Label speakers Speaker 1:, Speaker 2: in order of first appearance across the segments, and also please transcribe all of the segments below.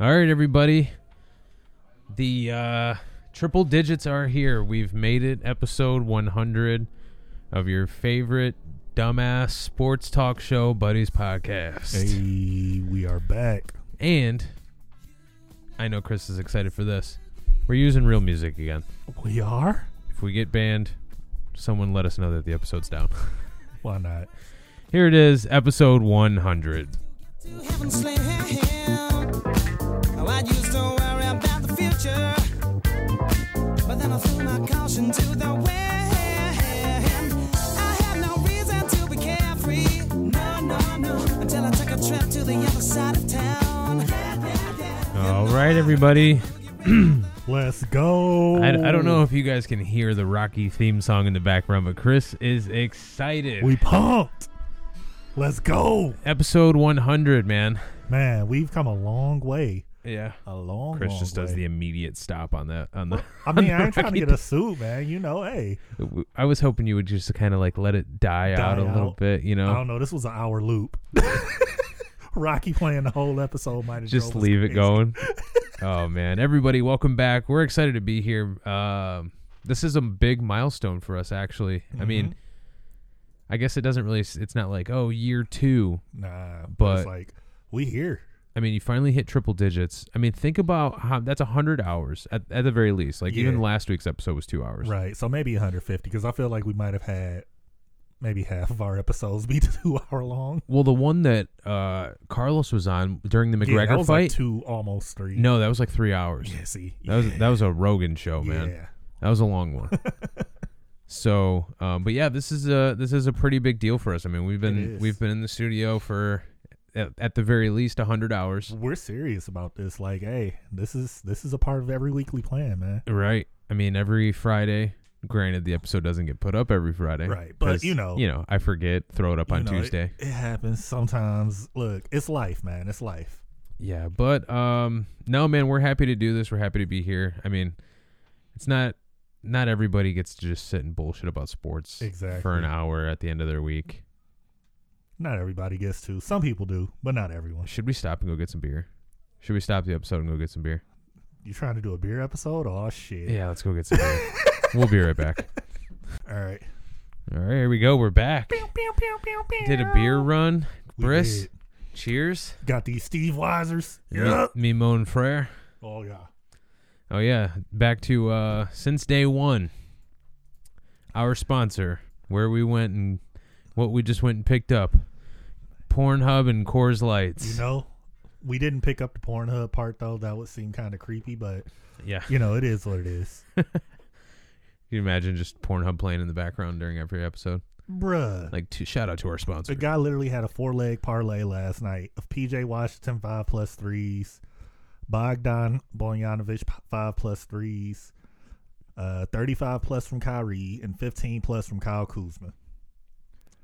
Speaker 1: All right, everybody. The uh, triple digits are here. We've made it episode 100 of your favorite dumbass sports talk show, Buddies Podcast.
Speaker 2: Hey, we are back.
Speaker 1: And I know Chris is excited for this. We're using real music again.
Speaker 2: We are?
Speaker 1: If we get banned, someone let us know that the episode's down.
Speaker 2: Why not?
Speaker 1: Here it is, episode 100.
Speaker 3: to heaven slaying him. Now I used to worry about the future, but then I threw my caution to the wind. I had no reason to be carefree, no, no, no, until I took a trip to the other side of town.
Speaker 1: All right, everybody.
Speaker 2: Let's go.
Speaker 1: I, I don't know if you guys can hear the Rocky theme song in the background, but Chris is excited.
Speaker 2: We pumped. Let's go.
Speaker 1: Episode 100, man.
Speaker 2: Man, we've come a long way.
Speaker 1: Yeah.
Speaker 2: A long
Speaker 1: Chris just
Speaker 2: long
Speaker 1: does the
Speaker 2: way.
Speaker 1: immediate stop on that. On the,
Speaker 2: I mean, I ain't trying to get a suit, man. You know, hey.
Speaker 1: I was hoping you would just kind of like let it die,
Speaker 2: Die
Speaker 1: out a little
Speaker 2: out.
Speaker 1: bit, you
Speaker 2: I
Speaker 1: know.
Speaker 2: don't know. This was an hour loop. Rocky playing the whole episode might have
Speaker 1: Just
Speaker 2: drove us
Speaker 1: leave it
Speaker 2: crazy.
Speaker 1: going. oh man, everybody, welcome back. We're excited to be here. Um, this is a big milestone for us, actually. I
Speaker 2: Mm-hmm.
Speaker 1: mean, I guess it doesn't really. s- It's not like oh year two,
Speaker 2: Nah, but,
Speaker 1: But-
Speaker 2: it's like we here.
Speaker 1: I mean, you finally hit triple digits. I mean, think about how that's 100 hours at, at the very least. Like, even
Speaker 2: Yeah.
Speaker 1: last week's episode was two hours.
Speaker 2: Right. So maybe 150 cuz I feel like we might have had maybe half of our episodes be 2 hour long.
Speaker 1: Well, the one that uh, Carlos was on during the
Speaker 2: Yeah,
Speaker 1: McGregor
Speaker 2: that was
Speaker 1: fight.
Speaker 2: like 2 almost 3.
Speaker 1: no, that was like three hours.
Speaker 2: Yeah, see.
Speaker 1: That was that was a Rogan show, man.
Speaker 2: Yeah.
Speaker 1: That was a long one. so, um, but yeah, this is a this is a pretty big deal for us. I mean, we've been
Speaker 2: is.
Speaker 1: we've been in the studio for at, at the very least 100 hours.
Speaker 2: We're serious about this. Like, hey, this is this is a part of every weekly plan, man.
Speaker 1: Right. I mean, every Friday. Granted, the episode doesn't get put up every Friday.
Speaker 2: Right, but,
Speaker 1: 'cause,
Speaker 2: you know-
Speaker 1: you know, I forget. Throw it up on
Speaker 2: You know, it-
Speaker 1: Tuesday.
Speaker 2: It, happens sometimes. Look, it's life, man. It's life.
Speaker 1: Yeah, but um no man, we're happy to do this. We're happy to be here. I mean, it's not not everybody gets to just sit and bullshit about sports for
Speaker 2: Exactly.
Speaker 1: an hour at the end of their week.
Speaker 2: Not everybody gets to. Some people do, but not everyone.
Speaker 1: Should we stop and go get some beer? Should we stop the episode and go get some beer?
Speaker 2: You trying to do a beer episode? Oh shit.
Speaker 1: Yeah, let's go get some beer. we'll be right back.
Speaker 2: All right.
Speaker 1: All right, here we go. We're back. Did a beer run.
Speaker 2: We
Speaker 1: Briss,
Speaker 2: did.
Speaker 1: cheers.
Speaker 2: Got these Steve Weisers.
Speaker 1: Me-
Speaker 2: Yeah.
Speaker 1: Me, moan frere.
Speaker 2: Oh yeah.
Speaker 1: Oh yeah, back to uh since day 1. Our sponsor, where we went and what we just went and picked up. Pornhub and Coors Lights.
Speaker 2: You know, we didn't pick up the Pornhub part though. That would seem kind of creepy, but
Speaker 1: yeah.
Speaker 2: you know, it is what it is.
Speaker 1: Can you imagine just Pornhub playing in the background during every episode?
Speaker 2: Bruh.
Speaker 1: Like to, shout out to our sponsor.
Speaker 2: The guy literally had a four leg parlay last night of PJ Washington five plus threes, Bogdan Bojanovic p- five plus threes, uh, 35 plus from Kyrie, and 15 plus from Kyle Kuzma.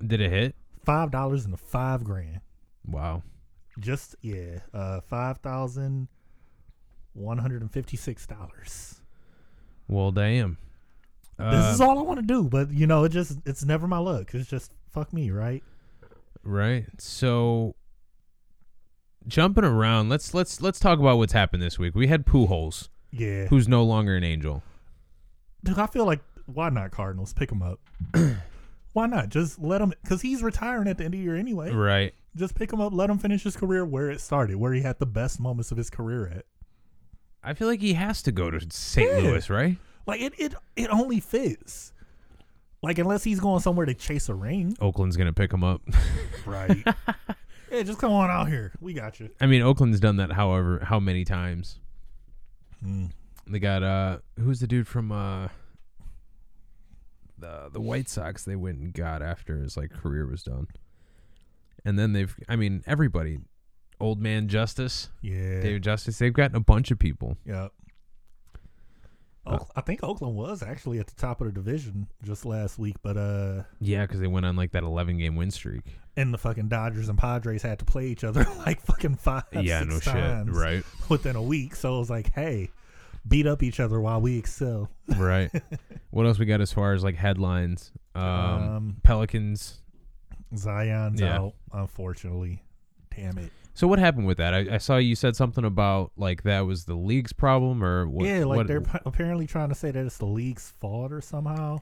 Speaker 1: Did it hit?
Speaker 2: Five dollars and a five grand.
Speaker 1: Wow.
Speaker 2: Just, yeah, uh, five thousand one hundred and fifty six dollars.
Speaker 1: Well, damn.
Speaker 2: this
Speaker 1: Uh,
Speaker 2: is all I want to do, but you know, it just it's never my luck. It's just fuck me, right?
Speaker 1: right. So jumping around, let's let's let's talk about what's happened this week. We had Pujols,
Speaker 2: Yeah.
Speaker 1: who's no longer an angel.
Speaker 2: Dude, I feel like why not Cardinals? Pick him up. why not? Just let him because he's retiring at the end of the year anyway.
Speaker 1: Right.
Speaker 2: Just pick him up, let him finish his career where it started, where he had the best moments of his career at.
Speaker 1: I feel like he has to go to St.
Speaker 2: Yeah.
Speaker 1: Louis, right?
Speaker 2: Like it, it, it only fits. Like unless he's going somewhere to chase a ring,
Speaker 1: Oakland's gonna pick him up.
Speaker 2: right? yeah, just come on out here. We got you.
Speaker 1: I mean, Oakland's done that however how many times.
Speaker 2: Hmm.
Speaker 1: They got uh who's the dude from uh the the White Sox they went and got after his like career was done. And then they've I mean everybody old man Justice,
Speaker 2: Yeah.
Speaker 1: David Justice, they've gotten a bunch of people.
Speaker 2: Yep. Oak- I think Oakland was actually at the top of the division just last week, but uh,
Speaker 1: Yeah, cuz they went on like that 11 game win streak.
Speaker 2: and the fucking Dodgers and Padres had to play each other like fucking five,
Speaker 1: yeah,
Speaker 2: six
Speaker 1: no
Speaker 2: times
Speaker 1: shit. Right.
Speaker 2: within a week. So it was like, hey, beat up each other while we excel.
Speaker 1: Right. what else we got as far as like headlines? Um,
Speaker 2: Um,
Speaker 1: Pelicans
Speaker 2: Zion's
Speaker 1: Yeah.
Speaker 2: out, unfortunately. Damn it.
Speaker 1: So what happened with that? I, I saw you said something about like that was the league's problem or what?
Speaker 2: yeah, like
Speaker 1: what-
Speaker 2: they're p- apparently trying to say that it's the league's fault or somehow.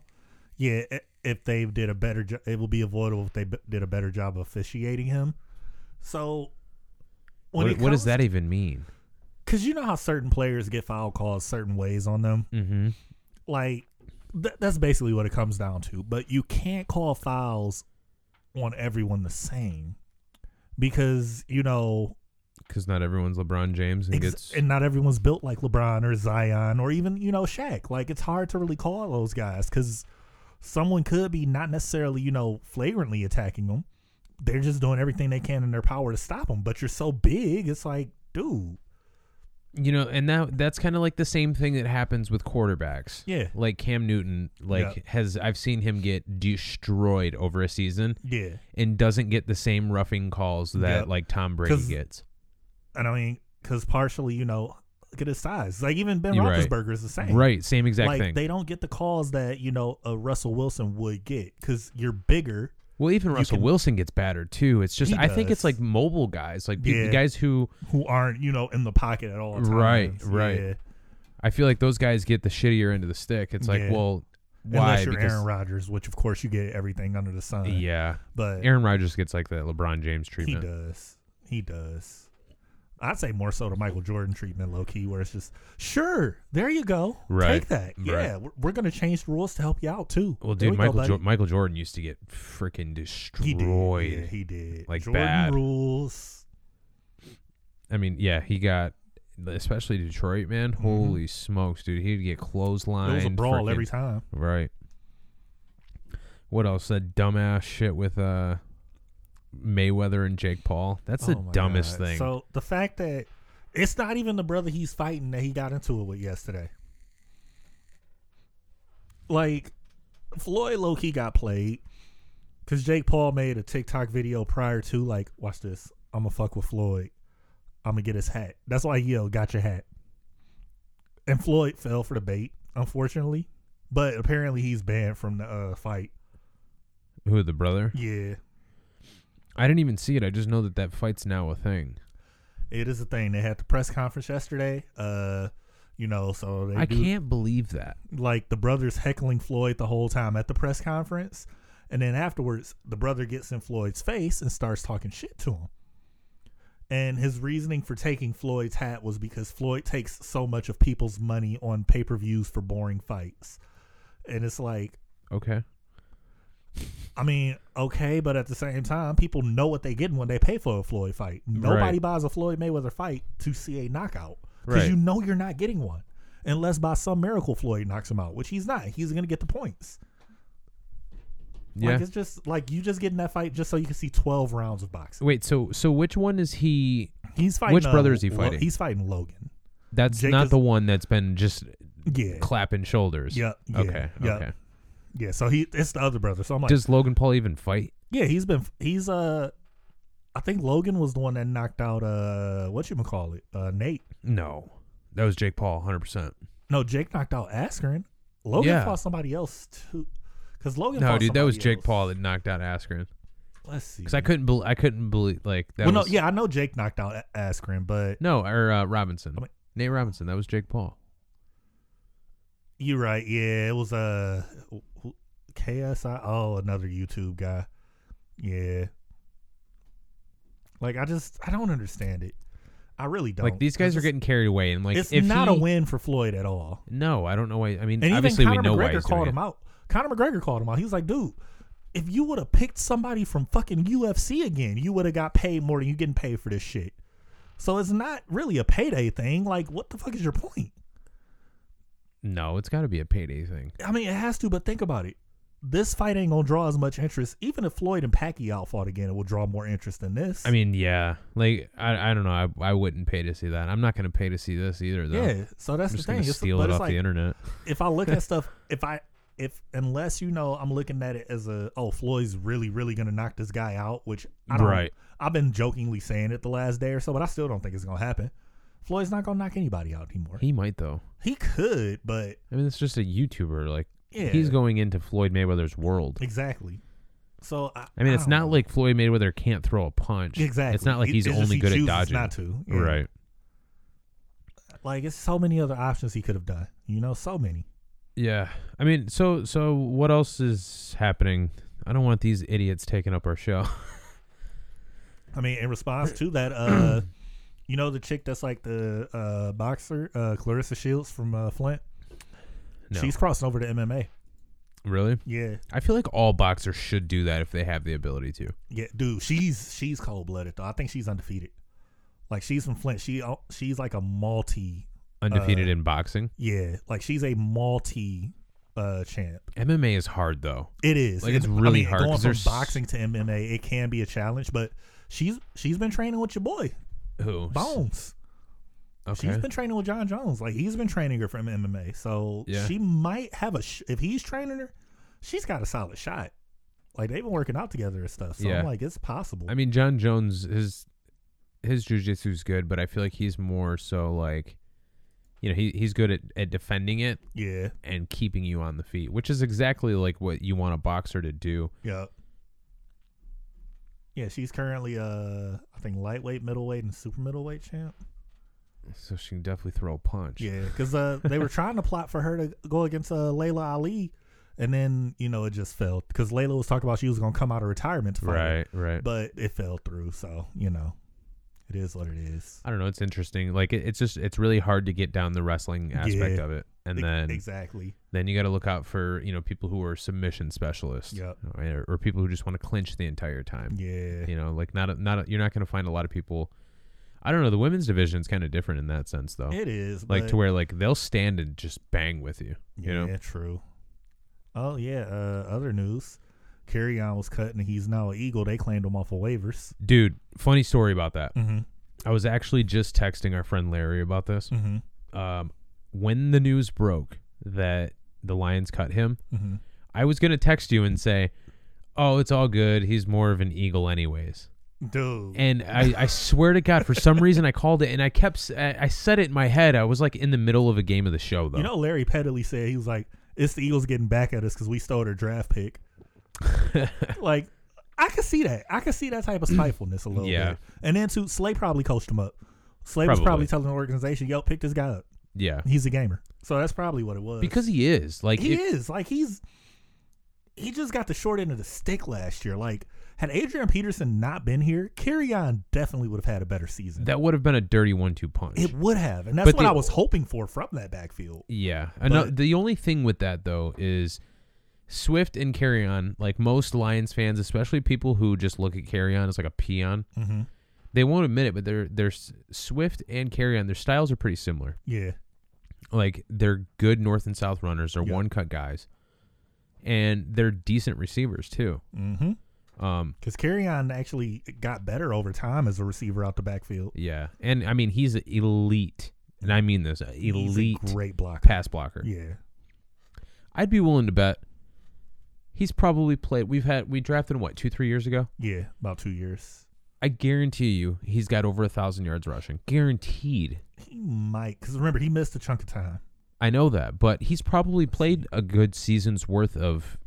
Speaker 2: Yeah, i- if they did a better job, it would be avoidable if they b- did a better job officiating him. So,
Speaker 1: what, what does that even mean?
Speaker 2: Because you know how certain players get foul calls certain ways on them.
Speaker 1: Mm-hmm.
Speaker 2: Like th- that's basically what it comes down to. But you can't call fouls on everyone the same because you know
Speaker 1: Because not everyone's LeBron James and
Speaker 2: Ex-
Speaker 1: gets
Speaker 2: and not everyone's built like LeBron or Zion or even you know Shaq. Like it's hard to really call those guys because someone could be not necessarily you know flagrantly attacking them. They're just doing everything they can in their power to stop them. But you're so big, it's like, dude,
Speaker 1: you know, and that that's kind of like the same thing that happens with quarterbacks.
Speaker 2: Yeah.
Speaker 1: like Cam Newton, like
Speaker 2: Yeah.
Speaker 1: has I've seen him get destroyed over a season
Speaker 2: yeah.
Speaker 1: and doesn't get the same roughing calls that
Speaker 2: Yeah.
Speaker 1: like Tom Brady
Speaker 2: 'Cause-
Speaker 1: gets.
Speaker 2: And I mean, because partially, you know, look at his size. Like even Ben
Speaker 1: You're right.
Speaker 2: Roethlisberger is the same.
Speaker 1: Right, same exact
Speaker 2: Like
Speaker 1: thing.
Speaker 2: they don't get the calls that you know a Russell Wilson would get because you're bigger.
Speaker 1: well, even Russell
Speaker 2: can-
Speaker 1: Wilson gets battered too. It's just
Speaker 2: He
Speaker 1: I think it's
Speaker 2: does.
Speaker 1: like mobile guys, like pe-
Speaker 2: Yeah.
Speaker 1: guys who
Speaker 2: Who aren't you know in the pocket at all? Times.
Speaker 1: Right, right.
Speaker 2: Yeah.
Speaker 1: I feel like those guys get the shittier end of the stick. It's like,
Speaker 2: Yeah.
Speaker 1: well, why?
Speaker 2: Unless you're Aaron Rodgers, which of course you get everything under the sun.
Speaker 1: yeah,
Speaker 2: but
Speaker 1: Aaron Rodgers gets like that LeBron James
Speaker 2: he
Speaker 1: treatment.
Speaker 2: does. He does. I'd say more so the Michael Jordan treatment, low key, where it's just sure, there you go,
Speaker 1: Right,
Speaker 2: take that. Yeah,
Speaker 1: right.
Speaker 2: we're, we're gonna change the rules to help you out too.
Speaker 1: Well, dude,
Speaker 2: There we go,
Speaker 1: Michael
Speaker 2: buddy.
Speaker 1: jo- Michael Jordan used to get freaking
Speaker 2: he did.
Speaker 1: destroyed.
Speaker 2: Yeah, he did.
Speaker 1: Like,
Speaker 2: Jordan
Speaker 1: bad.
Speaker 2: rules.
Speaker 1: I mean, yeah, he got especially Detroit, man. Holy smokes, dude, he'd get clotheslined.
Speaker 2: It was a Mm-hmm. brawl
Speaker 1: freaking-
Speaker 2: every time.
Speaker 1: Right. What else? That dumbass shit with uh Mayweather and Jake Paul. That's the
Speaker 2: Oh my
Speaker 1: dumbest
Speaker 2: God.
Speaker 1: thing.
Speaker 2: So the fact that it's not even the brother he's fighting that he got into it with yesterday. Like Floyd low key got played because Jake Paul made a TikTok video prior to like, watch this. I'm gonna fuck with Floyd. I'm gonna get his hat. That's why he yelled, "Got your hat." And Floyd fell for the bait, unfortunately. But apparently he's banned from the uh, fight.
Speaker 1: Who the brother?
Speaker 2: Yeah,
Speaker 1: I didn't even see it. I just know that that fight's now a thing.
Speaker 2: It is a thing. They had the press conference yesterday. Uh, you know, so they
Speaker 1: I
Speaker 2: do,
Speaker 1: can't believe that.
Speaker 2: like the brothers heckling Floyd the whole time at the press conference, and then afterwards the brother gets in Floyd's face and starts talking shit to him. And his reasoning for taking Floyd's hat was because Floyd takes so much of people's money on pay per views for boring fights, and it's like,
Speaker 1: Okay.
Speaker 2: I mean, okay, but at the same time, people know what they getting when they pay for a Floyd fight. Nobody
Speaker 1: Right.
Speaker 2: buys a Floyd Mayweather fight to see a knockout because
Speaker 1: Right.
Speaker 2: you know you're not getting one, unless by some miracle Floyd knocks him out, which he's not. He's gonna get the points.
Speaker 1: Yeah.
Speaker 2: Like it's just like you just getting that fight just so you can see twelve rounds of boxing.
Speaker 1: Wait, so so which one is he
Speaker 2: He's fighting
Speaker 1: Which
Speaker 2: uh,
Speaker 1: brother is he
Speaker 2: Lo-
Speaker 1: fighting?
Speaker 2: he's fighting Logan.
Speaker 1: that's
Speaker 2: Jake
Speaker 1: not
Speaker 2: is-
Speaker 1: the one that's been just
Speaker 2: Yeah,
Speaker 1: clapping shoulders.
Speaker 2: Yeah, yeah,
Speaker 1: Okay.
Speaker 2: yeah.
Speaker 1: Okay.
Speaker 2: yeah. So he it's the other brother. So I'm like,
Speaker 1: Does Logan Paul even fight?
Speaker 2: yeah, he's been he's uh, I think Logan was the one that knocked out uh, what you call it, uh, Nate.
Speaker 1: No. That was Jake Paul, hundred percent.
Speaker 2: No, Jake knocked out Askren. Logan
Speaker 1: Yeah.
Speaker 2: fought somebody else too. Because Logan.
Speaker 1: No,
Speaker 2: fought
Speaker 1: dude, that was
Speaker 2: somebody
Speaker 1: Jake
Speaker 2: else.
Speaker 1: Paul that knocked out Askren.
Speaker 2: Let's see.
Speaker 1: Because I couldn't, bel I couldn't believe like that.
Speaker 2: well,
Speaker 1: was-
Speaker 2: no, yeah, I know Jake knocked out A- Askren, but
Speaker 1: no, or uh, Robinson,
Speaker 2: I mean-
Speaker 1: Nate Robinson. That was Jake Paul.
Speaker 2: you're right. Yeah, it was uh, who- KSI. Oh, another YouTube guy. Yeah. Like I just I don't understand it. I really don't.
Speaker 1: Like these guys
Speaker 2: It's
Speaker 1: are
Speaker 2: just-
Speaker 1: getting carried away, and like
Speaker 2: it's
Speaker 1: if
Speaker 2: not
Speaker 1: he,
Speaker 2: a win for Floyd at all.
Speaker 1: No, I don't know why. I mean,
Speaker 2: And
Speaker 1: obviously
Speaker 2: even
Speaker 1: we
Speaker 2: Conor
Speaker 1: know
Speaker 2: McGregor
Speaker 1: why he's
Speaker 2: called
Speaker 1: doing
Speaker 2: him
Speaker 1: it.
Speaker 2: out. Conor McGregor called him out. He was like, dude, if you would have picked somebody from fucking UFC again, you would have got paid more than you getting paid for this shit. So it's not really a payday thing. Like, what the fuck is your point?
Speaker 1: No, it's got to be a payday thing.
Speaker 2: I mean, it has to, but think about it. This fight ain't gonna draw as much interest. Even if Floyd and Pacquiao fought again, it will draw more interest than this.
Speaker 1: I mean, yeah, like I, I don't know. I, I wouldn't pay to see that. I'm not gonna pay to see this either, though.
Speaker 2: yeah. So
Speaker 1: I'm
Speaker 2: that's the
Speaker 1: just
Speaker 2: thing.
Speaker 1: gonna
Speaker 2: It's-
Speaker 1: steal
Speaker 2: but
Speaker 1: it
Speaker 2: it's
Speaker 1: off
Speaker 2: like,
Speaker 1: the internet.
Speaker 2: if I look at stuff, if I if unless you know I'm looking at it as a oh Floyd's really really gonna knock this guy out, which I don't.
Speaker 1: Right.
Speaker 2: I've been jokingly saying it the last day or so, but I still don't think it's gonna happen. Floyd's not gonna knock anybody out anymore. He,
Speaker 1: He might though.
Speaker 2: could, but
Speaker 1: I mean, it's just a YouTuber. Like
Speaker 2: yeah,
Speaker 1: he's going into Floyd Mayweather's world.
Speaker 2: exactly. So I,
Speaker 1: I mean, it's
Speaker 2: don't
Speaker 1: not
Speaker 2: know.
Speaker 1: like Floyd Mayweather can't throw a punch.
Speaker 2: exactly.
Speaker 1: It's not like
Speaker 2: It-
Speaker 1: he's
Speaker 2: it's just
Speaker 1: only
Speaker 2: he
Speaker 1: good at
Speaker 2: chooses
Speaker 1: dodging.
Speaker 2: Not to yeah.
Speaker 1: Right.
Speaker 2: Like it's so many other options he could have done. You know, so many.
Speaker 1: Yeah. I mean, so so what else is happening? I don't want these idiots taking up our show.
Speaker 2: I mean, in response to that, uh, you know the chick that's like the uh, boxer, uh, Clarissa Shields from uh, Flint.
Speaker 1: No.
Speaker 2: She's crossing over to MMA.
Speaker 1: really?
Speaker 2: Yeah,
Speaker 1: I feel like all boxers should do that if they have the ability to.
Speaker 2: yeah, dude. She's she's cold blooded though. I think she's undefeated. Like she's from Flint. She oh, she's like a multi.
Speaker 1: Undefeated
Speaker 2: Uh,
Speaker 1: in boxing.
Speaker 2: Yeah, like she's a multi uh, champ.
Speaker 1: MMA is hard though.
Speaker 2: It is.
Speaker 1: Like, it's
Speaker 2: I
Speaker 1: really
Speaker 2: mean,
Speaker 1: hard,
Speaker 2: Going
Speaker 1: 'cause
Speaker 2: from
Speaker 1: there's-
Speaker 2: boxing to MMA, it can be a challenge. But she's she's been training with your boy
Speaker 1: Who?
Speaker 2: Bones.
Speaker 1: Okay.
Speaker 2: She's been training with John Jones. Like he's been training her from MMA. So
Speaker 1: Yeah.
Speaker 2: she might have a sh- if he's training her, she's got a solid shot. Like they've been working out together and stuff. So
Speaker 1: Yeah.
Speaker 2: I'm like, it's possible.
Speaker 1: I mean, John Jones his his jujitsu's good, but I feel like he's more so like, you know, he he's good at at defending it
Speaker 2: yeah,
Speaker 1: and keeping you on the feet, which is exactly like what you want a boxer to do.
Speaker 2: yeah, yeah. She's currently uh, I think lightweight, middleweight, and super middleweight champ.
Speaker 1: So she can definitely throw a punch.
Speaker 2: Yeah, because uh, they were trying to plot for her to go against uh, Layla Ali, and then you know it just failed because Layla was talking about she was gonna come out of retirement to fight, her,
Speaker 1: Right. Right.
Speaker 2: but it fell through. So you know, it is what it is.
Speaker 1: I don't know. It's interesting. Like it, it's just it's really hard to get down the wrestling aspect
Speaker 2: Yeah.
Speaker 1: of it, and
Speaker 2: Ex-
Speaker 1: then
Speaker 2: exactly.
Speaker 1: then you got to look out for you know people who are submission specialists,
Speaker 2: Yep.
Speaker 1: or, or people who just want to clinch the entire time.
Speaker 2: Yeah.
Speaker 1: You know, like not a, not a, you're not going to find a lot of people. I don't know. The women's division is kind of different in that sense, though.
Speaker 2: It is.
Speaker 1: like
Speaker 2: but,
Speaker 1: to where like they'll stand and just bang with you. You know,
Speaker 2: Yeah, true. Oh yeah, uh other news. Carry on was cut and he's now an Eagle. They claimed him off of waivers.
Speaker 1: dude. Funny story about that.
Speaker 2: Mm-hmm.
Speaker 1: I was actually just texting our friend Larry about this.
Speaker 2: Mm-hmm.
Speaker 1: Um, when the news broke that the Lions cut him,
Speaker 2: Mm-hmm.
Speaker 1: I was gonna text you and say, "Oh, it's all good. He's more of an eagle, anyways."
Speaker 2: Dude.
Speaker 1: And I, I swear to God, for some reason, I called it, and I kept, s- I I said it in my head. I was like in the middle of a game of the show, though.
Speaker 2: you know, Larry Pettily said he was like, "It's the Eagles getting back at us because we stole their draft pick." like, I could see that. I could see that type of spitefulness a little
Speaker 1: Yeah.
Speaker 2: bit. And then too, Slay probably coached him up. Slay was
Speaker 1: Probably.
Speaker 2: probably telling the organization, "Yo, pick this guy up.
Speaker 1: yeah,
Speaker 2: He's a gamer." So that's probably what it was.
Speaker 1: because he is like,
Speaker 2: he
Speaker 1: it-
Speaker 2: is like he's he just got the short end of the stick last year. Like had Adrian Peterson not been here, Carrion definitely would have had a better season.
Speaker 1: that would have been a dirty one-two punch.
Speaker 2: it would have, and that's
Speaker 1: But
Speaker 2: what
Speaker 1: the-
Speaker 2: I was hoping for from that backfield.
Speaker 1: yeah. Ano-
Speaker 2: But-
Speaker 1: the only thing with that though is Swift and Carry On. Like most Lions fans, especially people who just look at Carry On as like a peon,
Speaker 2: Mm-hmm.
Speaker 1: they won't admit it, but they're they're s- Swift and Carry On. Their styles are pretty similar.
Speaker 2: Yeah,
Speaker 1: like they're good north and south runners. They're
Speaker 2: Yeah.
Speaker 1: one cut guys, and they're decent receivers too.
Speaker 2: mm-hmm.
Speaker 1: Um,
Speaker 2: Because Carrion actually got better over time as a receiver out the backfield.
Speaker 1: yeah, and I mean he's an elite, and I mean this a
Speaker 2: He's
Speaker 1: elite
Speaker 2: a great blocker.
Speaker 1: pass blocker.
Speaker 2: Yeah,
Speaker 1: I'd be willing to bet he's probably played. We've had we drafted him what two three years ago.
Speaker 2: yeah, about two years.
Speaker 1: I guarantee you he's got over a thousand yards rushing, guaranteed.
Speaker 2: He might, because remember he missed a chunk of time.
Speaker 1: I know that, but he's probably played a good season's worth of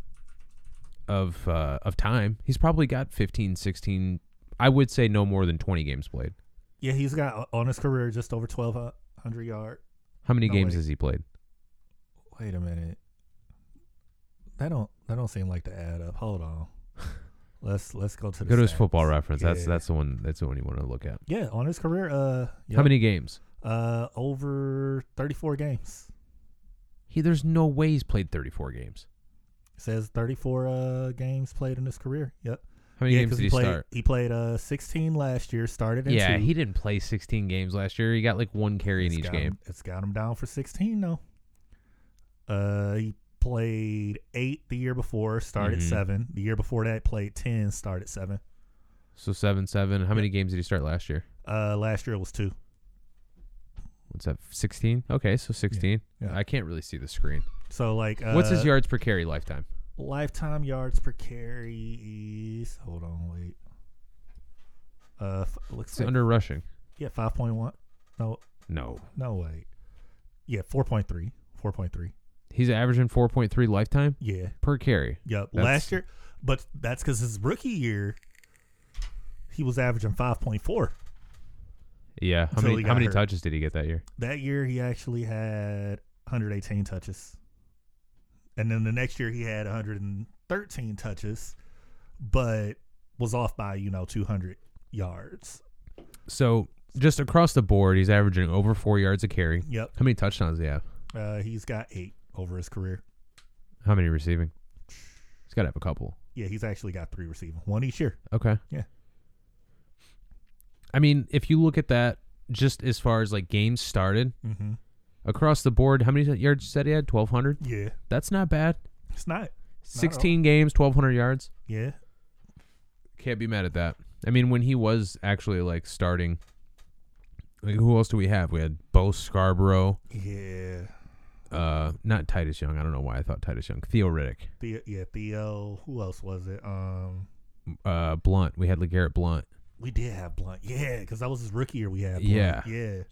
Speaker 1: of uh, of time. He's probably got 15, 16, I would say no more than 20 games played.
Speaker 2: Yeah, he's got uh, on his career just over twelve hundred yard.
Speaker 1: How many
Speaker 2: No,
Speaker 1: games
Speaker 2: wait.
Speaker 1: has he played?
Speaker 2: Wait a minute. That don't that don't seem like to add up. Hold on. Let's let's go to the
Speaker 1: Go to his
Speaker 2: stats.
Speaker 1: football reference. That's
Speaker 2: Yeah.
Speaker 1: that's the one that's the one you want to look at.
Speaker 2: Yeah, on his career, uh
Speaker 1: How
Speaker 2: yep,
Speaker 1: many games?
Speaker 2: uh over thirty four games.
Speaker 1: He there's no way he's played 34 games.
Speaker 2: It says thirty four uh games played in his career. Yep.
Speaker 1: How many
Speaker 2: yeah,
Speaker 1: games
Speaker 2: 'cause
Speaker 1: did
Speaker 2: he
Speaker 1: he
Speaker 2: played
Speaker 1: start?
Speaker 2: he played uh sixteen last year, started in
Speaker 1: Yeah,
Speaker 2: two.
Speaker 1: he didn't play 16 games last year. He got like one carry in
Speaker 2: It's
Speaker 1: each
Speaker 2: got
Speaker 1: game.
Speaker 2: him- it's got him down for sixteen though. Uh he played eight the year before, started
Speaker 1: Mhm.
Speaker 2: seven. The year before that played ten, started seven.
Speaker 1: So 7 7. How many games did he start last year?
Speaker 2: Uh last year it was two.
Speaker 1: What's that? 16? Okay, so 16.
Speaker 2: yeah.
Speaker 1: I can't really see the screen.
Speaker 2: So like uh,
Speaker 1: What's his yards per carry lifetime?
Speaker 2: Lifetime yards per carry is hold on wait. Uh, f- looks
Speaker 1: It's
Speaker 2: like
Speaker 1: under rushing.
Speaker 2: yeah, five point one. No,
Speaker 1: No.
Speaker 2: no wait. Yeah, four point three. Four point three.
Speaker 1: He's averaging 4.3 lifetime
Speaker 2: Yeah.
Speaker 1: per carry.
Speaker 2: Yep.
Speaker 1: That's-
Speaker 2: Last year, but that's because his rookie year, he was averaging five point four.
Speaker 1: Yeah. How
Speaker 2: Until
Speaker 1: many
Speaker 2: he
Speaker 1: how
Speaker 2: got
Speaker 1: many
Speaker 2: hurt.
Speaker 1: touches did he get that year?
Speaker 2: That year, he actually had 118 touches, and then the next year he had 113 touches, but was off by you know 200 yards.
Speaker 1: So just across the board, he's averaging over four yards a carry.
Speaker 2: Yep,
Speaker 1: How many touchdowns do he have?
Speaker 2: uh, he's got eight over his career.
Speaker 1: How many receiving? He's got to have a couple.
Speaker 2: Yeah, he's actually got three receiving, one each year.
Speaker 1: Okay.
Speaker 2: Yeah.
Speaker 1: I mean, if you look at that, just as far as like games started
Speaker 2: Mm-hmm.
Speaker 1: across the board, how many yards you said he had? Twelve hundred.
Speaker 2: Yeah,
Speaker 1: That's not bad.
Speaker 2: it's not.
Speaker 1: Sixteen games, twelve hundred yards.
Speaker 2: Yeah,
Speaker 1: Can't be mad at that. I mean, when he was actually like starting, like who else do we have? We had Bo Scarborough,
Speaker 2: yeah.
Speaker 1: uh, not Titus Young. I don't know why I thought Titus Young. Theo Riddick,
Speaker 2: Theo, yeah, Theo. Who else was it? Um,
Speaker 1: uh, Blunt. We had Legarrette Blunt,
Speaker 2: we did have Blunt. Yeah, because that was his rookie year. We had Blunt.
Speaker 1: Yeah.
Speaker 2: yeah.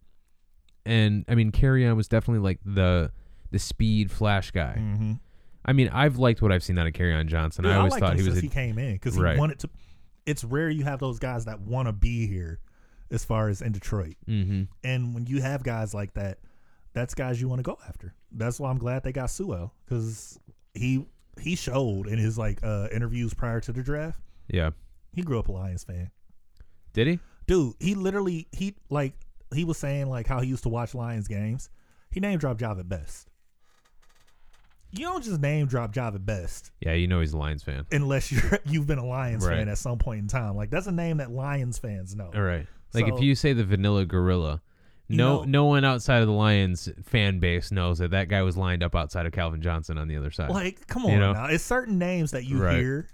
Speaker 1: and I mean, Carrion was definitely like the the speed flash guy.
Speaker 2: Mm-hmm.
Speaker 1: I mean, I've liked what I've seen out of Carrion Johnson.
Speaker 2: Dude,
Speaker 1: I always
Speaker 2: liked
Speaker 1: thought
Speaker 2: him
Speaker 1: he was.
Speaker 2: since
Speaker 1: A,
Speaker 2: he came in because he
Speaker 1: Right.
Speaker 2: wanted to. It's rare you have those guys that want to be here, as far as in Detroit.
Speaker 1: mm-hmm.
Speaker 2: And when you have guys like that, that's guys you want to go after. That's why I'm glad they got Suo because he he showed in his like uh interviews prior to the draft.
Speaker 1: Yeah.
Speaker 2: He grew up a Lions fan,
Speaker 1: Did he?
Speaker 2: dude. He literally he like he was saying like how he used to watch Lions games. He name dropped Javid Best. You don't just name drop Javid Best
Speaker 1: Yeah, you know he's a Lions fan.
Speaker 2: unless you're you've been a Lions
Speaker 1: Right.
Speaker 2: fan at some point in time. Like that's a name that Lions fans know.
Speaker 1: All right. Like
Speaker 2: So-
Speaker 1: if you say the Vanilla Gorilla,
Speaker 2: You
Speaker 1: no,
Speaker 2: know-
Speaker 1: no one outside of the Lions fan base knows that that guy was lined up outside of Calvin Johnson on the other side.
Speaker 2: Like, come on
Speaker 1: You know?
Speaker 2: now. It's certain names that you
Speaker 1: Right.
Speaker 2: hear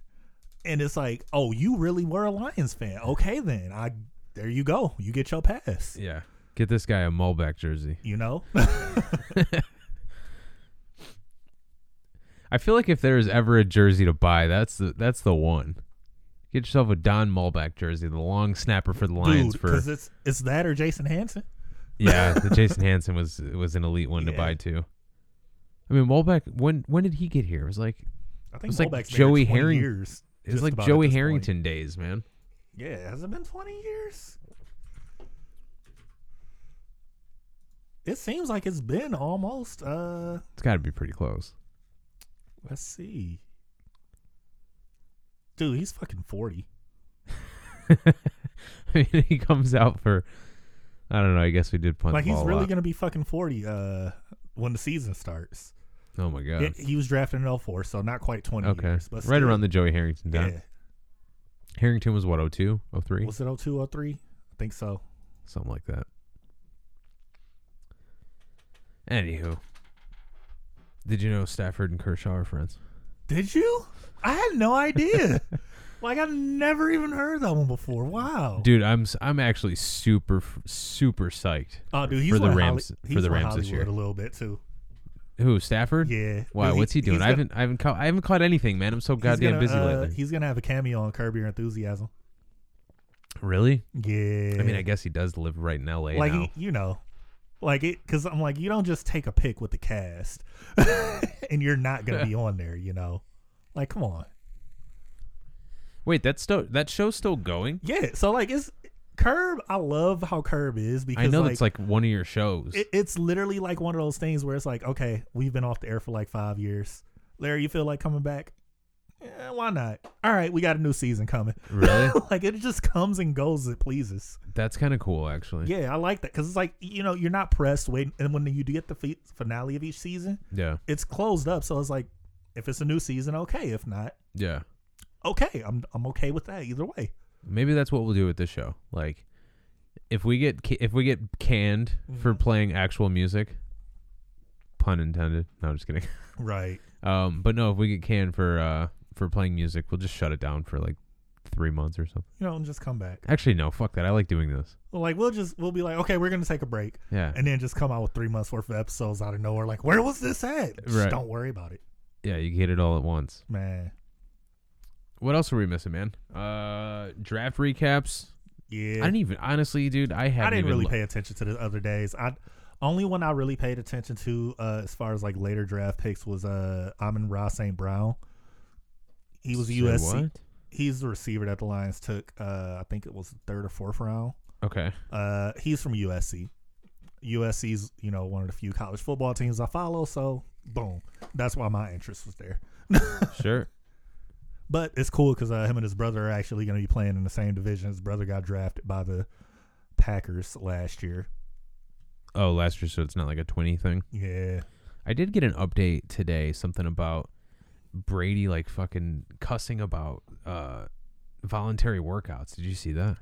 Speaker 2: and it's like, oh, you really were a Lions fan. Okay then. I there you go. You get your pass.
Speaker 1: yeah. Get this guy a Mulbeck jersey.
Speaker 2: You know?
Speaker 1: I feel like if there is ever a jersey to buy, that's the that's the one. Get yourself a Don Mulbeck jersey, the long snapper for the Lions
Speaker 2: Dude,
Speaker 1: for
Speaker 2: because it's it's that or Jason Hansen.
Speaker 1: Yeah, the Jason Hansen was was an elite one to
Speaker 2: Yeah.
Speaker 1: buy too. I mean Mulbeck when when did he get here? It was like
Speaker 2: I think
Speaker 1: It's like
Speaker 2: Molbeck's been
Speaker 1: Joey
Speaker 2: here 20
Speaker 1: Herring-
Speaker 2: Years,
Speaker 1: it was
Speaker 2: just
Speaker 1: like
Speaker 2: about at
Speaker 1: Joey
Speaker 2: this point.
Speaker 1: Harrington days, man.
Speaker 2: Yeah, has it been twenty years? It seems like it's been almost uh
Speaker 1: It's gotta be pretty close.
Speaker 2: Let's see. Dude, he's fucking 40.
Speaker 1: I mean, he comes out for. I don't know. I guess we did punt
Speaker 2: Like,
Speaker 1: the
Speaker 2: he's
Speaker 1: ball
Speaker 2: really
Speaker 1: a lot.
Speaker 2: going to be fucking 40 uh, when the season starts.
Speaker 1: Oh my god.
Speaker 2: Yeah, he was drafted in 04, so not quite 20
Speaker 1: okay.
Speaker 2: years. But
Speaker 1: right
Speaker 2: still,
Speaker 1: around the Joey Harrington time.
Speaker 2: Yeah.
Speaker 1: Harrington was what 02, 03?
Speaker 2: Was it 02, 03? I think so.
Speaker 1: something like that. Anywho, did you know Stafford and Kershaw are friends?
Speaker 2: Did you? I had no idea. like, I've never even heard that one before. Wow.
Speaker 1: Dude, I'm s- I'm actually super f- super psyched.
Speaker 2: oh, dude, he's
Speaker 1: for the
Speaker 2: went
Speaker 1: Rams-
Speaker 2: Holly-
Speaker 1: for
Speaker 2: he's
Speaker 1: the
Speaker 2: went
Speaker 1: Rams this
Speaker 2: Hollywood
Speaker 1: year.
Speaker 2: a little bit, too.
Speaker 1: Who Stafford?
Speaker 2: Yeah.
Speaker 1: Wow,
Speaker 2: Dude,
Speaker 1: what's he doing?
Speaker 2: he's
Speaker 1: I
Speaker 2: gonna-
Speaker 1: haven't I haven't caught I haven't caught anything, man. I'm so
Speaker 2: he's
Speaker 1: goddamn
Speaker 2: gonna,
Speaker 1: busy
Speaker 2: uh,
Speaker 1: lately.
Speaker 2: He's going to have a cameo on Curb Your Enthusiasm.
Speaker 1: Really?
Speaker 2: Yeah.
Speaker 1: I mean, I guess he does live right in L.A.
Speaker 2: like
Speaker 1: now.
Speaker 2: he- you know like it because i'm like you don't just take a pick with the cast and you're not gonna be on there you know like come on
Speaker 1: Wait, that's still that show's still going.
Speaker 2: yeah so like it's curb i love how curb is because
Speaker 1: I know
Speaker 2: like,
Speaker 1: that's like one of your shows.
Speaker 2: it, it's literally like one of those things where it's like okay we've been off the air for like five years larry you feel like coming back yeah, why not all right we got a new season coming
Speaker 1: really?
Speaker 2: like it just comes and goes as it pleases
Speaker 1: That's kind of cool, actually.
Speaker 2: yeah i like that because it's like you know you're not pressed waiting and when you do get the fi- finale of each season
Speaker 1: Yeah.
Speaker 2: it's closed up. So it's like, if it's a new season, okay. If not,
Speaker 1: Yeah.
Speaker 2: okay. I'm I'm okay with that either way.
Speaker 1: Maybe that's what we'll do with this show. Like, if we get ca- if we get canned
Speaker 2: Mm-hmm.
Speaker 1: for playing actual music, pun intended. No, just kidding.
Speaker 2: Right.
Speaker 1: Um, but no, if we get canned for uh for playing music, we'll just shut it down for like three months or something.
Speaker 2: You know, and just come back.
Speaker 1: Actually, no, fuck that. I like doing this.
Speaker 2: Well, Like we'll just we'll be like, okay, we're gonna take a break,
Speaker 1: Yeah.
Speaker 2: and then just come out with three months worth of episodes out of nowhere. Like, where was this at? Just
Speaker 1: Right.
Speaker 2: Don't worry about it,
Speaker 1: yeah, you get it all at once.
Speaker 2: man.
Speaker 1: What else are we missing, man? Uh, draft recaps. I
Speaker 2: Yeah.
Speaker 1: didn't even honestly, dude. I haven't
Speaker 2: I didn't
Speaker 1: even
Speaker 2: really
Speaker 1: loo-
Speaker 2: pay attention to the other days. I only one I really paid attention to uh, as far as like later draft picks was uh Amon Ross St. Brown. He was
Speaker 1: Say
Speaker 2: USC.
Speaker 1: what?
Speaker 2: He's the receiver that the Lions took. Uh, I think it was the third or fourth round.
Speaker 1: Okay.
Speaker 2: Uh, he's from USC. USC's you know one of the few college football teams I follow. So boom, that's why my interest was there.
Speaker 1: Sure.
Speaker 2: But it's cool because uh, him and his brother are actually going to be playing in the same division. His brother got drafted by the Packers last year.
Speaker 1: Oh, last year, so it's not like a 20 thing.
Speaker 2: Yeah,
Speaker 1: I did get an update today, something about Brady like fucking cussing about uh voluntary workouts. Did you see that?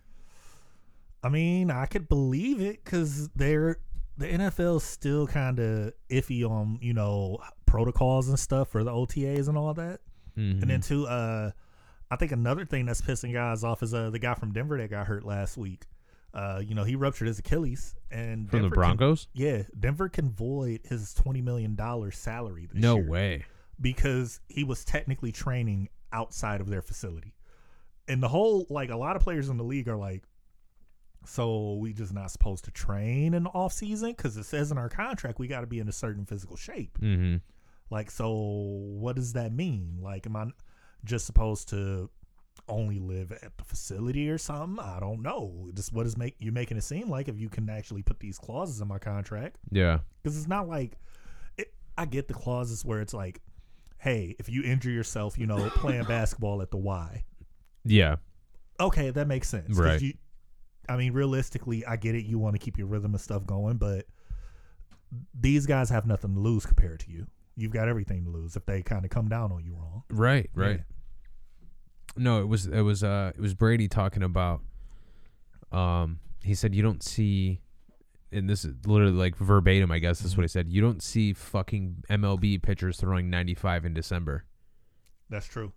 Speaker 2: I mean I could believe it because they're the NFL's still kind of iffy on you know protocols and stuff for the OTAs and all that.
Speaker 1: Mm-hmm.
Speaker 2: And then too, uh, I think another thing that's pissing guys off is uh, the guy from Denver that got hurt last week. Uh, you know he ruptured his Achilles and
Speaker 1: From the
Speaker 2: Denver can-
Speaker 1: Broncos?
Speaker 2: yeah, Denver can void his twenty million dollar salary this
Speaker 1: No
Speaker 2: year.
Speaker 1: way.
Speaker 2: because he was technically training outside of their facility. And the whole like a lot of players in the league are like, so we just not supposed to train in the off season because it says in our contract we got to be in a certain physical shape.
Speaker 1: Mm-hmm.
Speaker 2: Like, so what does that mean? Like, am I just supposed to only live at the facility or something? I don't know. Just what is make you making it seem like if you can actually put these clauses in my contract
Speaker 1: Yeah.
Speaker 2: because it's not like it, I get the clauses where it's like, hey, if you injure yourself, you know, playing basketball at the Y.
Speaker 1: Yeah.
Speaker 2: Okay, that makes sense. 'cause
Speaker 1: Right.
Speaker 2: You, I mean, realistically, I get it. You want to keep your rhythm and stuff going, but these guys have nothing to lose compared to you. You've got everything to lose if they kind of come down on you wrong.
Speaker 1: Right, right. No, it was it was uh it was Brady talking about um he said you don't see and this is literally like verbatim, I guess that's
Speaker 2: Mm-hmm.
Speaker 1: what he said. You don't see fucking MLB pitchers throwing 95 in December.
Speaker 2: That's true.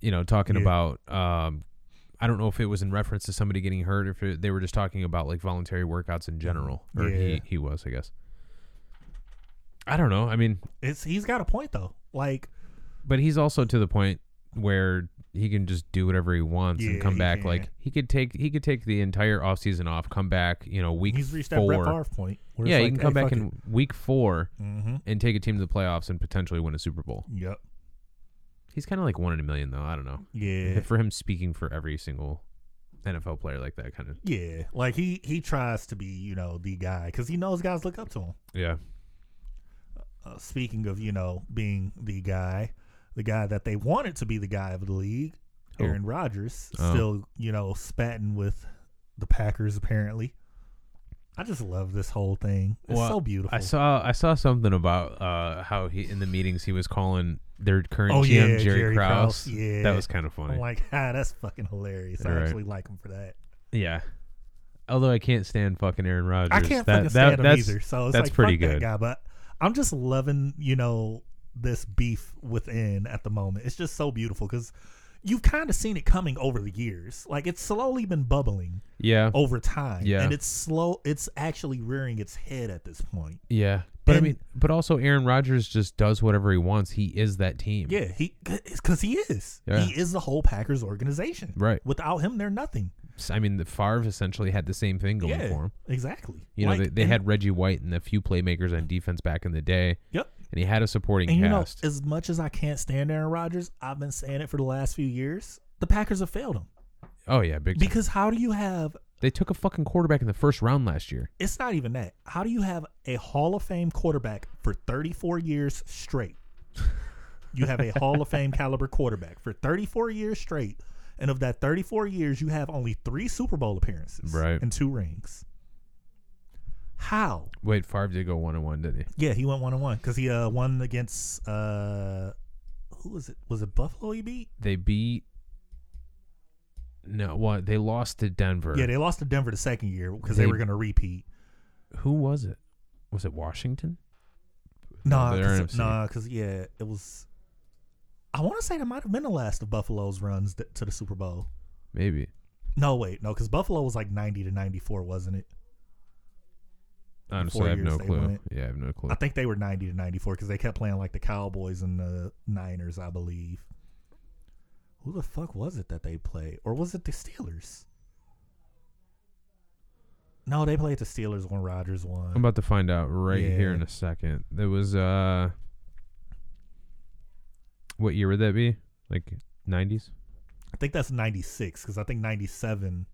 Speaker 1: You know, talking
Speaker 2: Yeah.
Speaker 1: about um I don't know if it was in reference to somebody getting hurt or if it, they were just talking about like voluntary workouts in general or
Speaker 2: Yeah.
Speaker 1: he he was, I guess. I don't know. I mean,
Speaker 2: It's he's got a point though. Like
Speaker 1: But he's also to the point where he can just do whatever he wants
Speaker 2: Yeah,
Speaker 1: and come
Speaker 2: he
Speaker 1: back.
Speaker 2: can.
Speaker 1: Like he could take he could take the entire offseason off, come back, you know, week
Speaker 2: he's reached that Brett
Speaker 1: four.
Speaker 2: Favre point. Where
Speaker 1: Yeah, he can come back in week four
Speaker 2: Mm-hmm.
Speaker 1: and take a team to the playoffs and potentially win a Super Bowl.
Speaker 2: Yep.
Speaker 1: He's kind of like one in a million, though. I don't know.
Speaker 2: Yeah.
Speaker 1: For him speaking for every single NFL player like that, kind of.
Speaker 2: Yeah, like he he tries to be you know the guy because he knows guys look up to him.
Speaker 1: Yeah.
Speaker 2: Uh, speaking of you know being the guy, the guy that they wanted to be the guy of the league,
Speaker 1: Who?
Speaker 2: Aaron Rodgers
Speaker 1: Oh.
Speaker 2: still you know spatting with the Packers apparently. I just love this whole thing. It's
Speaker 1: Well,
Speaker 2: so beautiful.
Speaker 1: I saw I saw something about uh, how he in the meetings he was calling their current
Speaker 2: Oh,
Speaker 1: GM
Speaker 2: yeah,
Speaker 1: Jerry,
Speaker 2: Jerry
Speaker 1: Krause.
Speaker 2: Krause, yeah.
Speaker 1: That was kind of funny.
Speaker 2: I'm like, ah, that's fucking hilarious. I
Speaker 1: Right.
Speaker 2: actually like him for that.
Speaker 1: Yeah. Although I can't stand fucking Aaron Rodgers.
Speaker 2: I can't
Speaker 1: That-
Speaker 2: fucking
Speaker 1: that-
Speaker 2: stand him
Speaker 1: that's-
Speaker 2: either. So it's
Speaker 1: that's
Speaker 2: like,
Speaker 1: pretty
Speaker 2: fuck that
Speaker 1: good.
Speaker 2: guy. But I'm just loving, you know, this beef within at the moment. It's just so beautiful because you've kind of seen it coming over the years. Like it's slowly been bubbling
Speaker 1: Yeah.
Speaker 2: over time.
Speaker 1: Yeah.
Speaker 2: And it's slow. It's actually rearing its head at this point.
Speaker 1: Yeah. But
Speaker 2: And-
Speaker 1: I mean, but also Aaron Rodgers just does whatever he wants. He is that team.
Speaker 2: Yeah, he because he is.
Speaker 1: Yeah.
Speaker 2: He is the whole Packers organization.
Speaker 1: Right.
Speaker 2: Without him, they're nothing.
Speaker 1: S- I mean, the Favre essentially had the same thing going
Speaker 2: yeah,
Speaker 1: for him.
Speaker 2: exactly.
Speaker 1: You know,
Speaker 2: Like,
Speaker 1: they, they
Speaker 2: and-
Speaker 1: had Reggie White and a few playmakers on defense back in the day,
Speaker 2: Yep.
Speaker 1: and he had a supporting
Speaker 2: And you know,
Speaker 1: cast.
Speaker 2: as much as I can't stand Aaron Rodgers, I've been saying it for the last few years. The Packers have failed him
Speaker 1: oh yeah, big. time.
Speaker 2: because how do you have?
Speaker 1: They took a fucking quarterback in the first round last year.
Speaker 2: It's not even that. How do you have a Hall of Fame quarterback for 34 years straight? You have a Hall of Fame caliber quarterback for 34 years straight, and of that 34 years, you have only three Super Bowl appearances
Speaker 1: Right.
Speaker 2: and two rings. How?
Speaker 1: Wait, Favre did go one on one, didn't he?
Speaker 2: Yeah, he went one on one because he uh, won against uh, who was it? Was it Buffalo? He beat.
Speaker 1: They beat. No, what they lost to Denver.
Speaker 2: Yeah, they lost to Denver the second year because they,
Speaker 1: They-
Speaker 2: were going to repeat.
Speaker 1: Who was it? Was it Washington?
Speaker 2: No,
Speaker 1: they're
Speaker 2: because
Speaker 1: NFC.
Speaker 2: yeah, it was. I want to say that might have been the last of Buffalo's runs th- to the Super Bowl.
Speaker 1: Maybe.
Speaker 2: No, wait, no, because Buffalo was like ninety to ninety four, wasn't it?
Speaker 1: Honestly,
Speaker 2: four
Speaker 1: I have no
Speaker 2: years they
Speaker 1: clue.
Speaker 2: went.
Speaker 1: Yeah, I have no clue.
Speaker 2: I think they were ninety to ninety four because they kept playing like the Cowboys and the Niners, I believe. Who the fuck was it that they played, or was it the Steelers? No, they played the Steelers when Rodgers won.
Speaker 1: I'm about to find out right here
Speaker 2: Yeah.
Speaker 1: in a second. There was uh, what year would that be? Like 90s?
Speaker 2: I think that's 96 because I think 97.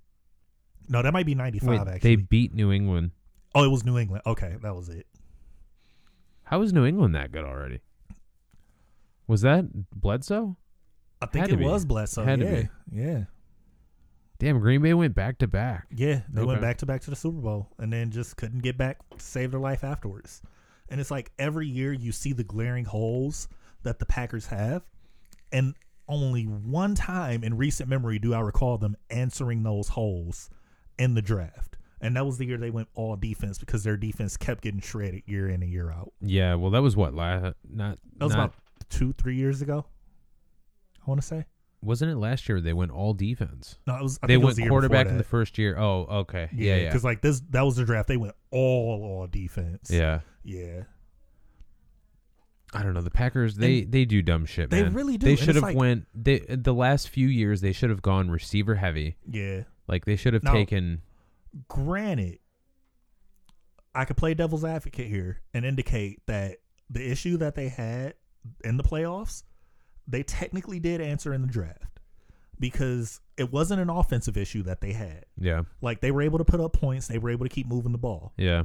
Speaker 2: No, that might be 95
Speaker 1: Wait,
Speaker 2: actually.
Speaker 1: they beat New England.
Speaker 2: oh, it was New England. Okay, that was it.
Speaker 1: How is New England that good already? Was that Bledsoe?
Speaker 2: I think
Speaker 1: to
Speaker 2: it
Speaker 1: be.
Speaker 2: was Bledsoe.
Speaker 1: Had to
Speaker 2: yeah, yeah,
Speaker 1: Damn, Green Bay went back to back.
Speaker 2: yeah. They went
Speaker 1: Okay.
Speaker 2: back to back to the Super Bowl and then just couldn't get back to save their life afterwards. And it's like every year you see the glaring holes that the Packers have, and only one time in recent memory do I recall them answering those holes in the draft. And that was the year they went all defense because their defense kept getting shredded year in and year out.
Speaker 1: Yeah, well, that was what last not
Speaker 2: That was
Speaker 1: not-
Speaker 2: about two, three years ago. I want to say
Speaker 1: wasn't it last year they went all defense?
Speaker 2: no. It was I
Speaker 1: they
Speaker 2: think it was
Speaker 1: went
Speaker 2: the year before
Speaker 1: quarterback in
Speaker 2: that.
Speaker 1: the first year. Oh, okay, yeah, yeah,
Speaker 2: Because like this, that was the draft. They went all all defense.
Speaker 1: yeah.
Speaker 2: yeah.
Speaker 1: I don't know. The Packers they they do dumb shit.
Speaker 2: they
Speaker 1: man.
Speaker 2: really do,
Speaker 1: They
Speaker 2: and
Speaker 1: should
Speaker 2: it's
Speaker 1: have
Speaker 2: like-
Speaker 1: went they the last few years. They should have gone receiver heavy.
Speaker 2: Yeah.
Speaker 1: Like they should have
Speaker 2: No.
Speaker 1: taken.
Speaker 2: Granted, I could play devil's advocate here and indicate that the issue that they had in the playoffs, they technically did answer in the draft because it wasn't an offensive issue that they had.
Speaker 1: Yeah,
Speaker 2: Like they were able to put up points, they were able to keep moving the ball.
Speaker 1: yeah,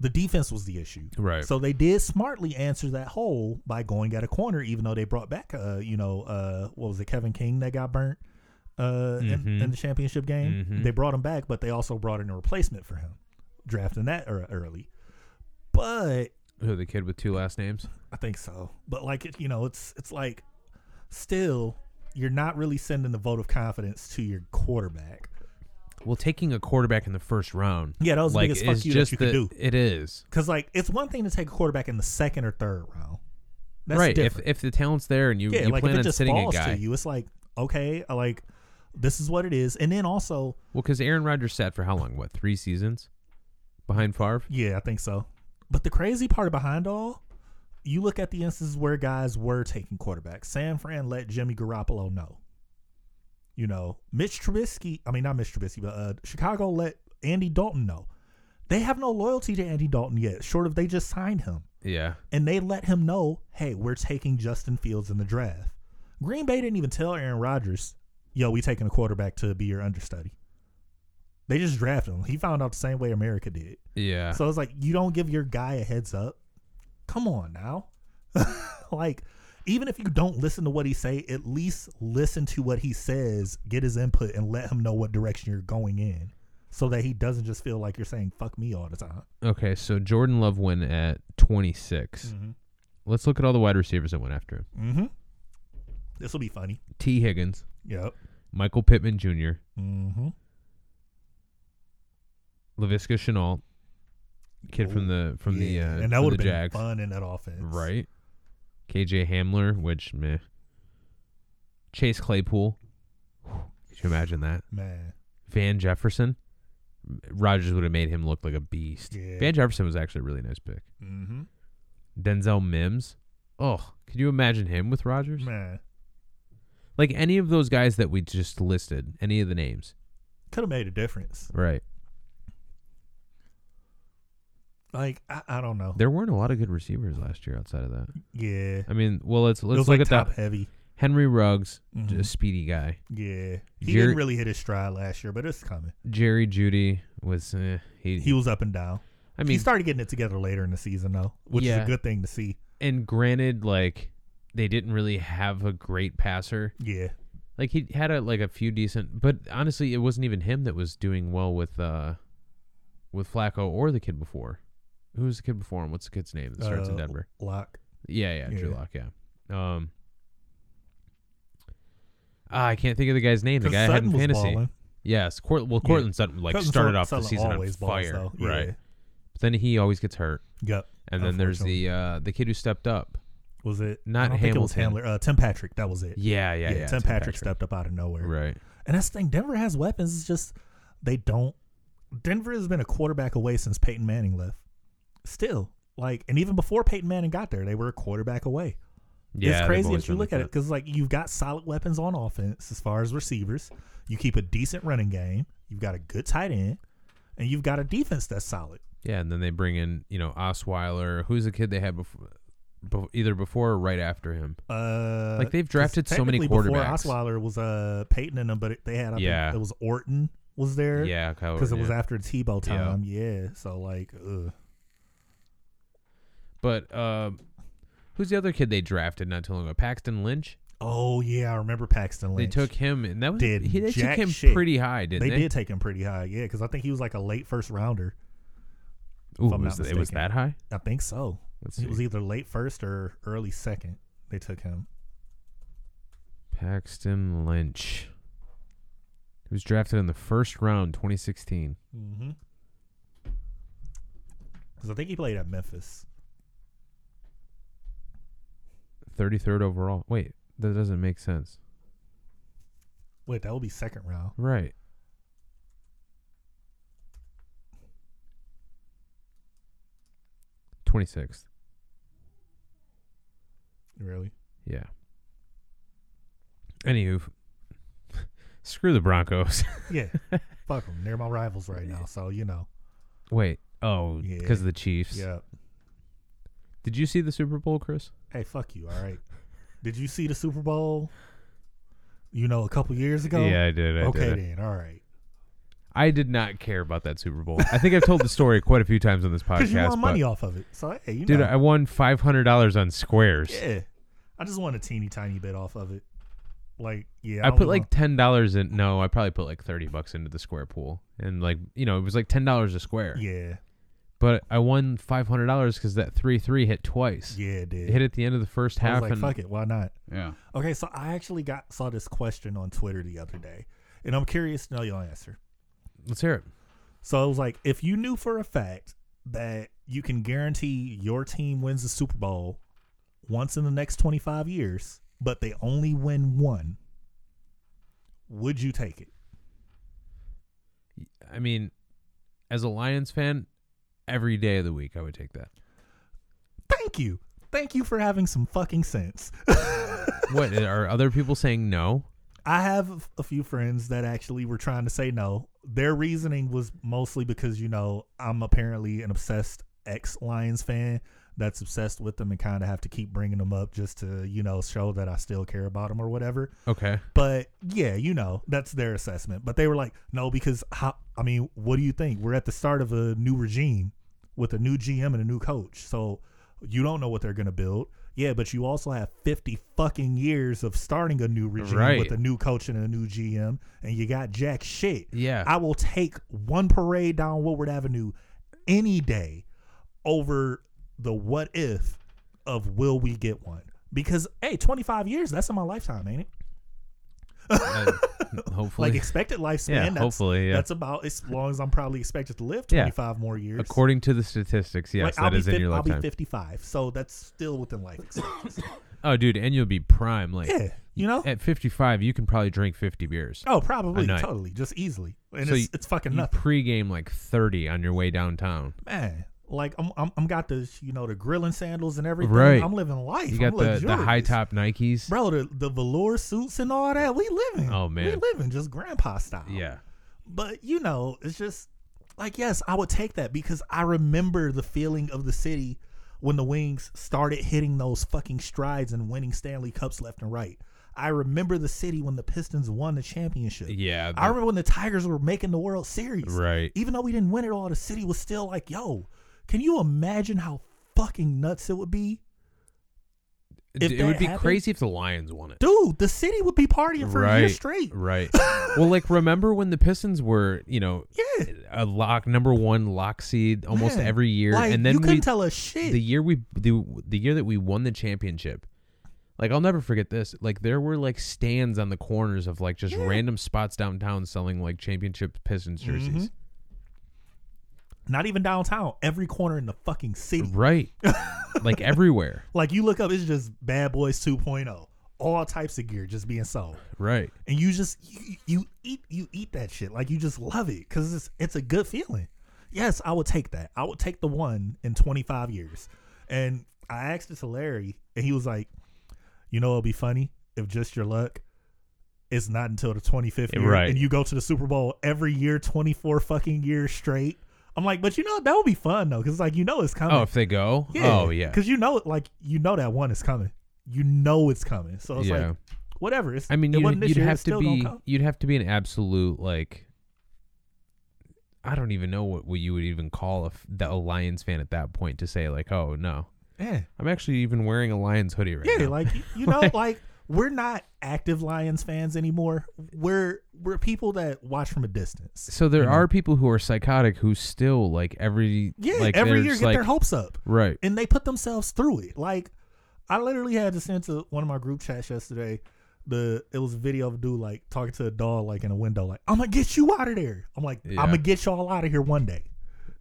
Speaker 2: The defense was the issue.
Speaker 1: right.
Speaker 2: So they did smartly answer that hole by going at a corner, even though they brought back, uh, you know, uh, what was it, Kevin King that got burnt uh, in,
Speaker 1: Mhm.
Speaker 2: in the championship game?
Speaker 1: Mhm.
Speaker 2: They brought him back, but they also brought in a replacement for him, drafting that ear- early. But
Speaker 1: Who the kid with two last names?
Speaker 2: I think so. But like, it, you know, it's it's like still you're not really sending the vote of confidence to your quarterback.
Speaker 1: Well, taking a quarterback in the first round.
Speaker 2: Yeah, that was the
Speaker 1: like,
Speaker 2: biggest fuck
Speaker 1: is
Speaker 2: you that
Speaker 1: just
Speaker 2: you could
Speaker 1: the-
Speaker 2: do.
Speaker 1: It is
Speaker 2: Because like, it's one thing to take a quarterback in the second or third round. That's
Speaker 1: right.
Speaker 2: Different.
Speaker 1: If if the talent's there and you
Speaker 2: yeah,
Speaker 1: you
Speaker 2: like
Speaker 1: plan
Speaker 2: if it
Speaker 1: on
Speaker 2: just
Speaker 1: sitting a
Speaker 2: falls
Speaker 1: guy,
Speaker 2: to you, it's like okay, I like this is what it is. And then also,
Speaker 1: well, because Aaron Rodgers sat for how long? What three seasons behind Favre?
Speaker 2: yeah, I think so. But the crazy part behind all, you look at the instances where guys were taking quarterbacks. San Fran let Jimmy Garoppolo know. You know, Mitch Trubisky. I mean, not Mitch Trubisky, but uh, Chicago let Andy Dalton know. They have no loyalty to Andy Dalton yet, short of they just signed him.
Speaker 1: Yeah,
Speaker 2: and they let him know, hey, we're taking Justin Fields in the draft. Green Bay didn't even tell Aaron Rodgers, yo, we taking a quarterback to be your understudy. They just drafted him. He found out the same way America did.
Speaker 1: yeah.
Speaker 2: So it's like you don't give your guy a heads up. Come on now. like, even if you don't listen to what he say, at least listen to what he says, get his input, and let him know what direction you're going in. So that he doesn't just feel like you're saying fuck me all the time.
Speaker 1: Okay, so Jordan Love went at 26.
Speaker 2: Mm.
Speaker 1: Let's look at all the wide receivers that went after him.
Speaker 2: Mm-hmm. This will be funny.
Speaker 1: T. Higgins,
Speaker 2: Yep.
Speaker 1: Michael Pittman Jr.,
Speaker 2: Mm-hmm.
Speaker 1: Lavisca Chenault, kid from the from the uh,
Speaker 2: and that
Speaker 1: from
Speaker 2: would have
Speaker 1: the
Speaker 2: been
Speaker 1: Jags,
Speaker 2: fun in that offense,
Speaker 1: right? KJ Hamler, which meh. Chase Claypool. Whew, Could you imagine that?
Speaker 2: Man,
Speaker 1: Van Jefferson. Rogers would have made him look like a beast.
Speaker 2: Yeah.
Speaker 1: Van Jefferson was actually a really nice pick.
Speaker 2: mm-hmm.
Speaker 1: Denzel Mims. Oh, could you imagine him with Rogers?
Speaker 2: man,
Speaker 1: like any of those guys that we just listed, any of the names,
Speaker 2: could have made a difference.
Speaker 1: right?
Speaker 2: Like I, I don't know.
Speaker 1: There weren't a lot of good receivers last year outside of that.
Speaker 2: yeah,
Speaker 1: I mean, well, let's
Speaker 2: it
Speaker 1: let's
Speaker 2: was
Speaker 1: look
Speaker 2: like
Speaker 1: at
Speaker 2: top
Speaker 1: that. Mm-hmm.
Speaker 2: heavy.
Speaker 1: Henry Ruggs,
Speaker 2: Mhm.
Speaker 1: j- a speedy guy.
Speaker 2: Yeah, he
Speaker 1: Jer-
Speaker 2: didn't really hit his stride last year, but it's coming.
Speaker 1: Jerry Judy was eh, he,
Speaker 2: He was up and down.
Speaker 1: I mean,
Speaker 2: he started getting it together later in the season though, which is
Speaker 1: Yeah.
Speaker 2: a good thing to see.
Speaker 1: and granted, like they didn't really have a great passer.
Speaker 2: Yeah,
Speaker 1: Like he had a like a few decent, but honestly, it wasn't even him that was doing well with uh with Flacco or the kid before. Who was the kid before him? What's the kid's name that starts in
Speaker 2: Uh,
Speaker 1: Denver?
Speaker 2: Lock.
Speaker 1: Yeah, yeah, Drew
Speaker 2: Yeah.
Speaker 1: Lock, yeah. Um ah, I can't think of the guy's name. The guy I had in fantasy.
Speaker 2: balling.
Speaker 1: Yes, Court, well,
Speaker 2: Yeah.
Speaker 1: Cortland Sutton like
Speaker 2: Sutton-
Speaker 1: started off
Speaker 2: Sutton
Speaker 1: the season on
Speaker 2: always balls,
Speaker 1: fire,
Speaker 2: though.
Speaker 1: right?
Speaker 2: Yeah.
Speaker 1: But then he always gets hurt,
Speaker 2: Yep.
Speaker 1: and then there's the uh the kid who stepped up.
Speaker 2: Was it
Speaker 1: not
Speaker 2: I don't think it was
Speaker 1: Hamilton.
Speaker 2: Hamler. Uh, Tim Patrick. That was it.
Speaker 1: Yeah, yeah, yeah.
Speaker 2: Tim, Patrick, stepped up out of nowhere.
Speaker 1: Right.
Speaker 2: And that's the thing. Denver has weapons. It's just they don't. Denver has been a quarterback away since Peyton Manning left. Still, like, and even before Peyton Manning got there, they were a quarterback away.
Speaker 1: Yeah,
Speaker 2: it's
Speaker 1: they've
Speaker 2: crazy
Speaker 1: always
Speaker 2: if you
Speaker 1: been
Speaker 2: look
Speaker 1: like
Speaker 2: at it because, like, you've got solid weapons on offense as far as receivers. You keep a decent running game. You've got a good tight end, and you've got a defense that's solid.
Speaker 1: that. Yeah, and then they bring in you know Osweiler. Who's the kid they had before? bef- either before or right after him.
Speaker 2: Uh,
Speaker 1: Like, they've
Speaker 2: 'cause
Speaker 1: drafted so many
Speaker 2: technically before
Speaker 1: quarterbacks.
Speaker 2: Osweiler was uh Peyton and them, but it, they had I think,
Speaker 1: Yeah.
Speaker 2: it was Orton was there.
Speaker 1: Yeah, Kyle
Speaker 2: because it
Speaker 1: Orton,
Speaker 2: was
Speaker 1: yeah.
Speaker 2: after Tebow
Speaker 1: Yeah.
Speaker 2: time. Yeah, so like, ugh.
Speaker 1: But uh, who's the other kid they drafted not too long ago? Paxton Lynch.
Speaker 2: oh yeah, I remember Paxton Lynch.
Speaker 1: They took him, and that was
Speaker 2: Did
Speaker 1: he, they took
Speaker 2: jack
Speaker 1: him
Speaker 2: shit.
Speaker 1: pretty high,
Speaker 2: They
Speaker 1: didn't they?
Speaker 2: did take him pretty high. Yeah, because I think he was like a late first rounder.
Speaker 1: Ooh,
Speaker 2: if I'm
Speaker 1: was
Speaker 2: not
Speaker 1: it was
Speaker 2: mistaken.
Speaker 1: that high?
Speaker 2: I think so.
Speaker 1: Let's
Speaker 2: He was
Speaker 1: see.
Speaker 2: either late first or early second. They took him. e-
Speaker 1: Paxton Lynch. He was drafted in the first round, 2016.
Speaker 2: Mm-hmm. Because I think he played at Memphis.
Speaker 1: 33rd overall. Wait, that doesn't make sense.
Speaker 2: Wait, that would be second round.
Speaker 1: Right. Twenty sixth.
Speaker 2: Really?
Speaker 1: Yeah. Anywho, screw the Broncos.
Speaker 2: Yeah. Fuck them. They're my rivals right now. So you know.
Speaker 1: Wait. Oh,
Speaker 2: Yeah.
Speaker 1: because of the Chiefs.
Speaker 2: Yeah.
Speaker 1: Did you see the Super Bowl, Chris?
Speaker 2: Hey, fuck you. All right. Did you see the Super Bowl? You know, a couple years ago.
Speaker 1: Yeah, I did. I
Speaker 2: okay
Speaker 1: did.
Speaker 2: then. All right.
Speaker 1: I did not care about that Super Bowl. I think I've told the story quite a few times on this podcast.
Speaker 2: Because you won
Speaker 1: but-
Speaker 2: money off of it. So hey, you
Speaker 1: Dude,
Speaker 2: know.
Speaker 1: I won five hundred dollars on squares.
Speaker 2: yeah. I just won a teeny tiny bit off of it. Like yeah.
Speaker 1: I
Speaker 2: only
Speaker 1: put like ten dollars in. No, I probably put like thirty bucks into the square pool, and like you know, it was like ten dollars a square.
Speaker 2: won- Yeah.
Speaker 1: But I won five hundred dollars because that three three hit twice.
Speaker 2: Yeah. It did.
Speaker 1: It hit at the end of the first
Speaker 2: I
Speaker 1: half.
Speaker 2: was like,
Speaker 1: and
Speaker 2: fuck it. Why not?
Speaker 4: Yeah.
Speaker 2: Okay, so I actually got saw this question on Twitter the other day, and I'm curious to know your answer.
Speaker 1: let's hear it.
Speaker 2: So it was like, if you knew for a fact that you can guarantee your team wins the Super Bowl once in the next 25 years, but they only win one, would you take it?
Speaker 1: I mean, as a Lions fan, every day of the week I would take that.
Speaker 2: Thank you. Thank you for having some fucking sense.
Speaker 1: what are other people saying? No.
Speaker 2: I have a few friends that actually were trying to say no. Their reasoning was mostly because, you know, I'm apparently an obsessed ex Lions fan that's obsessed with them and kind of have to keep bringing them up just to, you know, show that I still care about them or whatever.
Speaker 1: Okay.
Speaker 2: But yeah, you know, that's their assessment. But they were like, no, because how, I mean, what do you think? We're at the start of a new regime with a new GM and a new coach. So you don't know what they're going to build. Yeah, but you also have 50 fucking years of starting a new regime
Speaker 1: Right.
Speaker 2: with a new coach and a new GM, and you got jack shit.
Speaker 1: Yeah.
Speaker 2: I will take one parade down Woodward Avenue any day over the what if of will we get one? Because, hey, 25 years, that's in my lifetime, ain't it?
Speaker 1: Uh, hopefully.
Speaker 2: like expected lifespan.
Speaker 1: Yeah,
Speaker 2: that's,
Speaker 1: hopefully, yeah.
Speaker 2: that's about as long as I'm probably expected to live.
Speaker 1: Yeah.
Speaker 2: Twenty five more years.
Speaker 1: According to the statistics,
Speaker 2: like,
Speaker 1: yes,
Speaker 2: I'll
Speaker 1: that
Speaker 2: be
Speaker 1: is in
Speaker 2: fif-
Speaker 1: your
Speaker 2: I'll
Speaker 1: lifetime.
Speaker 2: be fifty five, so that's still within life. expectancy.
Speaker 1: Oh, dude, and you'll be prime. Like,
Speaker 2: Yeah, you know?
Speaker 1: at 55, you can probably drink 50 beers.
Speaker 2: oh, probably
Speaker 1: A night.
Speaker 2: totally, just easily, and
Speaker 1: So
Speaker 2: it's,
Speaker 1: you-
Speaker 2: it's fucking
Speaker 1: you
Speaker 2: nothing,
Speaker 1: pregame like 30 on your way downtown.
Speaker 2: man. Like I'm, I'm, I'm got the you know the grilling sandals and everything.
Speaker 1: Right.
Speaker 2: I'm living life.
Speaker 1: You got
Speaker 2: I'm
Speaker 1: the, the
Speaker 2: luxurious.
Speaker 1: high top Nikes.
Speaker 2: Bro, the, the velour suits and all that, we living.
Speaker 1: Oh, man.
Speaker 2: we living just grandpa style.
Speaker 1: Yeah.
Speaker 2: But you know, it's just like yes, I would take that because I remember the feeling of the city when the Wings started hitting those fucking strides and winning Stanley Cups left and right. I remember the city when the Pistons won the championship.
Speaker 1: Yeah.
Speaker 2: I remember when the Tigers were making the World Series.
Speaker 1: Right.
Speaker 2: Even though we didn't win it all, the city was still like, "Yo, can you imagine how fucking nuts it would be,
Speaker 1: D-
Speaker 2: if
Speaker 1: it
Speaker 2: that
Speaker 1: would be
Speaker 2: happened-
Speaker 1: crazy if the Lions won it.
Speaker 2: dude? The city would be partying for a year
Speaker 1: right.
Speaker 2: straight."
Speaker 1: Right. well, like, remember when the Pistons were, you know,
Speaker 2: Yeah,
Speaker 1: a lock, number one lock seed almost
Speaker 2: Man,
Speaker 1: every year.
Speaker 2: Like,
Speaker 1: and then
Speaker 2: you couldn't
Speaker 1: we,
Speaker 2: tell us shit.
Speaker 1: the year we the, the year that we won the championship like i'll never forget this like there were like stands on the corners of like just random spots downtown selling like championship pistons
Speaker 2: Mm-hmm.
Speaker 1: jerseys
Speaker 2: Not even downtown. Every corner in the fucking city.
Speaker 1: right like everywhere
Speaker 2: Like you look up, it's just Bad Boys 2.0. All types of gear just being sold,
Speaker 1: right
Speaker 2: and you just you, you eat you eat that shit. Like you just love it because it's it's a good feeling. Yes, I would take that. I would take the one in 25 years. And I asked it to Larry, and he was like, "You know, it'll be funny if just your luck." It's not until the 25th year,
Speaker 1: Right.
Speaker 2: and you go to the Super Bowl every year, 24 fucking years straight, I'm like, but you know that would be fun though, because like you know it's coming.
Speaker 1: Oh, if they go? Oh, yeah.
Speaker 2: Because you know, like you know that one is coming. You know it's coming. So it's
Speaker 1: Yeah.
Speaker 2: like whatever. It's,
Speaker 1: I mean,
Speaker 2: it
Speaker 1: you'd,
Speaker 2: wasn't this
Speaker 1: you'd
Speaker 2: year,
Speaker 1: have
Speaker 2: it's
Speaker 1: to
Speaker 2: still gonna
Speaker 1: be
Speaker 2: come.
Speaker 1: you'd have to be an absolute like. I don't even know what, what you would even call a, f- the, a Lions fan at that point to say like, oh no,
Speaker 2: Yeah.
Speaker 1: I'm actually even wearing a Lions hoodie right
Speaker 2: Yeah,
Speaker 1: now.
Speaker 2: like you- you know, like we're not active Lions fans anymore. We're we're people that watch from a distance.
Speaker 1: so there
Speaker 2: you know.
Speaker 1: are people who are psychotic who still like every
Speaker 2: Yeah,
Speaker 1: like
Speaker 2: every
Speaker 1: they're
Speaker 2: year
Speaker 1: just
Speaker 2: get
Speaker 1: like,
Speaker 2: their hopes up,
Speaker 1: right
Speaker 2: and they put themselves through it. Like I literally had to send to one of my group chats yesterday. The it was a video of a dude like talking to a dog like in a window, like I'm gonna get you out of there. I'm like
Speaker 1: Yeah.
Speaker 2: I'm gonna get y'all out of here one day,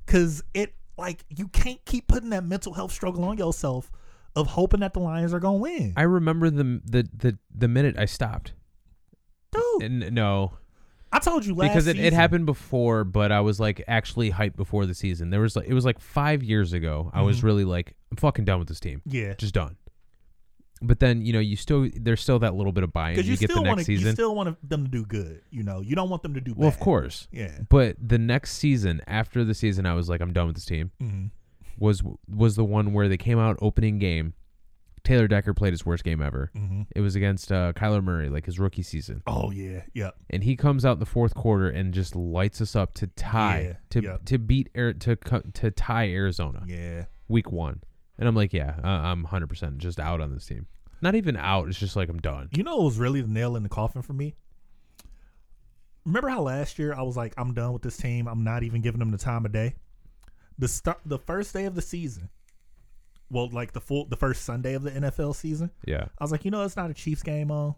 Speaker 2: cause it like you can't keep putting that mental health struggle on yourself of hoping that the Lions are gonna win.
Speaker 1: I remember the the the, the minute I stopped.
Speaker 2: Dude,
Speaker 1: And no,
Speaker 2: I told you last
Speaker 1: because it, it
Speaker 2: season.
Speaker 1: happened before, but I was like actually hyped before the season. There was like it was like 5 years ago. I
Speaker 2: Mm-hmm.
Speaker 1: was really like I'm fucking done with this team.
Speaker 2: Yeah,
Speaker 1: Just done. But then, you know, you still there's still that little bit of buy-in you,
Speaker 2: because you,
Speaker 1: get the
Speaker 2: still
Speaker 1: next
Speaker 2: want to you
Speaker 1: season.
Speaker 2: still want them to do good. You know, you don't want them to do
Speaker 1: well, of
Speaker 2: bad.
Speaker 1: course.
Speaker 2: Yeah.
Speaker 1: But the next season after the season I was like I'm done with this team
Speaker 2: hmm
Speaker 1: was was the one where they came out opening game. Taylor Decker played his worst game ever.
Speaker 2: hmm
Speaker 1: It was against uh, Kyler Murray, like his rookie season.
Speaker 2: Oh yeah, yeah.
Speaker 1: and he comes out in the fourth quarter and just lights us up to tie
Speaker 2: Yeah,
Speaker 1: to
Speaker 2: yep.
Speaker 1: to beat Air, to co- to tie Arizona
Speaker 2: Yeah.
Speaker 1: week one. And I'm like, yeah, uh, I'm 100 percent just out on this team. Not even out. It's just like I'm done.
Speaker 2: You know, it was really the nail in the coffin for me. Remember how last year I was like, I'm done with this team. I'm not even giving them the time of day. The start, the first day of the season. Well, like the full, the first Sunday of the NFL season.
Speaker 1: Yeah,
Speaker 2: I was like, you know, it's not a Chiefs game on.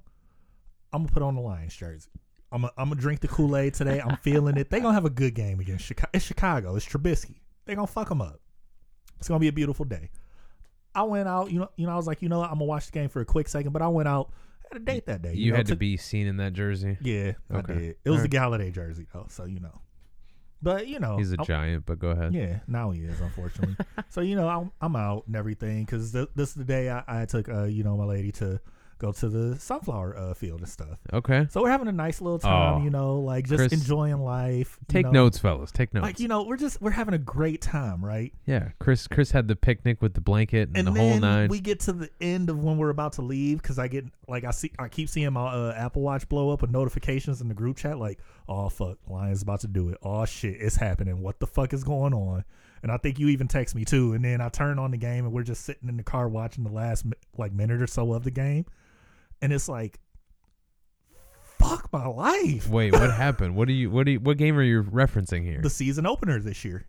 Speaker 2: I'm gonna put on the Lions jersey. I'm gonna, I'm gonna drink the Kool Aid today. I'm feeling it. They gonna have a good game against Chicago. It's Chicago. It's Trubisky. They gonna fuck them up. It's gonna be a beautiful day. I went out. You know, you know, I was like, you know, what? I'm gonna watch the game for a quick second. But I went out. I had a date that day.
Speaker 1: you,
Speaker 2: know,
Speaker 1: had to
Speaker 2: took-
Speaker 1: be seen in that jersey.
Speaker 2: Yeah,
Speaker 1: Okay.
Speaker 2: I did. It was the Galladay jersey though, so you know. But you know,
Speaker 1: He's a
Speaker 2: I-
Speaker 1: giant, but go ahead.
Speaker 2: Oh. yeah, now he is, unfortunately. so you know, I'm, I'm out and everything because th- this is the day I, I took uh, you know my lady to go to the sunflower uh, field and stuff.
Speaker 1: Okay,
Speaker 2: So we're having a nice little time,
Speaker 1: Oh.
Speaker 2: you know, like just
Speaker 1: Chris,
Speaker 2: enjoying life. you
Speaker 1: take
Speaker 2: know.
Speaker 1: notes, fellas. Take notes.
Speaker 2: Like you know, we're just we're having a great time, right?
Speaker 1: yeah, Chris. Chris had the picnic with the blanket and,
Speaker 2: And
Speaker 1: the
Speaker 2: then
Speaker 1: whole nine.
Speaker 2: we get to the end of when we're about to leave because I get like I see I keep seeing my uh, Apple Watch blow up with notifications in the group chat like, oh fuck, Lions about to do it. Oh shit, it's happening. What the fuck is going on? And I think you even text me too. And then I turn on the game and we're just sitting in the car watching the last mi- like minute or so of the game, and it's like, fuck my life.
Speaker 1: Wait, what happened? What do you? What do you? What game are you referencing here?
Speaker 2: the season opener this year.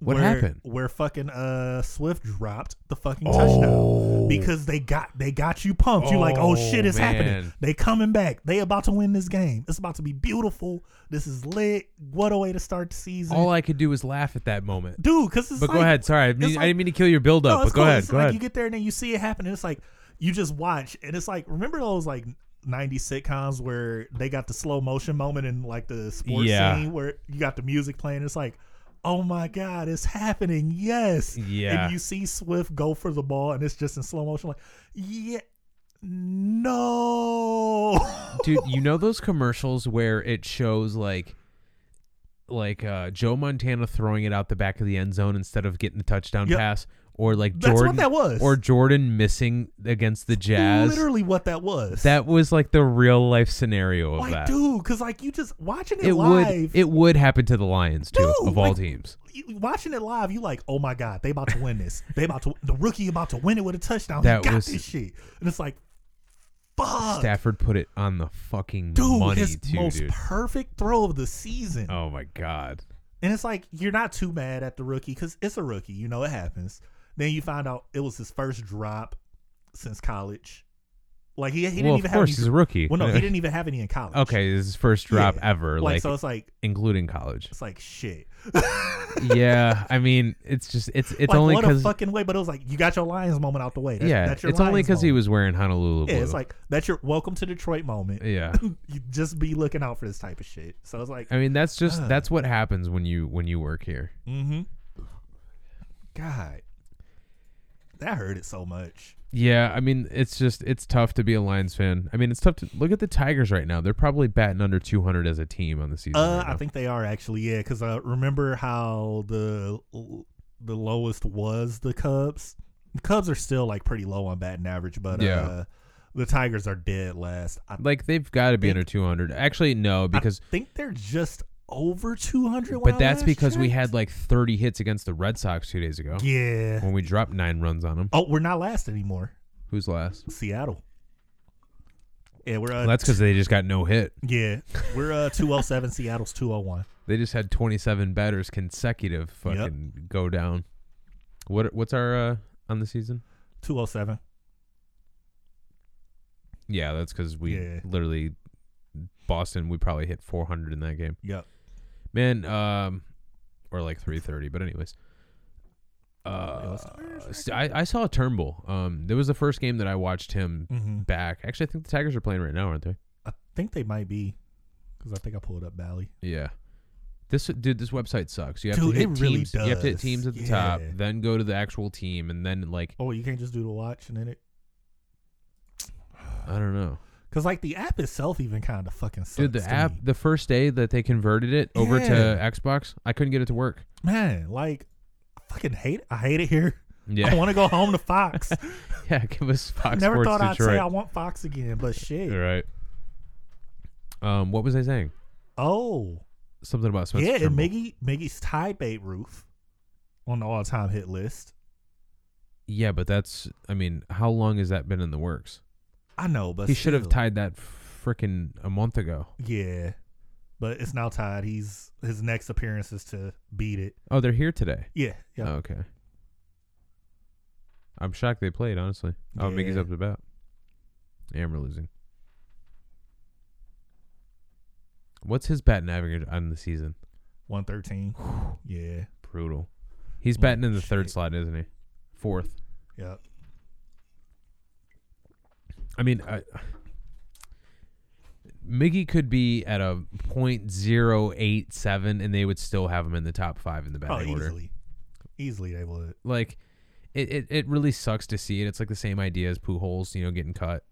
Speaker 1: What
Speaker 2: Where-
Speaker 1: happened? Oh,
Speaker 2: Where fucking uh Swift dropped the fucking touchdown because they got they got you pumped. you like, oh shit, it's happening.
Speaker 1: man.
Speaker 2: They coming back. They about to win this game. It's about to be beautiful. This is lit. What a way to start the season,
Speaker 1: All I could do was laugh at that moment.
Speaker 2: dude. Because it's
Speaker 1: But
Speaker 2: like,
Speaker 1: go ahead. Sorry, I, mean,
Speaker 2: it's
Speaker 1: I
Speaker 2: like-
Speaker 1: didn't mean to kill your build
Speaker 2: No,
Speaker 1: up.
Speaker 2: it's
Speaker 1: but go
Speaker 2: cool.
Speaker 1: ahead.
Speaker 2: It's
Speaker 1: Go
Speaker 2: like
Speaker 1: ahead.
Speaker 2: you get there and then you see it happen. And it's like you just watch, and it's like remember those like. 90 sitcoms where they got the slow motion moment and like the sports
Speaker 1: Yeah.
Speaker 2: scene where you got the music playing. It's like, oh my god, it's happening! Yes,
Speaker 1: Yeah.
Speaker 2: And you see Swift go for the ball, and it's just in slow motion. Like, yeah, no,
Speaker 1: Dude, you know those commercials where it shows like like uh, Joe Montana throwing it out the back of the end zone instead of getting the touchdown
Speaker 2: Yep.
Speaker 1: pass, or like
Speaker 2: That's what
Speaker 1: Jordan
Speaker 2: that was.
Speaker 1: or Jordan missing against the Jazz.
Speaker 2: literally what that was.
Speaker 1: That was like the real life scenario of
Speaker 2: like,
Speaker 1: that.
Speaker 2: dude, because like you just watching it,
Speaker 1: it
Speaker 2: live.
Speaker 1: would it would happen to the Lions too,
Speaker 2: Dude,
Speaker 1: of all
Speaker 2: like-
Speaker 1: teams.
Speaker 2: you- watching it live, you like, oh my god, they about to win this. They about to the rookie about to win it with a touchdown.
Speaker 1: That
Speaker 2: he got
Speaker 1: was-
Speaker 2: this shit, and it's like, fuck,
Speaker 1: Stafford put it on the fucking
Speaker 2: dude,
Speaker 1: money
Speaker 2: his
Speaker 1: too,
Speaker 2: most
Speaker 1: dude.
Speaker 2: perfect throw of the season,
Speaker 1: Oh my god.
Speaker 2: and it's like you're not too mad at the rookie because it's a rookie, you know it happens. Then you find out it was his first drop since college. Like he, he didn't
Speaker 1: well,
Speaker 2: even
Speaker 1: of course
Speaker 2: have
Speaker 1: he's
Speaker 2: any.
Speaker 1: a rookie.
Speaker 2: Well, no, he didn't even have any in college.
Speaker 1: Okay, this is his first
Speaker 2: Yeah.
Speaker 1: drop ever,
Speaker 2: like,
Speaker 1: like,
Speaker 2: so it's like
Speaker 1: including college.
Speaker 2: it's like shit.
Speaker 1: yeah, I mean, it's just it's it's
Speaker 2: like,
Speaker 1: only
Speaker 2: what a
Speaker 1: because
Speaker 2: fucking way, but it was like you got your Lions moment out the way. That's,
Speaker 1: yeah,
Speaker 2: that's your
Speaker 1: it's only
Speaker 2: Lions
Speaker 1: because he
Speaker 2: moment.
Speaker 1: was wearing Honolulu blue.
Speaker 2: Yeah, it's like that's your welcome to Detroit moment.
Speaker 1: yeah.
Speaker 2: You just be looking out for this type of shit. So it's like,
Speaker 1: I mean, that's just that's what happens
Speaker 2: Mm.
Speaker 1: when you when you work here.
Speaker 2: mm-hmm. God, that hurted so much.
Speaker 1: Yeah, I mean, it's just it's tough to be a Lions fan. I mean, it's tough to look at the Tigers right now. They're probably batting under 200 as a team on the season.
Speaker 2: Uh,
Speaker 1: right
Speaker 2: I
Speaker 1: now.
Speaker 2: think they are actually, yeah, because uh, remember how the the lowest was the Cubs. The Cubs are still like pretty low on batting average, but
Speaker 1: Yeah.
Speaker 2: uh, the Tigers are dead last. I
Speaker 1: like they've got to be
Speaker 2: think-
Speaker 1: under 200. Actually, no, because
Speaker 2: think they're just over two hundred.
Speaker 1: but that's because we had like 30 hits against the Red Sox two days ago
Speaker 2: yeah.
Speaker 1: when we dropped nine runs on them.
Speaker 2: Oh, we're not last anymore.
Speaker 1: Who's last?
Speaker 2: Seattle. Yeah, we're uh,
Speaker 1: Well, that's because they just got no hit.
Speaker 2: yeah we're uh two oh seven. Seattle's two oh one.
Speaker 1: They just had 27 batters consecutive fucking go down. What what's our uh, on the season?
Speaker 2: Two oh seven.
Speaker 1: Yeah, that's because we
Speaker 2: Yeah.
Speaker 1: literally Boston. We probably hit 400 in that game,
Speaker 2: Yep.
Speaker 1: man. Um, or like 330. But anyways,
Speaker 2: Yeah,
Speaker 1: uh,
Speaker 2: let's-
Speaker 1: st- I, I saw Turnbull. Um, there was the first game that I watched him
Speaker 2: Mhm.
Speaker 1: back. Actually, I think the Tigers are playing right now, aren't they?
Speaker 2: I think they might be because I think I pulled up Bally.
Speaker 1: Yeah. This dude, this website sucks. You have
Speaker 2: Dude,
Speaker 1: to
Speaker 2: it
Speaker 1: hit
Speaker 2: really
Speaker 1: teams. You have to hit
Speaker 2: does.
Speaker 1: teams at the top,
Speaker 2: Yeah.
Speaker 1: then go to the actual team, and then like
Speaker 2: Oh, you can't just do the watch and then it.
Speaker 1: I don't know.
Speaker 2: Because, like, the app itself even kind of fucking sucks.
Speaker 1: Dude, the
Speaker 2: to
Speaker 1: app,
Speaker 2: me.
Speaker 1: the first day that they converted it over to
Speaker 2: Yeah.
Speaker 1: Xbox, I couldn't get it to work.
Speaker 2: Man, like, I fucking hate it. I hate it here. I
Speaker 1: Yeah,
Speaker 2: want to go home to Fox.
Speaker 1: yeah, give us
Speaker 2: I
Speaker 1: Fox
Speaker 2: never
Speaker 1: Sports
Speaker 2: thought I'd
Speaker 1: Detroit.
Speaker 2: say I want Fox again, but shit.
Speaker 1: right. Um, what was I saying?
Speaker 2: Oh,
Speaker 1: Something about Spencer
Speaker 2: yeah. And
Speaker 1: Turnbull.
Speaker 2: Miggy, Miggy's tie bait roof on the all time hit list.
Speaker 1: Yeah, but that's. I mean, how long has that been in the works?
Speaker 2: I know, but
Speaker 1: he should have
Speaker 2: still.
Speaker 1: tied that freaking a month ago.
Speaker 2: Yeah. But it's now tied. He's his next appearance is to beat it.
Speaker 1: Oh, they're here today.
Speaker 2: Yeah, yeah.
Speaker 1: Oh, okay. I'm shocked they played. Honestly. Oh, Miggy's
Speaker 2: Yeah.
Speaker 1: up to bat. Yeah, we're losing. What's his batting average on the season?
Speaker 2: One thirteen. Yeah,
Speaker 1: Brutal. He's
Speaker 2: Holy
Speaker 1: batting in the third
Speaker 2: Oh, shit.
Speaker 1: slot, isn't he? Fourth.
Speaker 2: yeah.
Speaker 1: I mean, I, Miggy could be at a .087, and they would still have him in the top five in the
Speaker 2: Oh,
Speaker 1: batting order.
Speaker 2: easily, easily they would.
Speaker 1: Like, it, it, it really sucks to see it. It's like the same idea as Pujols, you know, getting cut.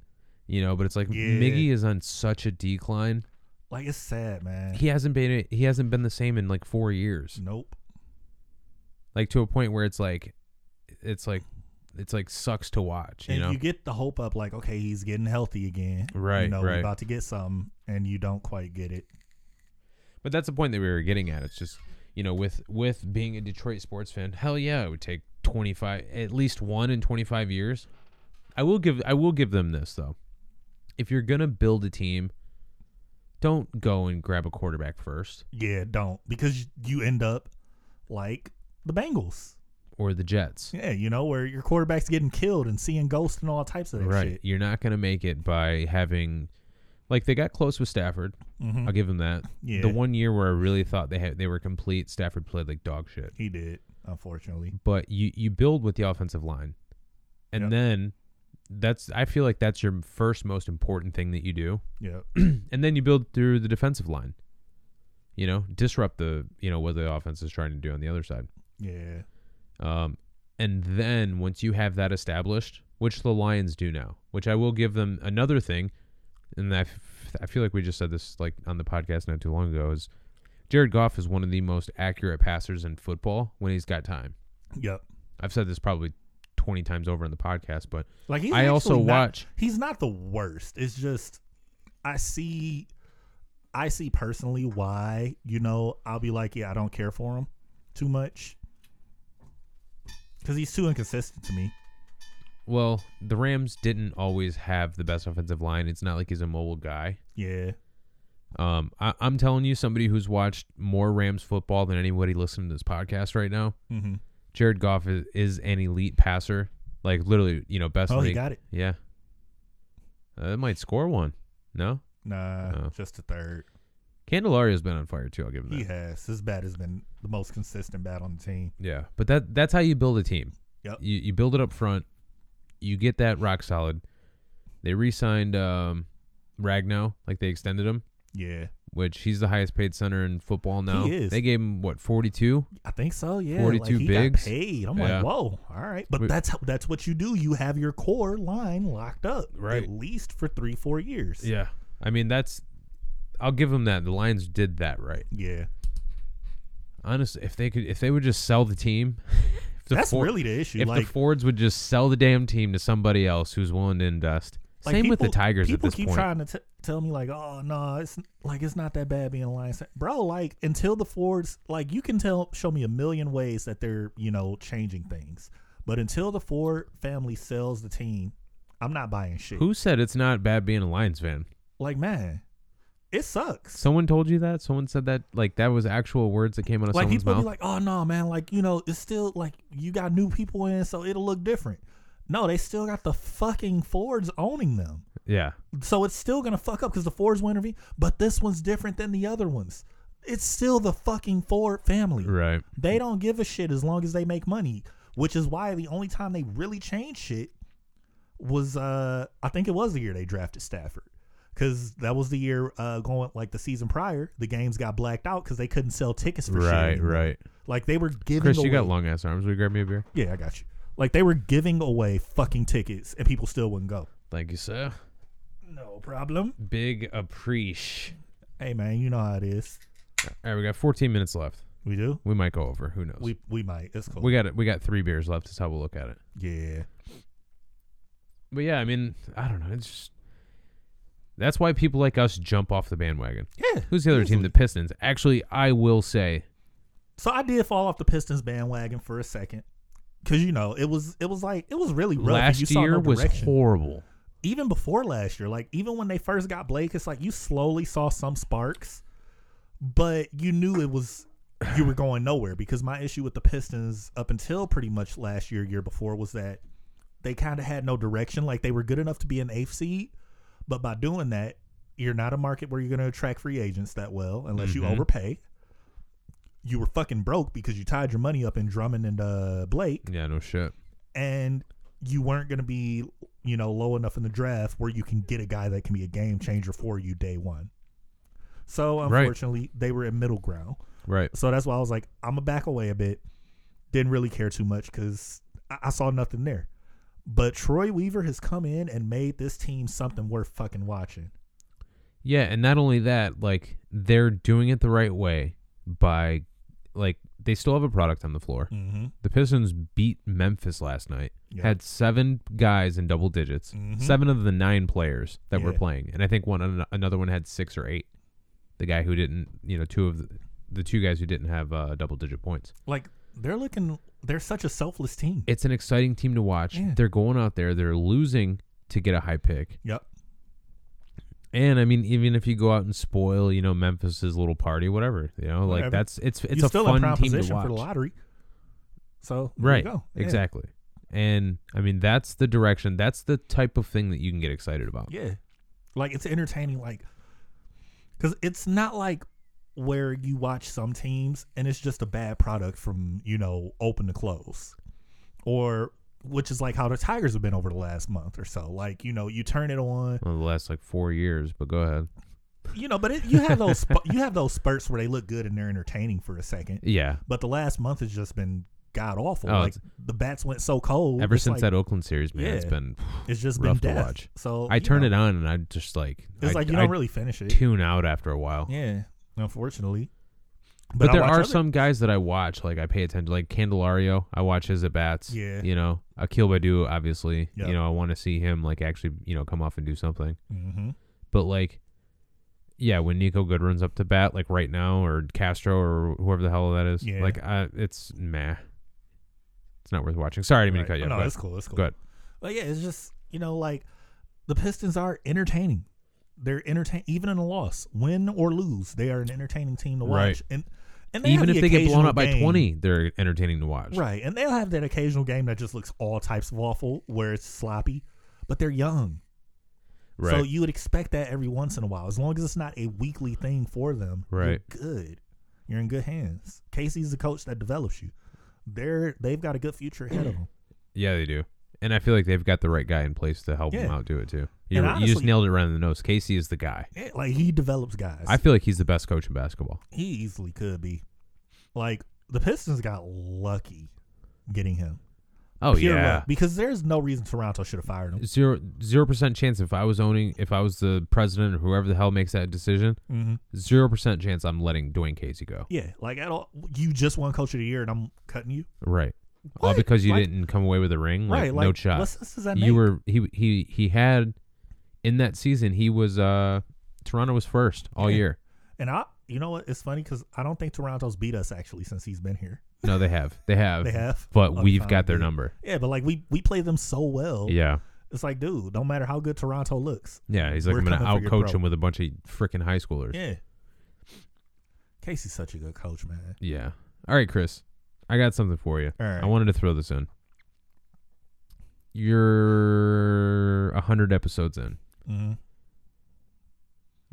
Speaker 1: You know, but it's like
Speaker 2: Yeah.
Speaker 1: Miggy is on such a decline.
Speaker 2: Like it's sad, man.
Speaker 1: He hasn't been he hasn't been the same in like four years.
Speaker 2: nope.
Speaker 1: Like to a point where it's like, it's like, it's like sucks to watch. You
Speaker 2: and
Speaker 1: know,
Speaker 2: you get the hope up, like, okay, he's getting healthy again.
Speaker 1: Right,
Speaker 2: You know,
Speaker 1: right.
Speaker 2: we're about to get something, and you don't quite get it.
Speaker 1: But that's the point that we were getting at. It's just you know, with with being a Detroit sports fan, hell yeah, it would take twenty five, at least one in twenty five years. I will give I will give them this though. If you're gonna build a team, don't go and grab a quarterback first
Speaker 2: Yeah, don't because you end up like the Bengals.
Speaker 1: or the Jets.
Speaker 2: Yeah, you know where your quarterback's getting killed and seeing ghosts and all types of that
Speaker 1: right,
Speaker 2: shit.
Speaker 1: you're not gonna make it by having. Like they got close with Stafford,
Speaker 2: Mhm.
Speaker 1: I'll give them that.
Speaker 2: Yeah,
Speaker 1: The one year where I really thought they had they were complete, Stafford played like dog shit.
Speaker 2: he did, unfortunately.
Speaker 1: but you you build with the offensive line and
Speaker 2: Yep.
Speaker 1: then that's i feel like that's your first most important thing that you do
Speaker 2: Yeah,
Speaker 1: and then you build through the defensive line you know disrupt the you know what the offense is trying to do on the other side
Speaker 2: yeah,
Speaker 1: um and then once you have that established which the lions do now which i will give them another thing and i, f- I feel like we just said this like on the podcast not too long ago is jared goff is one of the most accurate passers in football when he's got time
Speaker 2: yep.
Speaker 1: I've said this probably 20 times over in the podcast, but
Speaker 2: Like he's
Speaker 1: I also
Speaker 2: actually not-
Speaker 1: watch-
Speaker 2: He's not the worst. It's just I see, I see personally why you know I'll be like, yeah, I don't care for him too much because he's too inconsistent to me.
Speaker 1: well, the Rams didn't always have the best offensive line. It's not like he's a mobile guy.
Speaker 2: Yeah,
Speaker 1: Um, I, I'm telling you, somebody who's watched more Rams football than anybody listening to this podcast right now,
Speaker 2: mm-hmm.
Speaker 1: Jared Goff is, is an elite passer. Like literally, you know, best.
Speaker 2: Oh, he
Speaker 1: league.
Speaker 2: got it.
Speaker 1: Yeah, uh, it might score one. No,
Speaker 2: nah,
Speaker 1: Oh.
Speaker 2: just a third.
Speaker 1: Candelaria has been on fire too. I'll give him that.
Speaker 2: He has his bat has been the most consistent bat on the team.
Speaker 1: Yeah, but that that's how you build a team.
Speaker 2: Yep.
Speaker 1: You you build it up front. You get that rock solid. They re-signed um, Ragnow, like they extended him,
Speaker 2: Yeah,
Speaker 1: which he's the highest paid center in football now.
Speaker 2: is.
Speaker 1: They gave him what forty two.
Speaker 2: I think so. Yeah,
Speaker 1: 42
Speaker 2: like he
Speaker 1: bigs.
Speaker 2: Got paid. I'm
Speaker 1: Yeah.
Speaker 2: like, whoa, all right. But
Speaker 1: We-
Speaker 2: that's how, that's what you do. You have your core line locked up,
Speaker 1: Right.
Speaker 2: At least for three, four years.
Speaker 1: Yeah, I mean that's. I'll give them that. The Lions did that right.
Speaker 2: yeah.
Speaker 1: Honestly, if they could, if they would just sell the team, if the
Speaker 2: That's
Speaker 1: Ford-
Speaker 2: really the issue.
Speaker 1: If
Speaker 2: like,
Speaker 1: the Fords would just sell the damn team to somebody else who's willing to invest.
Speaker 2: like
Speaker 1: Same with the
Speaker 2: people-
Speaker 1: Tigers at
Speaker 2: People
Speaker 1: this
Speaker 2: keep
Speaker 1: point.
Speaker 2: trying to t- tell me like, oh no, it's like it's not that bad being a Lions, fan." bro. Like until the Fords, like you can tell, show me a million ways that they're you know changing things, but until the Ford family sells the team, I'm not buying shit.
Speaker 1: Who said it's not bad being a Lions fan?
Speaker 2: Like man, it sucks.
Speaker 1: Someone told you that? Someone said that? Like that was actual words that came out of
Speaker 2: like
Speaker 1: someone's
Speaker 2: people
Speaker 1: mouth.
Speaker 2: be like, oh no, man, like you know, it's still like you got new people in, so it'll look different. No, they still got the fucking Fords owning them,
Speaker 1: yeah,
Speaker 2: so it's still gonna fuck up because the Fords will intervene, but this one's different than the other ones. It's still the fucking Ford family.
Speaker 1: right.
Speaker 2: They don't give a shit as long as they make money, which is why the only time they really changed shit was uh I think it was the year they drafted Stafford. Cause that was the year uh going like the season prior, the games got blacked out because they couldn't sell tickets for shit.
Speaker 1: Right,
Speaker 2: anymore.
Speaker 1: right.
Speaker 2: Like they were giving
Speaker 1: Chris,
Speaker 2: away
Speaker 1: you got long ass arms. Will you grab me a beer?
Speaker 2: Yeah, I got you. Like they were giving away fucking tickets and people still wouldn't go.
Speaker 1: Thank you, sir.
Speaker 2: No problem.
Speaker 1: Big appreciate.
Speaker 2: Hey man, you know how it is.
Speaker 1: All right, we got 14 minutes left.
Speaker 2: We do.
Speaker 1: We might go over. Who knows? We,
Speaker 2: We we might. It's cool.
Speaker 1: we got it. We got three beers left. Is how we'll look at it.
Speaker 2: yeah.
Speaker 1: But yeah, I mean, I don't know. It's just that's why people like us jump off the bandwagon.
Speaker 2: Yeah.
Speaker 1: Who's the other team? The Pistons. Actually, I will say
Speaker 2: So I did fall off the Pistons bandwagon for a second. Cause you know, it was it was like it was really rough. and you
Speaker 1: last
Speaker 2: saw no
Speaker 1: year was
Speaker 2: direction.
Speaker 1: horrible.
Speaker 2: even before last year, like even when they first got Blake, it's like you slowly saw some sparks, but you knew it was you were going nowhere because my issue with the Pistons up until pretty much last year, year before, was that they kind of had no direction. Like they were good enough to be an eighth seed, but by doing that, you're not a market where you're going to attract free agents that well unless you
Speaker 1: Mhm.
Speaker 2: overpay. You were fucking broke because you tied your money up in Drummond and uh, Blake
Speaker 1: Yeah, no shit.
Speaker 2: and you weren't going to be, you know, low enough in the draft where you can get a guy that can be a game changer for you day one. So
Speaker 1: Right.
Speaker 2: unfortunately, they were in middle ground.
Speaker 1: Right.
Speaker 2: So that's why I was like, I'm gonna back away a bit. Didn't really care too much because I-, I saw nothing there. But Troy Weaver has come in and made this team something worth fucking watching.
Speaker 1: Yeah, and not only that, like they're doing it the right way by like they still have a product on the floor.
Speaker 2: Mm-hmm.
Speaker 1: The Pistons beat Memphis last night.
Speaker 2: Yeah.
Speaker 1: Had seven guys in double digits.
Speaker 2: Mhm.
Speaker 1: Seven of the nine players that were
Speaker 2: Yeah.
Speaker 1: playing, and I think one an- another one had six or eight. The guy who didn't, you know, two of the, the two guys who didn't have uh, double digit points.
Speaker 2: Like they're looking, they're such a selfless team.
Speaker 1: It's an exciting team to watch.
Speaker 2: Yeah.
Speaker 1: They're going out there. They're losing to get a high pick.
Speaker 2: Yep.
Speaker 1: And I mean, even if you go out and spoil, you know, Memphis's little party, whatever, you know, like
Speaker 2: Whatever.
Speaker 1: that's it's it's
Speaker 2: You're
Speaker 1: a
Speaker 2: still in
Speaker 1: fun
Speaker 2: prime
Speaker 1: team to
Speaker 2: position for the
Speaker 1: watch,
Speaker 2: lottery. So there you
Speaker 1: right?
Speaker 2: go. Yeah.
Speaker 1: Exactly. And I mean, that's the direction. That's the type of thing that you can get excited about.
Speaker 2: Yeah. Like it's entertaining like cuz it's not like where you watch some teams and it's just a bad product from, you know, open to close. Or which is like how the Tigers have been over the last month or so. Like, you know, you turn it on,
Speaker 1: Well, the last like four years, but go ahead.
Speaker 2: you know, but it, you have those sp- you have those spurts where they look good and they're entertaining for a second.
Speaker 1: Yeah.
Speaker 2: But the last month has just been god awful.
Speaker 1: Oh,
Speaker 2: like
Speaker 1: it's-
Speaker 2: the bats went so cold.
Speaker 1: Ever
Speaker 2: it's
Speaker 1: since
Speaker 2: like,
Speaker 1: that Oakland series, man, it's
Speaker 2: Yeah.
Speaker 1: been.
Speaker 2: it's just
Speaker 1: rough to
Speaker 2: been death.
Speaker 1: watch.
Speaker 2: So
Speaker 1: I turn it on and I just like.
Speaker 2: It's
Speaker 1: I,
Speaker 2: like you
Speaker 1: I
Speaker 2: don't really finish it.
Speaker 1: tune out after a while.
Speaker 2: Yeah, unfortunately.
Speaker 1: But,
Speaker 2: I
Speaker 1: there
Speaker 2: watch
Speaker 1: are
Speaker 2: other-
Speaker 1: some guys that I watch, like I pay attention, like Candelario. I watch his at bats.
Speaker 2: Yeah.
Speaker 1: You know, Akil Badu, obviously.
Speaker 2: Yep.
Speaker 1: You know, I want to see him like actually, you know, come off and do something.
Speaker 2: Mhm.
Speaker 1: But like, yeah, when Nico Goodwin's up to bat, like right now, or Castro, or whoever the hell that is,
Speaker 2: Yeah.
Speaker 1: like, I, it's meh. It's not worth watching. Sorry, I didn't mean to cut you.
Speaker 2: Oh, no,
Speaker 1: off.
Speaker 2: it's cool. It's cool.
Speaker 1: Go ahead.
Speaker 2: But yeah, it's just you know like the Pistons are entertaining. They're entertain even in a loss, win or lose, they are an entertaining team to watch.
Speaker 1: Right.
Speaker 2: And and they
Speaker 1: Even
Speaker 2: have
Speaker 1: if they
Speaker 2: the
Speaker 1: get blown
Speaker 2: occasional
Speaker 1: up by
Speaker 2: game-
Speaker 1: twenty, they're entertaining to watch.
Speaker 2: right? And they'll have that occasional game that just looks all types of awful, where it's sloppy. But they're young,
Speaker 1: Right.
Speaker 2: so you would expect that every once in a while, as long as it's not a weekly thing for them.
Speaker 1: Right.
Speaker 2: You're good. You're in good hands. Casey's the coach that develops you. They're they've got a good future ahead of them.
Speaker 1: Yeah, they do. And I feel like they've got the right guy in place to help him
Speaker 2: Yeah.
Speaker 1: out do it too. You,
Speaker 2: And
Speaker 1: you just
Speaker 2: honestly-
Speaker 1: nailed it right on the nose. Casey is the guy.
Speaker 2: Yeah, like he develops guys.
Speaker 1: I feel like he's the best coach in basketball.
Speaker 2: he easily could be. Like the Pistons got lucky getting him.
Speaker 1: Oh
Speaker 2: Pure
Speaker 1: yeah.
Speaker 2: luck, because there's no reason Toronto should have fired him.
Speaker 1: Zero zero percent chance if I was owning if I was the president or whoever the hell makes that decision,
Speaker 2: Mm-hmm.
Speaker 1: zero percent chance I'm letting Dwayne Casey go.
Speaker 2: Yeah, like at all, you just won Coach of the Year, and I'm cutting you.
Speaker 1: Right. All
Speaker 2: What?
Speaker 1: because you
Speaker 2: Like-
Speaker 1: didn't come away with a ring. Like,
Speaker 2: right,
Speaker 1: no
Speaker 2: like
Speaker 1: shot.
Speaker 2: What's, what's that
Speaker 1: you
Speaker 2: name?
Speaker 1: were he he he had in that season he was uh Toronto was first all
Speaker 2: Yeah.
Speaker 1: year.
Speaker 2: and I, you know what? It's funny because I don't think Toronto's beat us actually since he's been here.
Speaker 1: No, they have. They have.
Speaker 2: They have,
Speaker 1: But
Speaker 2: Oh,
Speaker 1: we've
Speaker 2: fine,
Speaker 1: got their
Speaker 2: dude.
Speaker 1: number.
Speaker 2: Yeah, but like we we play them so well.
Speaker 1: Yeah.
Speaker 2: it's like, dude, no matter how good Toronto looks,
Speaker 1: Yeah, he's like
Speaker 2: We're
Speaker 1: I'm going to
Speaker 2: coming for your
Speaker 1: outcoach
Speaker 2: throat.
Speaker 1: him with a bunch of freaking high schoolers.
Speaker 2: yeah. Casey's such a good coach, man.
Speaker 1: Yeah. All right, Chris. I got something for you.
Speaker 2: All right.
Speaker 1: I wanted to throw this in. You're 100 episodes in.
Speaker 2: Mhm.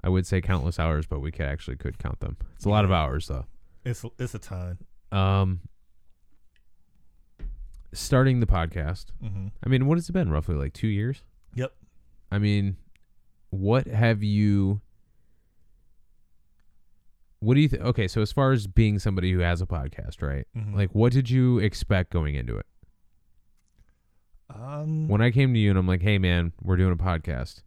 Speaker 1: I would say countless hours, but we could actually could count them. It's a lot of hours though.
Speaker 2: It's it's a ton.
Speaker 1: Um starting the podcast.
Speaker 2: hmm
Speaker 1: I mean, what has it been roughly like 2 years?
Speaker 2: Yep.
Speaker 1: I mean, what have you What do you think? Okay, so as far as being somebody who has a podcast, right?
Speaker 2: Mhm.
Speaker 1: Like what did you expect going into it?
Speaker 2: Um,
Speaker 1: When I came to you and I'm like, "Hey man, we're doing a podcast."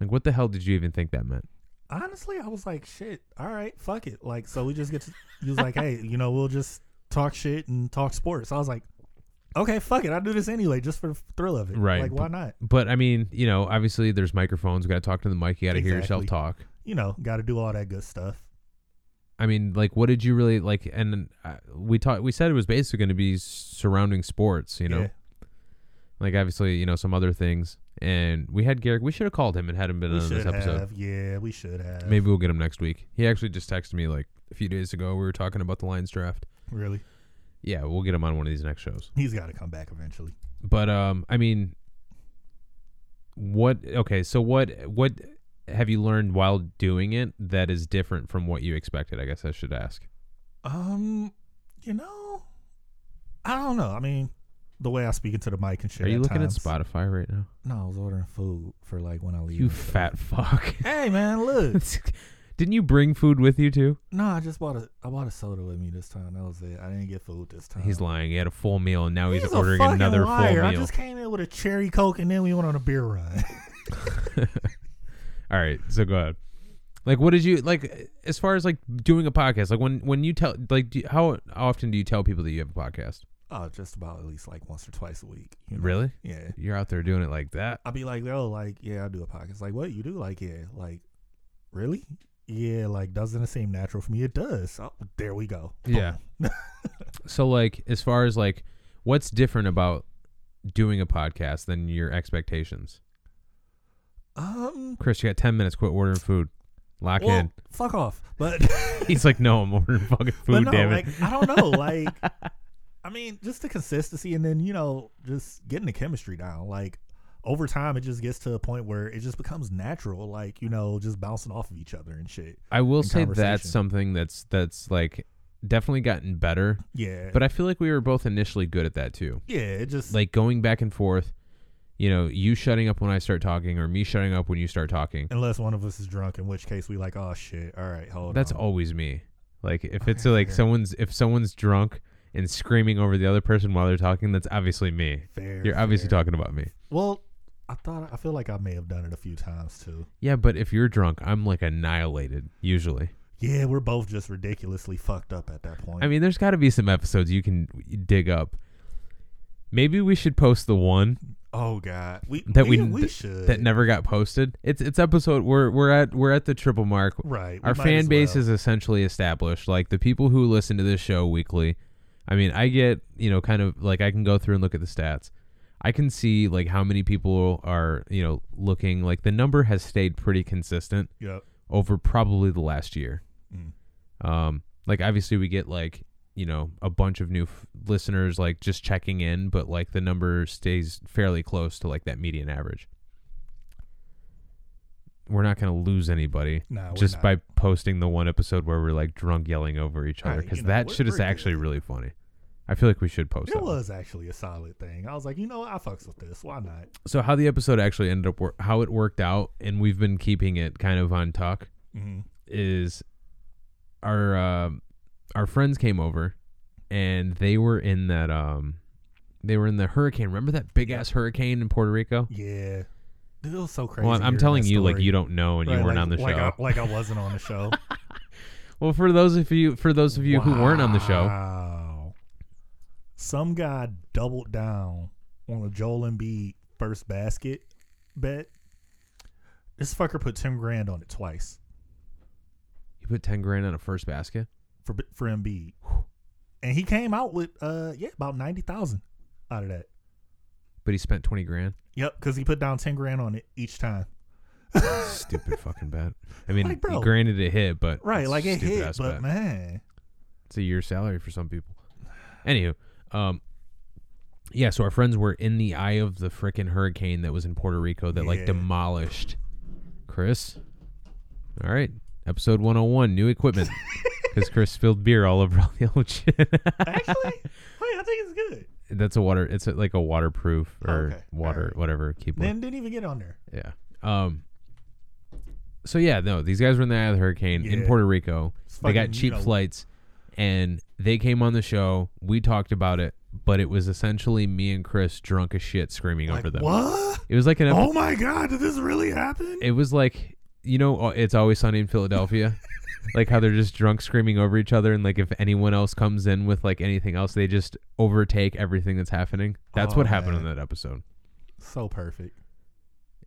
Speaker 1: Like what the hell did you even think that meant?
Speaker 2: honestly, I was like, shit. All right, fuck it. Like, so we just get to. He was like, hey, you know, we'll just talk shit and talk sports. I was like, okay, fuck it. I'll do this anyway, just for the thrill of it.
Speaker 1: Right,
Speaker 2: Like, why not?
Speaker 1: But I mean, you know, obviously there's microphones, you got to talk to the mic, you got to hear yourself
Speaker 2: Exactly.
Speaker 1: talk.
Speaker 2: You know, got to do all that good stuff.
Speaker 1: I mean, like, what did you really like? And then, uh, we talked. We said it was basically going to be surrounding sports. You know,
Speaker 2: Yeah.
Speaker 1: like obviously, you know, some other things. And we had Garrick. We should have called him and had him been
Speaker 2: we
Speaker 1: on
Speaker 2: should
Speaker 1: uh, this episode.
Speaker 2: have. Yeah, we should have.
Speaker 1: Maybe we'll get him next week. He actually just texted me like a few days ago. We were talking about the Lions draft.
Speaker 2: Really,
Speaker 1: Yeah, we'll get him on one of these next shows.
Speaker 2: he's got to come back eventually.
Speaker 1: But um, I mean, what? Okay, so what? What have you learned while doing it that is different from what you expected? I guess I should ask.
Speaker 2: Um, you know, I don't know. I mean, the way I speak into the mic and shit.
Speaker 1: Are you looking
Speaker 2: times-
Speaker 1: at Spotify right now?
Speaker 2: No, I was ordering food for like when I leave.
Speaker 1: You
Speaker 2: and stuff.
Speaker 1: fat fuck.
Speaker 2: Hey man, look.
Speaker 1: Didn't you bring food with you too?
Speaker 2: No, I just bought a I bought a soda with me this time. That was it. I didn't get food this time.
Speaker 1: He's lying. He had a full meal and now Uh-huh. he's,
Speaker 2: He's a
Speaker 1: ordering
Speaker 2: fucking
Speaker 1: another
Speaker 2: liar.
Speaker 1: full
Speaker 2: I
Speaker 1: meal.
Speaker 2: just came in with a cherry coke and then we went on a beer run.
Speaker 1: All right, so go ahead. Like, what did you like? As far as like doing a podcast, like when when you tell like do, how often do you tell people that you have a podcast?
Speaker 2: oh, just about at least like once or twice a week. you know?
Speaker 1: Really?
Speaker 2: Yeah.
Speaker 1: You're out there doing it like that?
Speaker 2: I'll be like, yo, like, yeah, I do a podcast. Like, what you do? Like, yeah, like, really? Yeah, like, doesn't it seem natural for me? It does. Oh, there we go.
Speaker 1: Yeah. So like, as far as like, what's different about doing a podcast than your expectations?
Speaker 2: Um.
Speaker 1: Chris, you got ten minutes. Quit ordering food. Lock
Speaker 2: well,
Speaker 1: in.
Speaker 2: fuck off. But
Speaker 1: He's like, no, I'm ordering fucking
Speaker 2: but
Speaker 1: food.
Speaker 2: no,
Speaker 1: damn it.
Speaker 2: like I don't know, like I mean, just the consistency, and then you know, just getting the chemistry down. Like over time, it just gets to a point where it just becomes natural. Like you know, just bouncing off of each other and shit.
Speaker 1: I will
Speaker 2: in
Speaker 1: say that's
Speaker 2: conversation.
Speaker 1: something that's that's like definitely gotten better.
Speaker 2: Yeah,
Speaker 1: But I feel like we were both initially good at that too.
Speaker 2: yeah, it just
Speaker 1: Like going back and forth, you know, you shutting up when I start talking or me shutting up when you start talking.
Speaker 2: unless one of us is drunk, in which case we like, oh shit, all right, hold
Speaker 1: That's
Speaker 2: on.
Speaker 1: always me. Like if it's like someone's if someone's drunk and screaming over the other person while they're talking, that's obviously me.
Speaker 2: fair.
Speaker 1: You're obviously
Speaker 2: fair.
Speaker 1: talking about me.
Speaker 2: Well, I thought I feel like I may have done it a few times too.
Speaker 1: Yeah, but if you're drunk, I'm like annihilated usually.
Speaker 2: Yeah, we're both just ridiculously fucked up at that point.
Speaker 1: I mean, there's got to be some episodes you can dig up. Maybe we should post the one
Speaker 2: oh god, we
Speaker 1: that we,
Speaker 2: we,
Speaker 1: th-
Speaker 2: should
Speaker 1: that never got posted. It's it's episode we're we're at we're at the triple mark.
Speaker 2: right. we
Speaker 1: Our
Speaker 2: might
Speaker 1: fan
Speaker 2: as
Speaker 1: base
Speaker 2: well.
Speaker 1: is essentially established. Like the people who listen to this show weekly. I mean, I get you know kind of like I can go through and look at the stats. I can see like how many people are you know looking. Like the number has stayed pretty consistent
Speaker 2: Yep.
Speaker 1: over probably the last year.
Speaker 2: Mm.
Speaker 1: Um, like obviously we get like you know a bunch of new f- listeners like just checking in, but like the number stays fairly close to like that median average. We're not gonna lose anybody
Speaker 2: No, we're
Speaker 1: just
Speaker 2: not.
Speaker 1: by posting the one episode where we're like drunk yelling over each other
Speaker 2: Right,
Speaker 1: because
Speaker 2: you know,
Speaker 1: that
Speaker 2: we're-
Speaker 1: shit is
Speaker 2: we're
Speaker 1: actually
Speaker 2: good.
Speaker 1: really funny. I feel like we should post
Speaker 2: It
Speaker 1: that. one.
Speaker 2: was actually a solid thing. I was like, you know, what? I fucks with this. Why not?
Speaker 1: So how the episode actually ended up, wor- how it worked out, and we've been keeping it kind of on tuck
Speaker 2: Mm-hmm.
Speaker 1: is our um our friends came over, and they were in that um they were in the hurricane. Remember that big ass hurricane in Puerto Rico?
Speaker 2: Yeah, Dude, it was so crazy.
Speaker 1: Well, I'm- I'm
Speaker 2: hearing
Speaker 1: telling
Speaker 2: that
Speaker 1: you, like
Speaker 2: story.
Speaker 1: you don't know, and you
Speaker 2: Right,
Speaker 1: weren't
Speaker 2: like-
Speaker 1: on the
Speaker 2: like uh,
Speaker 1: show.
Speaker 2: I, like I wasn't on the show.
Speaker 1: well, for those of you, for those of you who weren't on the show,
Speaker 2: Wow. Some guy doubled down on a Joel Embiid first basket bet. This fucker put ten grand on it twice
Speaker 1: you put ten grand on a first basket.
Speaker 2: for for Embiid, and he came out with uh yeah about ninety thousand out of that.
Speaker 1: but he spent 20 grand.
Speaker 2: Yep, because he put down ten grand on it each time.
Speaker 1: Stupid fucking bet. I mean,
Speaker 2: Like, bro.
Speaker 1: granted it hit, but
Speaker 2: Right,
Speaker 1: it's
Speaker 2: like it
Speaker 1: stupid
Speaker 2: hit,
Speaker 1: ass
Speaker 2: but
Speaker 1: bet.
Speaker 2: man,
Speaker 1: it's a year's salary for some people. Anywho, um, yeah. So our friends were in the eye of the frickin' hurricane that was in Puerto Rico that like
Speaker 2: Yeah.
Speaker 1: demolished. Chris, all right, episode 101, new equipment. Because Chris spilled beer all over all the old shit.
Speaker 2: actually, wait, I think it's good.
Speaker 1: That's a water. It's a, like a waterproof or
Speaker 2: Okay,
Speaker 1: water,
Speaker 2: alright.
Speaker 1: whatever. Keep
Speaker 2: Then didn't even get on there.
Speaker 1: Yeah. Um. So yeah, no, these guys were in the eye of the hurricane in
Speaker 2: Yeah.
Speaker 1: Puerto Rico.
Speaker 2: It's
Speaker 1: they got
Speaker 2: fucking, you
Speaker 1: cheap
Speaker 2: know-
Speaker 1: flights, and they came on the show. We talked about it, but it was essentially me and Chris drunk as shit screaming
Speaker 2: Like,
Speaker 1: over them.
Speaker 2: what?
Speaker 1: It was like an. epi-
Speaker 2: Oh my god, did this really happen?
Speaker 1: It was like you know, uh, it's always sunny in Philadelphia. Like how they're just drunk screaming over each other, and like if anyone else comes in with like anything else, they just overtake everything that's happening. That's
Speaker 2: Oh,
Speaker 1: what happened in
Speaker 2: man.
Speaker 1: that episode.
Speaker 2: so perfect.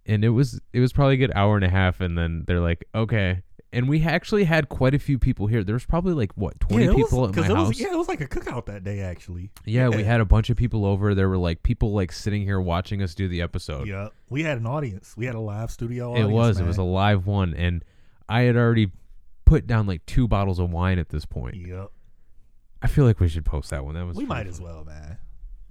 Speaker 1: and it was it was probably a good hour and a half and then they're like okay and we actually had quite a few people here there was probably like what 20
Speaker 2: it was-
Speaker 1: people at my
Speaker 2: 'cause it was-
Speaker 1: house
Speaker 2: yeah, it was like a cookout that day actually.
Speaker 1: yeah we had a bunch of people over there were like people like sitting here watching us do the episode
Speaker 2: Yeah, we had an audience. We had a live studio.
Speaker 1: it
Speaker 2: Audience,
Speaker 1: was
Speaker 2: man.
Speaker 1: it was a live one and i had already put down like two bottles of wine at this point
Speaker 2: Yep.
Speaker 1: i feel like we should post that one that was
Speaker 2: We
Speaker 1: pretty
Speaker 2: might as
Speaker 1: fun.
Speaker 2: well, man.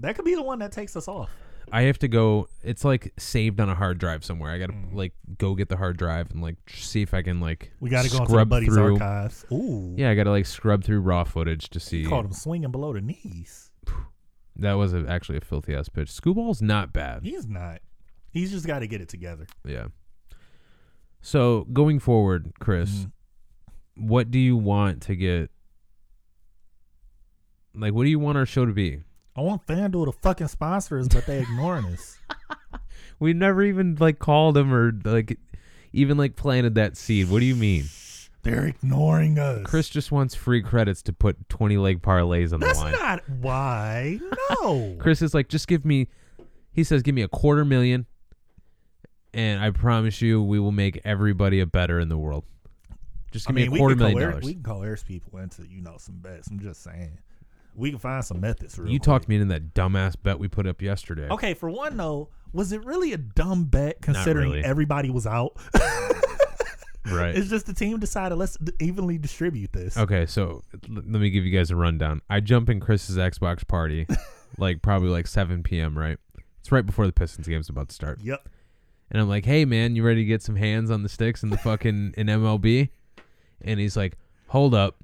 Speaker 2: That could be the one that takes us off.
Speaker 1: i have to go it's like saved on a hard drive somewhere i gotta like go get the hard drive and like see if i can like
Speaker 2: Mm. We got to go into the
Speaker 1: scrub
Speaker 2: buddies
Speaker 1: through
Speaker 2: archives. Ooh,
Speaker 1: yeah i gotta like scrub through raw footage to see
Speaker 2: He called him swinging below the knees.
Speaker 1: That was a, actually a filthy ass pitch. Scooball's not bad.
Speaker 2: He's not. He's just got to get it together.
Speaker 1: Yeah. So going forward, Chris,
Speaker 2: Mhm.
Speaker 1: what do you want to get? Like, what do you want our show to be?
Speaker 2: I want FanDuel to fucking sponsor us, but they ignoring us.
Speaker 1: We never even like called him or like even like planted that seed. What do you mean?
Speaker 2: They're ignoring us.
Speaker 1: Chris just wants free credits to put twenty leg parlays on
Speaker 2: that's
Speaker 1: the line.
Speaker 2: not why. No.
Speaker 1: Chris is like, just give me. He says, give me a quarter million, and I promise you, we will make everybody a better in the world. Just give me a
Speaker 2: we
Speaker 1: quarter
Speaker 2: can call
Speaker 1: million
Speaker 2: Eric-
Speaker 1: dollars.
Speaker 2: we can call Eric's people into you know some bets. I'm just saying, we can find some methods. Real
Speaker 1: You
Speaker 2: quick.
Speaker 1: talked me into that dumbass bet we put up yesterday.
Speaker 2: Okay, for one though, was it really a dumb bet considering
Speaker 1: really.
Speaker 2: everybody was out?
Speaker 1: Right.
Speaker 2: it's just the team decided let's d- evenly distribute this.
Speaker 1: Okay, so l- let me give you guys a rundown. I jump in Chris's Xbox party, like probably like 7 p.m., right? It's right before the Pistons game's about to start.
Speaker 2: Yep.
Speaker 1: And I'm like, hey, man, you ready to get some hands on the sticks in the fucking in MLB? And he's like, hold up.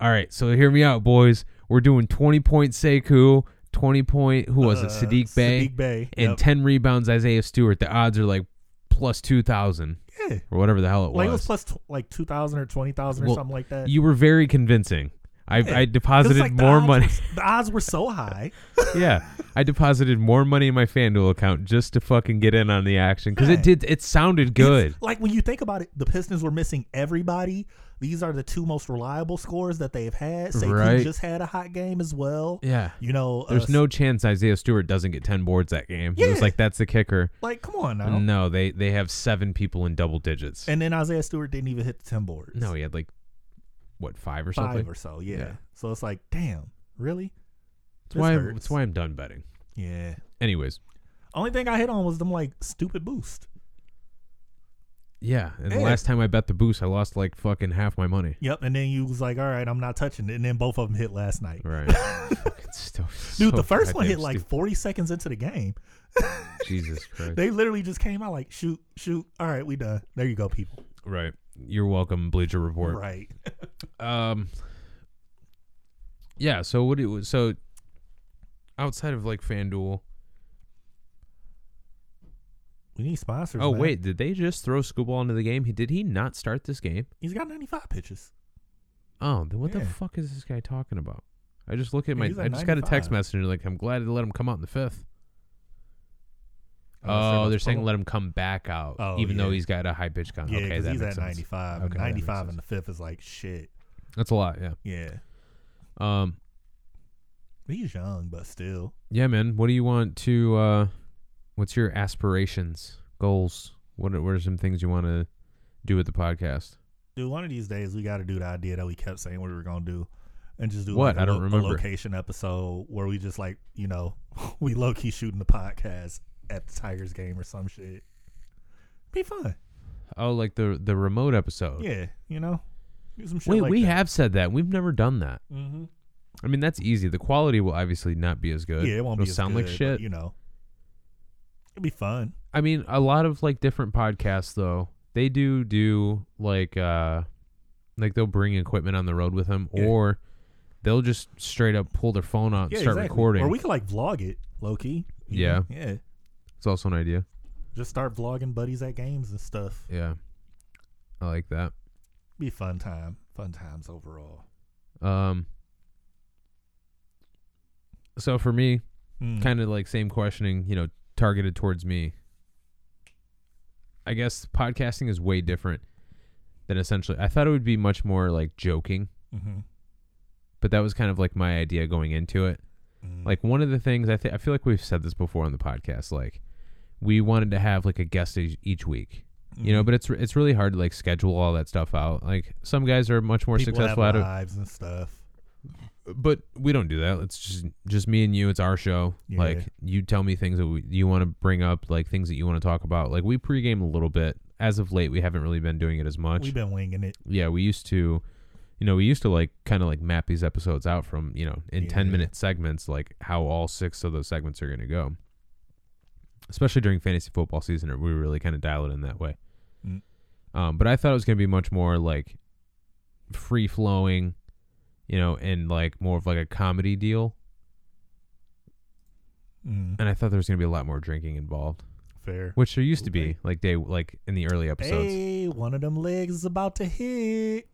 Speaker 1: All right, so hear me out, boys. We're doing 20 point Sekou, 20 point, who was it,
Speaker 2: Uh,
Speaker 1: Sadiq Bay,
Speaker 2: Sadiq Bay.
Speaker 1: and
Speaker 2: Yep.
Speaker 1: 10 rebounds Isaiah Stewart. The odds are like plus 2,000
Speaker 2: yeah.
Speaker 1: or whatever the hell it
Speaker 2: Like it
Speaker 1: was.
Speaker 2: was plus tw- like two thousand or twenty thousand or
Speaker 1: Well,
Speaker 2: something like that.
Speaker 1: you were very convincing. I, I
Speaker 2: It was
Speaker 1: deposited
Speaker 2: like the
Speaker 1: more
Speaker 2: odds
Speaker 1: money.
Speaker 2: were- the odds were so high.
Speaker 1: yeah, I deposited more money in my FanDuel account just to fucking get in on the action because it
Speaker 2: Right.
Speaker 1: did. It sounded good.
Speaker 2: It's- like when you think about it, the Pistons were missing everybody. These are the two most reliable scores that they've had. Saquon
Speaker 1: Right.
Speaker 2: just had a hot game as well.
Speaker 1: Yeah,
Speaker 2: You know, uh,
Speaker 1: there's no chance Isaiah Stewart doesn't get ten boards that game. It was
Speaker 2: Yeah.
Speaker 1: like that's the kicker.
Speaker 2: like come on now.
Speaker 1: No, they they have seven people in double digits.
Speaker 2: And then Isaiah Stewart didn't even hit the ten boards.
Speaker 1: no, he had like what five or
Speaker 2: five
Speaker 1: something.
Speaker 2: or so. Yeah.
Speaker 1: Yeah.
Speaker 2: So it's like, damn, really?
Speaker 1: that's
Speaker 2: This
Speaker 1: why I'm,
Speaker 2: hurts.
Speaker 1: that's why I'm done betting.
Speaker 2: Yeah.
Speaker 1: Anyways,
Speaker 2: Only thing I hit on was them like stupid boost.
Speaker 1: yeah. And the
Speaker 2: Yeah.
Speaker 1: last time I bet the boost, I lost like fucking half my money.
Speaker 2: Yep. And then you was like, all right, I'm not touching it. And then both of them hit last night.
Speaker 1: Right. Fucking so- so
Speaker 2: Dude, the first one
Speaker 1: goddamn
Speaker 2: hit like
Speaker 1: stupid.
Speaker 2: 40 seconds into the game.
Speaker 1: Jesus Christ.
Speaker 2: They literally just came out like, shoot, shoot. All right, we done. There you go, people.
Speaker 1: Right. You're welcome, Bleacher Report.
Speaker 2: Right.
Speaker 1: Um, Yeah. So what it was so outside of like FanDuel.
Speaker 2: We need sponsors.
Speaker 1: Oh
Speaker 2: man.
Speaker 1: wait, did they just throw Scooball into the game? He did he not start this game?
Speaker 2: he's got 95 pitches.
Speaker 1: Oh, then what the
Speaker 2: Yeah.
Speaker 1: fuck is this guy talking about? I just look at my.
Speaker 2: He's at
Speaker 1: I just got a text
Speaker 2: 95.
Speaker 1: message like I'm glad they let him come out in the fifth.
Speaker 2: Unless
Speaker 1: Oh, they're
Speaker 2: about to
Speaker 1: saying
Speaker 2: pull
Speaker 1: let him come back out,
Speaker 2: Oh,
Speaker 1: even though
Speaker 2: yeah.
Speaker 1: he's got a high pitch count.
Speaker 2: Yeah,
Speaker 1: okay,
Speaker 2: because
Speaker 1: that
Speaker 2: he's
Speaker 1: makes
Speaker 2: at
Speaker 1: sense.
Speaker 2: 95. and
Speaker 1: Okay, that makes
Speaker 2: 95
Speaker 1: sense.
Speaker 2: and the fifth is like shit.
Speaker 1: That's a lot. Yeah.
Speaker 2: Yeah,
Speaker 1: Um.
Speaker 2: but he's young, but still.
Speaker 1: Yeah, man. What do you want to? uh What's your aspirations, goals? What are, what are some things you want to do with the podcast?
Speaker 2: Dude, one of these days we got to do the idea that we kept saying what we were gonna do, and just do
Speaker 1: What?
Speaker 2: like, a
Speaker 1: I don't
Speaker 2: lo- a
Speaker 1: remember.
Speaker 2: location episode where we just like you know we low key shooting the podcast at the Tigers game or some shit. Be fun,
Speaker 1: Oh, like the the remote episode.
Speaker 2: yeah. You know, do some shit.
Speaker 1: Wait,
Speaker 2: like
Speaker 1: we
Speaker 2: that.
Speaker 1: have said that. We've never done that.
Speaker 2: Mm-hmm.
Speaker 1: I mean, that's easy. The quality will obviously not be as good.
Speaker 2: Yeah, it won't
Speaker 1: It'll
Speaker 2: be as
Speaker 1: sound
Speaker 2: good,
Speaker 1: like
Speaker 2: but,
Speaker 1: shit.
Speaker 2: you know, it'd be fun.
Speaker 1: I mean, a lot of like different podcasts though, they do do like uh like they'll bring equipment on the road with them
Speaker 2: Yeah.
Speaker 1: or they'll just straight up pull their phone out and
Speaker 2: Yeah,
Speaker 1: start
Speaker 2: exactly.
Speaker 1: recording.
Speaker 2: or we could like vlog it, low key. you
Speaker 1: Yeah.
Speaker 2: know? yeah.
Speaker 1: it's also an idea.
Speaker 2: Just start vlogging buddies at games and stuff.
Speaker 1: Yeah. I like that.
Speaker 2: Be a fun time, fun times overall.
Speaker 1: Um So for me,
Speaker 2: Mm.
Speaker 1: kind of like same questioning, you know, targeted towards me. I guess podcasting is way different than essentially. I thought it would be much more like joking,
Speaker 2: Mhm.
Speaker 1: but that was kind of like my idea going into it.
Speaker 2: Mm.
Speaker 1: Like one of the things I think I feel like we've said this before on the podcast. Like we wanted to have like a guest each, each week, you know.
Speaker 2: Mhm.
Speaker 1: But it's it's really hard to like schedule all that stuff out. Like some guys are much more
Speaker 2: People
Speaker 1: successful
Speaker 2: have
Speaker 1: at it,
Speaker 2: lives and stuff.
Speaker 1: but we don't do that. It's just just me and you. It's our show.
Speaker 2: Yeah.
Speaker 1: Like you tell me things that we, you want to bring up, like things that you want to talk about. Like we pregame a little bit. As of late, we haven't really been doing it as much.
Speaker 2: We've been winging it.
Speaker 1: yeah, we used to, you know, we used to like kind of like map these episodes out from, you know, in 10
Speaker 2: Yeah.
Speaker 1: minute segments, like how all six of those segments are going to go. Especially during fantasy football season, we really kind of dial it in that way.
Speaker 2: Mm.
Speaker 1: Um, but I thought it was going to be much more like free flowing, you know, and like more of like a comedy deal.
Speaker 2: Mm.
Speaker 1: And I thought there was going to be a lot more drinking involved,
Speaker 2: Fair.
Speaker 1: which there used to be
Speaker 2: Okay.
Speaker 1: like day, like in the early episodes.
Speaker 2: Hey, one of them legs is about to hit.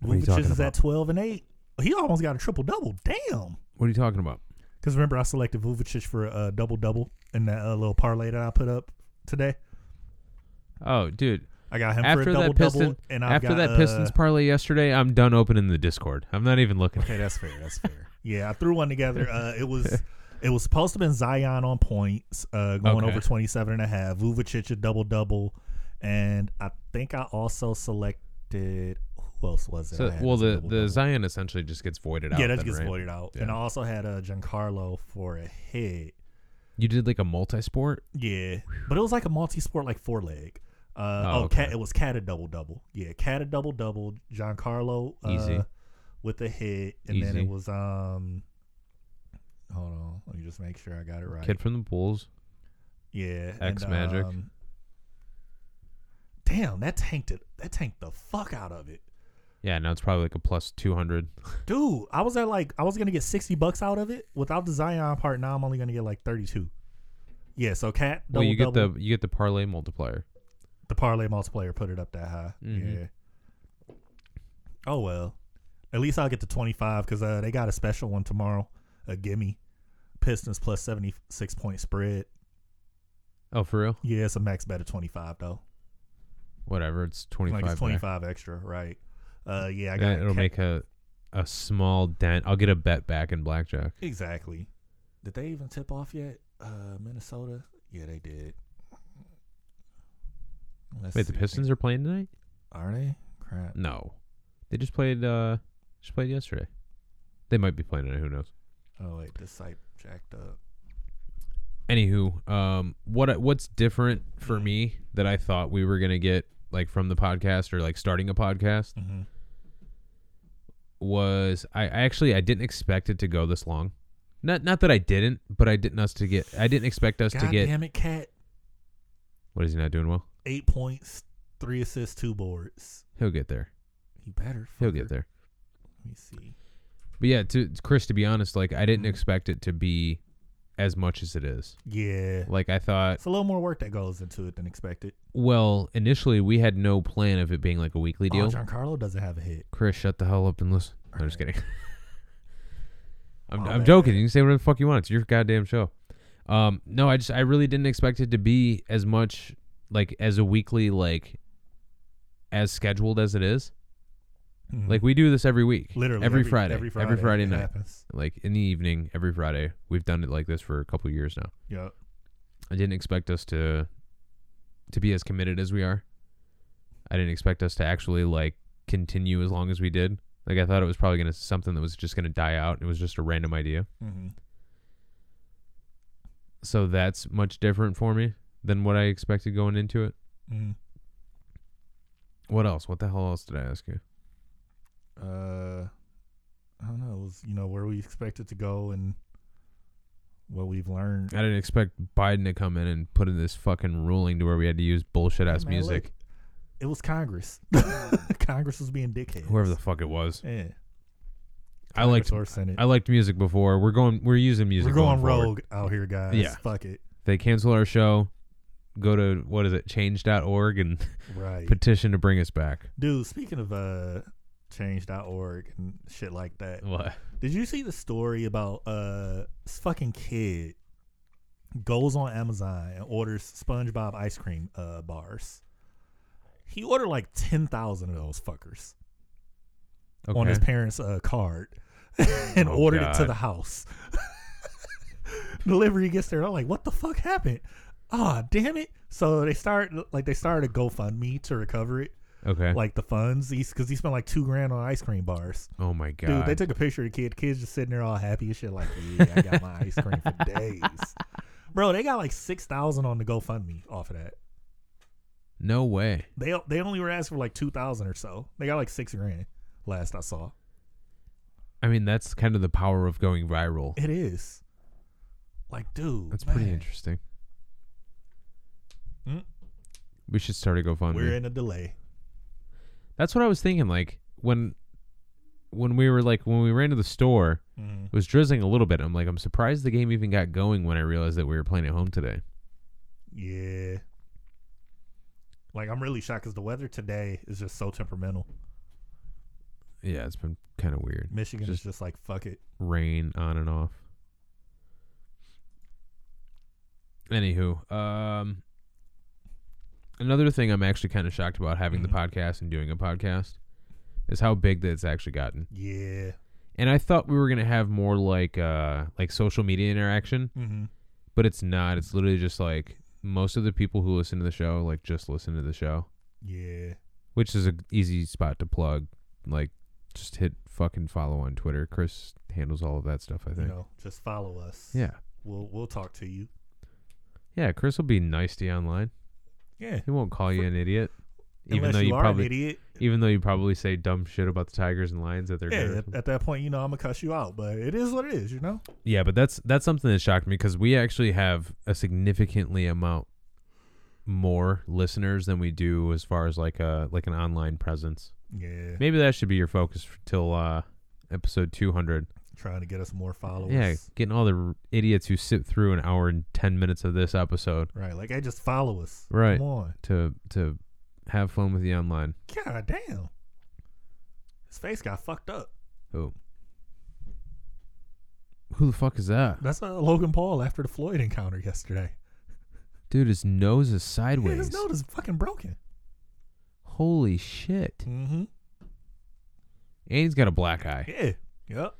Speaker 1: What are you
Speaker 2: Vujicic
Speaker 1: talking
Speaker 2: is at 12 and 8. He almost got a triple double. Damn.
Speaker 1: What are you talking about?
Speaker 2: Because remember, I selected Vucevic for a double double in that uh, little parlay that I put up today.
Speaker 1: Oh, dude.
Speaker 2: I got him for
Speaker 1: after
Speaker 2: a double
Speaker 1: that piston
Speaker 2: double, and I've
Speaker 1: after
Speaker 2: got,
Speaker 1: that
Speaker 2: uh,
Speaker 1: Pistons parlay yesterday, I'm done opening the Discord. I'm not even looking.
Speaker 2: Okay, that's fair. That's fair. yeah, I threw one together. Uh, it was it was supposed to have been Zion on points, uh, going
Speaker 1: Okay.
Speaker 2: over 27 and a half. Vuvicic a double double, and I think I also selected who else was it? I
Speaker 1: So,
Speaker 2: had
Speaker 1: well,
Speaker 2: as a
Speaker 1: the,
Speaker 2: double-double.
Speaker 1: the Zion essentially just gets voided out.
Speaker 2: yeah, that
Speaker 1: then,
Speaker 2: gets
Speaker 1: right?
Speaker 2: voided out. And
Speaker 1: Yeah.
Speaker 2: I also had uh, Giancarlo for a hit.
Speaker 1: You did like a multi-sport.
Speaker 2: Yeah, but it was like a multi-sport, like four leg. Uh,
Speaker 1: Oh,
Speaker 2: oh,
Speaker 1: okay.
Speaker 2: Cat, it was Cat a double double. Yeah, Cat a double double. Giancarlo uh,
Speaker 1: Easy.
Speaker 2: with a hit, and then
Speaker 1: Easy.
Speaker 2: it was um. Hold on, let me just make sure I got it right.
Speaker 1: Kid from the Bulls.
Speaker 2: yeah,
Speaker 1: X Magic.
Speaker 2: um, damn, that tanked it. That tanked the fuck out of it,
Speaker 1: Yeah, now it's probably like a plus two hundred.
Speaker 2: dude. I was at like I was gonna get sixty bucks out of it without the Zion part. Now I'm only gonna get like thirty two. Yeah, so Cat double
Speaker 1: Well, you get
Speaker 2: double.
Speaker 1: the you get the parlay multiplier.
Speaker 2: the parlay multiplayer put it up that high.
Speaker 1: Mhm.
Speaker 2: Yeah. Oh well. At least I'll get to twenty five because uh, they got a special one tomorrow. A gimme. Pistons plus seventy six point spread.
Speaker 1: Oh, for real?
Speaker 2: Yeah, it's a max bet of twenty five though.
Speaker 1: Whatever. It's twenty
Speaker 2: Like
Speaker 1: five.
Speaker 2: it's twenty five extra, right? Uh, yeah, I got
Speaker 1: It'll
Speaker 2: Cat-
Speaker 1: make a a small dent. I'll get a bet back in blackjack.
Speaker 2: exactly. Did they even tip off yet? Uh, Minnesota. Yeah, they did. Let's
Speaker 1: Wait, the
Speaker 2: see.
Speaker 1: Pistons are playing tonight?
Speaker 2: are they? Crap.
Speaker 1: No, they just played. uh Just played yesterday. They might be playing tonight. Who knows?
Speaker 2: Oh wait, this site jacked up.
Speaker 1: anywho, um, what what's different for me that I thought we were gonna get like from the podcast or like starting a podcast
Speaker 2: Mm-hmm.
Speaker 1: was I, I actually I didn't expect it to go this long. Not not that I didn't, but I didn't us to get I didn't expect us
Speaker 2: God
Speaker 1: to get
Speaker 2: damn it, Cat.
Speaker 1: what is he not doing well?
Speaker 2: eight points, three assists, two boards.
Speaker 1: He'll get there.
Speaker 2: He better.
Speaker 1: He'll
Speaker 2: fucker.
Speaker 1: get there.
Speaker 2: Let me see.
Speaker 1: But yeah, to Chris, to be honest, like I
Speaker 2: Mm-hmm.
Speaker 1: didn't expect it to be as much as it is.
Speaker 2: Yeah.
Speaker 1: Like I thought,
Speaker 2: It's a little more work that goes into it than expected.
Speaker 1: well, initially we had no plan of it being like a weekly
Speaker 2: Oh,
Speaker 1: deal.
Speaker 2: Giancarlo doesn't have a hit.
Speaker 1: Chris, shut the hell up and listen. I'm just kidding. I'm,
Speaker 2: Oh,
Speaker 1: I'm
Speaker 2: man.
Speaker 1: joking. You can say whatever the fuck you want. It's your goddamn show. Um, no, I just I really didn't expect it to be as much like as a weekly like as scheduled as it is.
Speaker 2: Mhm.
Speaker 1: Like we do this every week,
Speaker 2: literally
Speaker 1: every, Friday,
Speaker 2: Every Friday, it
Speaker 1: night,
Speaker 2: Happens.
Speaker 1: like in the evening, every Friday. We've done it like this for a couple of years now.
Speaker 2: Yeah.
Speaker 1: I didn't expect us to to be as committed as we are. I didn't expect us to actually like continue as long as we did. Like I thought it was probably gonna something that was just gonna die out. It was just a random idea.
Speaker 2: hmm
Speaker 1: So that's much different for me than what I expected going into it.
Speaker 2: mm
Speaker 1: What else? What the hell else did I ask you?
Speaker 2: Uh, I don't know. It was you know where we expected to go and what we've learned.
Speaker 1: I didn't expect Biden to come in and put in this fucking ruling to where we had to use bullshit ass
Speaker 2: Hey, man,
Speaker 1: music.
Speaker 2: look, it was Congress. Congress was being dickheads.
Speaker 1: Whoever the fuck it was.
Speaker 2: yeah.
Speaker 1: I liked
Speaker 2: Congress or Senate.
Speaker 1: I liked music before. We're going we're using music.
Speaker 2: We're going,
Speaker 1: forward.
Speaker 2: rogue out here, guys.
Speaker 1: Yeah.
Speaker 2: Fuck it.
Speaker 1: They cancel our show. Go to what is it? Change.org and
Speaker 2: Right.
Speaker 1: petition to bring us back.
Speaker 2: Dude, speaking of uh change.org and shit like that.
Speaker 1: What?
Speaker 2: Did you see the story about uh this fucking kid goes on Amazon and orders SpongeBob ice cream uh bars? He ordered like ten thousand of those fuckers
Speaker 1: Okay.
Speaker 2: on his parents' uh, card and
Speaker 1: Oh,
Speaker 2: ordered it to
Speaker 1: God.
Speaker 2: the house. Delivery gets there. I'm like, what the fuck happened? Ah, damn it! So they start like they started a GoFundMe to recover it,
Speaker 1: okay.
Speaker 2: like the funds. He's because he spent like two grand on ice cream bars.
Speaker 1: oh my god.
Speaker 2: Dude, they took a picture of the kid. The kid's just sitting there all happy and shit, like, yeah, I got my ice cream for days. Bro, they got like six thousand on the GoFundMe off of that.
Speaker 1: no way.
Speaker 2: They they only were asking for like two thousand or so. They got like six grand last I saw.
Speaker 1: I mean, that's kind of the power of going viral.
Speaker 2: It is. Like, dude,
Speaker 1: That's pretty
Speaker 2: man,
Speaker 1: interesting.
Speaker 2: Hmm?
Speaker 1: We should start a GoFundMe.
Speaker 2: We're in a delay.
Speaker 1: that's what I was thinking. Like when when we were like when we ran to the store,
Speaker 2: Mhm.
Speaker 1: it was drizzling a little bit. I'm like, I'm surprised the game even got going when I realized that we were playing at home today.
Speaker 2: Yeah. Like, I'm really shocked because the weather today is just so temperamental.
Speaker 1: Yeah, it's been kind of weird.
Speaker 2: Michigan
Speaker 1: Just-
Speaker 2: is just like, fuck it.
Speaker 1: rain on and off. Anywho, um, another thing I'm actually kind of shocked about having the podcast and doing a podcast is how big that it's actually gotten.
Speaker 2: Yeah.
Speaker 1: And I thought we were gonna have more like uh like social media interaction,
Speaker 2: hmm
Speaker 1: but it's not. It's literally just like most of the people who listen to the show like just listen to the show,
Speaker 2: Yeah.
Speaker 1: which is an easy spot to plug. Like, just hit fucking follow on Twitter. Chris handles all of that stuff. I
Speaker 2: You
Speaker 1: think.
Speaker 2: know, just follow us.
Speaker 1: Yeah.
Speaker 2: We'll, we'll talk to you.
Speaker 1: Yeah, Chris will be nice to you online.
Speaker 2: Yeah.
Speaker 1: He won't call you an idiot, even
Speaker 2: Unless
Speaker 1: though you,
Speaker 2: are
Speaker 1: probably
Speaker 2: an idiot.
Speaker 1: even though you probably say dumb shit about the Tigers and Lions that they're good. or
Speaker 2: Yeah, at,
Speaker 1: something.
Speaker 2: at that point, you know, I'm going to cuss you out, but it is what it is, you know?
Speaker 1: yeah, but that's that's something that shocked me because we actually have a significantly amount more listeners than we do as far as like a like an online presence.
Speaker 2: Yeah.
Speaker 1: Maybe that should be your focus f- till uh, episode two hundred.
Speaker 2: Trying to get us more followers.
Speaker 1: Yeah, getting all the r- idiots who sit through an hour and ten minutes of this episode,
Speaker 2: Right. Like, hey, just follow us.
Speaker 1: right?
Speaker 2: Come on.
Speaker 1: To to have fun with you online.
Speaker 2: God damn. His face got fucked up.
Speaker 1: Who? Who the fuck is that?
Speaker 2: That's uh, Logan Paul after the Floyd encounter yesterday.
Speaker 1: Dude, his nose is
Speaker 2: Yeah,
Speaker 1: sideways.
Speaker 2: his nose is fucking broken.
Speaker 1: Holy shit.
Speaker 2: Mm-hmm.
Speaker 1: And he's got a black eye.
Speaker 2: Yeah. Yep.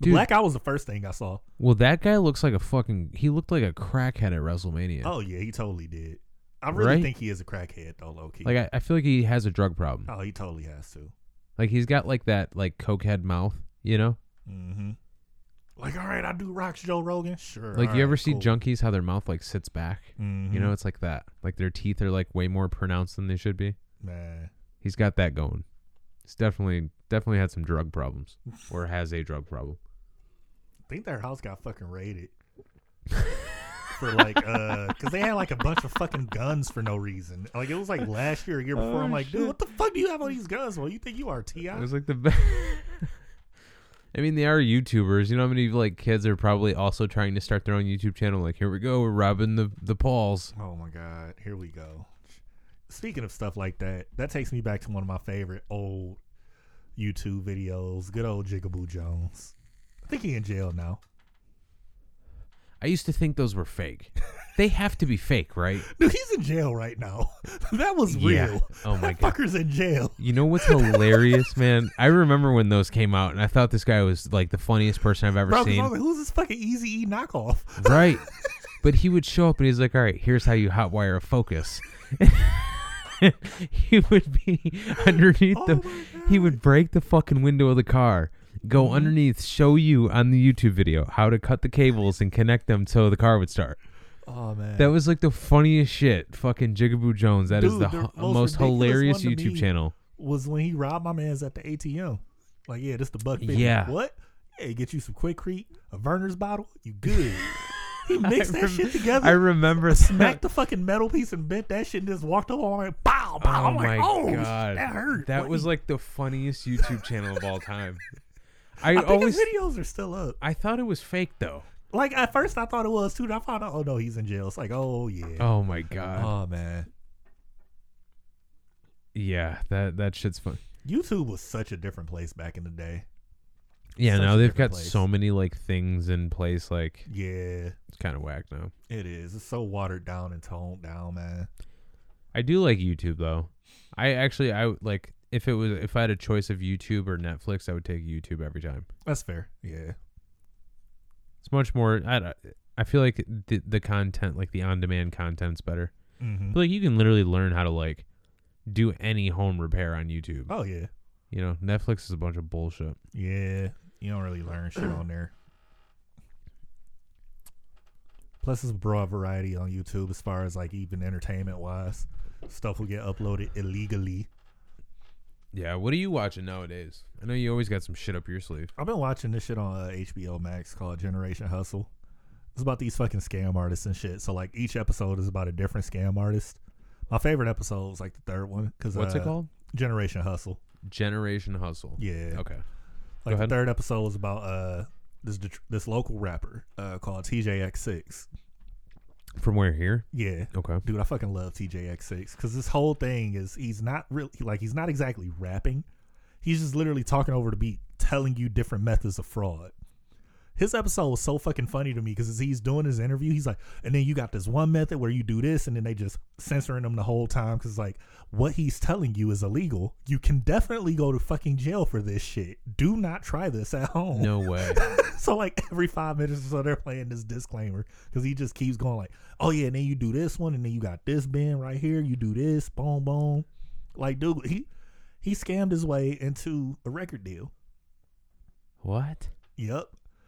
Speaker 2: The
Speaker 1: Dude.
Speaker 2: black eye was the first thing I saw.
Speaker 1: Well, that guy looks like a fucking. He looked like a crackhead at WrestleMania.
Speaker 2: Oh yeah, he totally did. I really
Speaker 1: Right?
Speaker 2: think he is a crackhead though, low key.
Speaker 1: Like, I, I feel like he has a drug problem.
Speaker 2: oh, he totally has to.
Speaker 1: Like, he's got, like, that, like, cokehead mouth, you know?
Speaker 2: Mm-hmm. Like, all right, I do rocks Joe Rogan. Sure.
Speaker 1: Like,
Speaker 2: all
Speaker 1: you ever
Speaker 2: right,
Speaker 1: see
Speaker 2: cool.
Speaker 1: junkies, how their mouth, like, sits back?
Speaker 2: Mhm.
Speaker 1: You know, it's like that. Like, their teeth are, like, way more pronounced than they should be.
Speaker 2: Man.
Speaker 1: He's got that going. He's definitely, definitely had some drug problems or has a drug problem.
Speaker 2: I think their house got fucking raided. for like uh because they had like a bunch of fucking guns for no reason like it was like last year or year
Speaker 1: Oh,
Speaker 2: before i'm like dude what the fuck do you have all these guns well you think you are ti
Speaker 1: It was like the best. I mean, they are YouTubers. You know how many like kids are probably also trying to start their own YouTube channel? Like, here we go, we're robbing the the Pauls.
Speaker 2: Oh my god, here we go. Speaking of stuff like that, that takes me back to one of my favorite old YouTube videos. Good old Jigaboo Jones. I think he in jail now.
Speaker 1: I used to think those were fake. they have to be fake, right?
Speaker 2: Dude, he's in jail right now. that was
Speaker 1: Yeah.
Speaker 2: real.
Speaker 1: Oh my
Speaker 2: that
Speaker 1: God.
Speaker 2: fucker's in jail.
Speaker 1: You know what's hilarious, man? I remember when those came out, and I thought this guy was like the funniest person I've ever
Speaker 2: Bro, 'cause I was
Speaker 1: seen.
Speaker 2: like, who's this fucking Easy E knockoff?
Speaker 1: right. But he would show up and he's like, all right, here's how you hotwire a focus. he would be underneath
Speaker 2: Oh
Speaker 1: the.
Speaker 2: my Mm-hmm.
Speaker 1: He would break the fucking window of the car, go underneath, show you on the YouTube video how to cut the cables and connect them so the car would start.
Speaker 2: Oh man,
Speaker 1: That was like the funniest shit. Fucking Jigaboo Jones. That is
Speaker 2: Dude,
Speaker 1: the,
Speaker 2: the
Speaker 1: hu-
Speaker 2: most
Speaker 1: most
Speaker 2: ridiculous
Speaker 1: hilarious
Speaker 2: one to
Speaker 1: YouTube
Speaker 2: me.
Speaker 1: channel.
Speaker 2: was when he robbed my man's at the ATM. Like, yeah, this the buck. 50.
Speaker 1: Yeah.
Speaker 2: What? Hey, get you some Quikrete, a Verner's bottle. You good? he mixed that shit together.
Speaker 1: I remember that.
Speaker 2: smacked the fucking metal piece and bent that shit and just walked over and went, pow, pow.
Speaker 1: Oh
Speaker 2: I'm
Speaker 1: my
Speaker 2: like, oh, shit,
Speaker 1: god,
Speaker 2: that hurt.
Speaker 1: That
Speaker 2: What
Speaker 1: was
Speaker 2: he-
Speaker 1: like the funniest YouTube channel of all time. I,
Speaker 2: I think
Speaker 1: always,
Speaker 2: his videos are still up.
Speaker 1: I thought it was fake though.
Speaker 2: Like at first, I thought it was too. Then I found out, oh no, he's in jail. It's like, oh yeah.
Speaker 1: Oh my god.
Speaker 2: man,
Speaker 1: yeah, that that shit's fun.
Speaker 2: YouTube was such a different place back in the day.
Speaker 1: Yeah,
Speaker 2: Such
Speaker 1: now
Speaker 2: a
Speaker 1: they've got
Speaker 2: different place.
Speaker 1: so many like things in place. Like
Speaker 2: Yeah,
Speaker 1: it's kind of whack now.
Speaker 2: it is. It's so watered down and toned down, man.
Speaker 1: I do like YouTube though. I actually, I would, like if it was if I had a choice of YouTube or Netflix, I would take YouTube every time.
Speaker 2: That's fair. Yeah.
Speaker 1: It's much more. I don't- I feel like the the content, like the on demand content's better.
Speaker 2: Mm-hmm.
Speaker 1: But like you can literally learn how to like do any home repair on YouTube.
Speaker 2: Oh yeah,
Speaker 1: You know, Netflix is a bunch of bullshit.
Speaker 2: yeah. You don't really learn shit on there. Plus, there's a broad variety on YouTube as far as like even entertainment wise, stuff will get uploaded illegally.
Speaker 1: Yeah, what are you watching nowadays? I know you always got some shit up your sleeve.
Speaker 2: I've been watching this shit on uh, HBO Max called Generation Hustle. It's about these fucking scam artists and shit. So like each episode is about a different scam artist. My favorite episode is like the third one because
Speaker 1: What's
Speaker 2: uh,
Speaker 1: it called?
Speaker 2: Generation Hustle.
Speaker 1: Generation Hustle.
Speaker 2: Yeah.
Speaker 1: Okay.
Speaker 2: Like the
Speaker 1: ahead.
Speaker 2: third episode was about uh this Det- this local rapper uh called TJX6.
Speaker 1: From where here?
Speaker 2: Yeah.
Speaker 1: Okay.
Speaker 2: Dude, I fucking love TJX6 because this whole thing is he's not really like he's not exactly rapping. He's just literally talking over the beat, telling you different methods of fraud. His episode was so fucking funny to me because as he's doing his interview, he's like, and then you got this one method where you do this, and then they just censoring him the whole time because like what he's telling you is illegal. You can definitely go to fucking jail for this shit. Do not try this at home
Speaker 1: No way.
Speaker 2: so like every five minutes or so they're playing this disclaimer because he just keeps going like oh yeah and then you do this one and then you got this band right here you do this boom boom like dude he he scammed his way into a record deal
Speaker 1: what?
Speaker 2: yep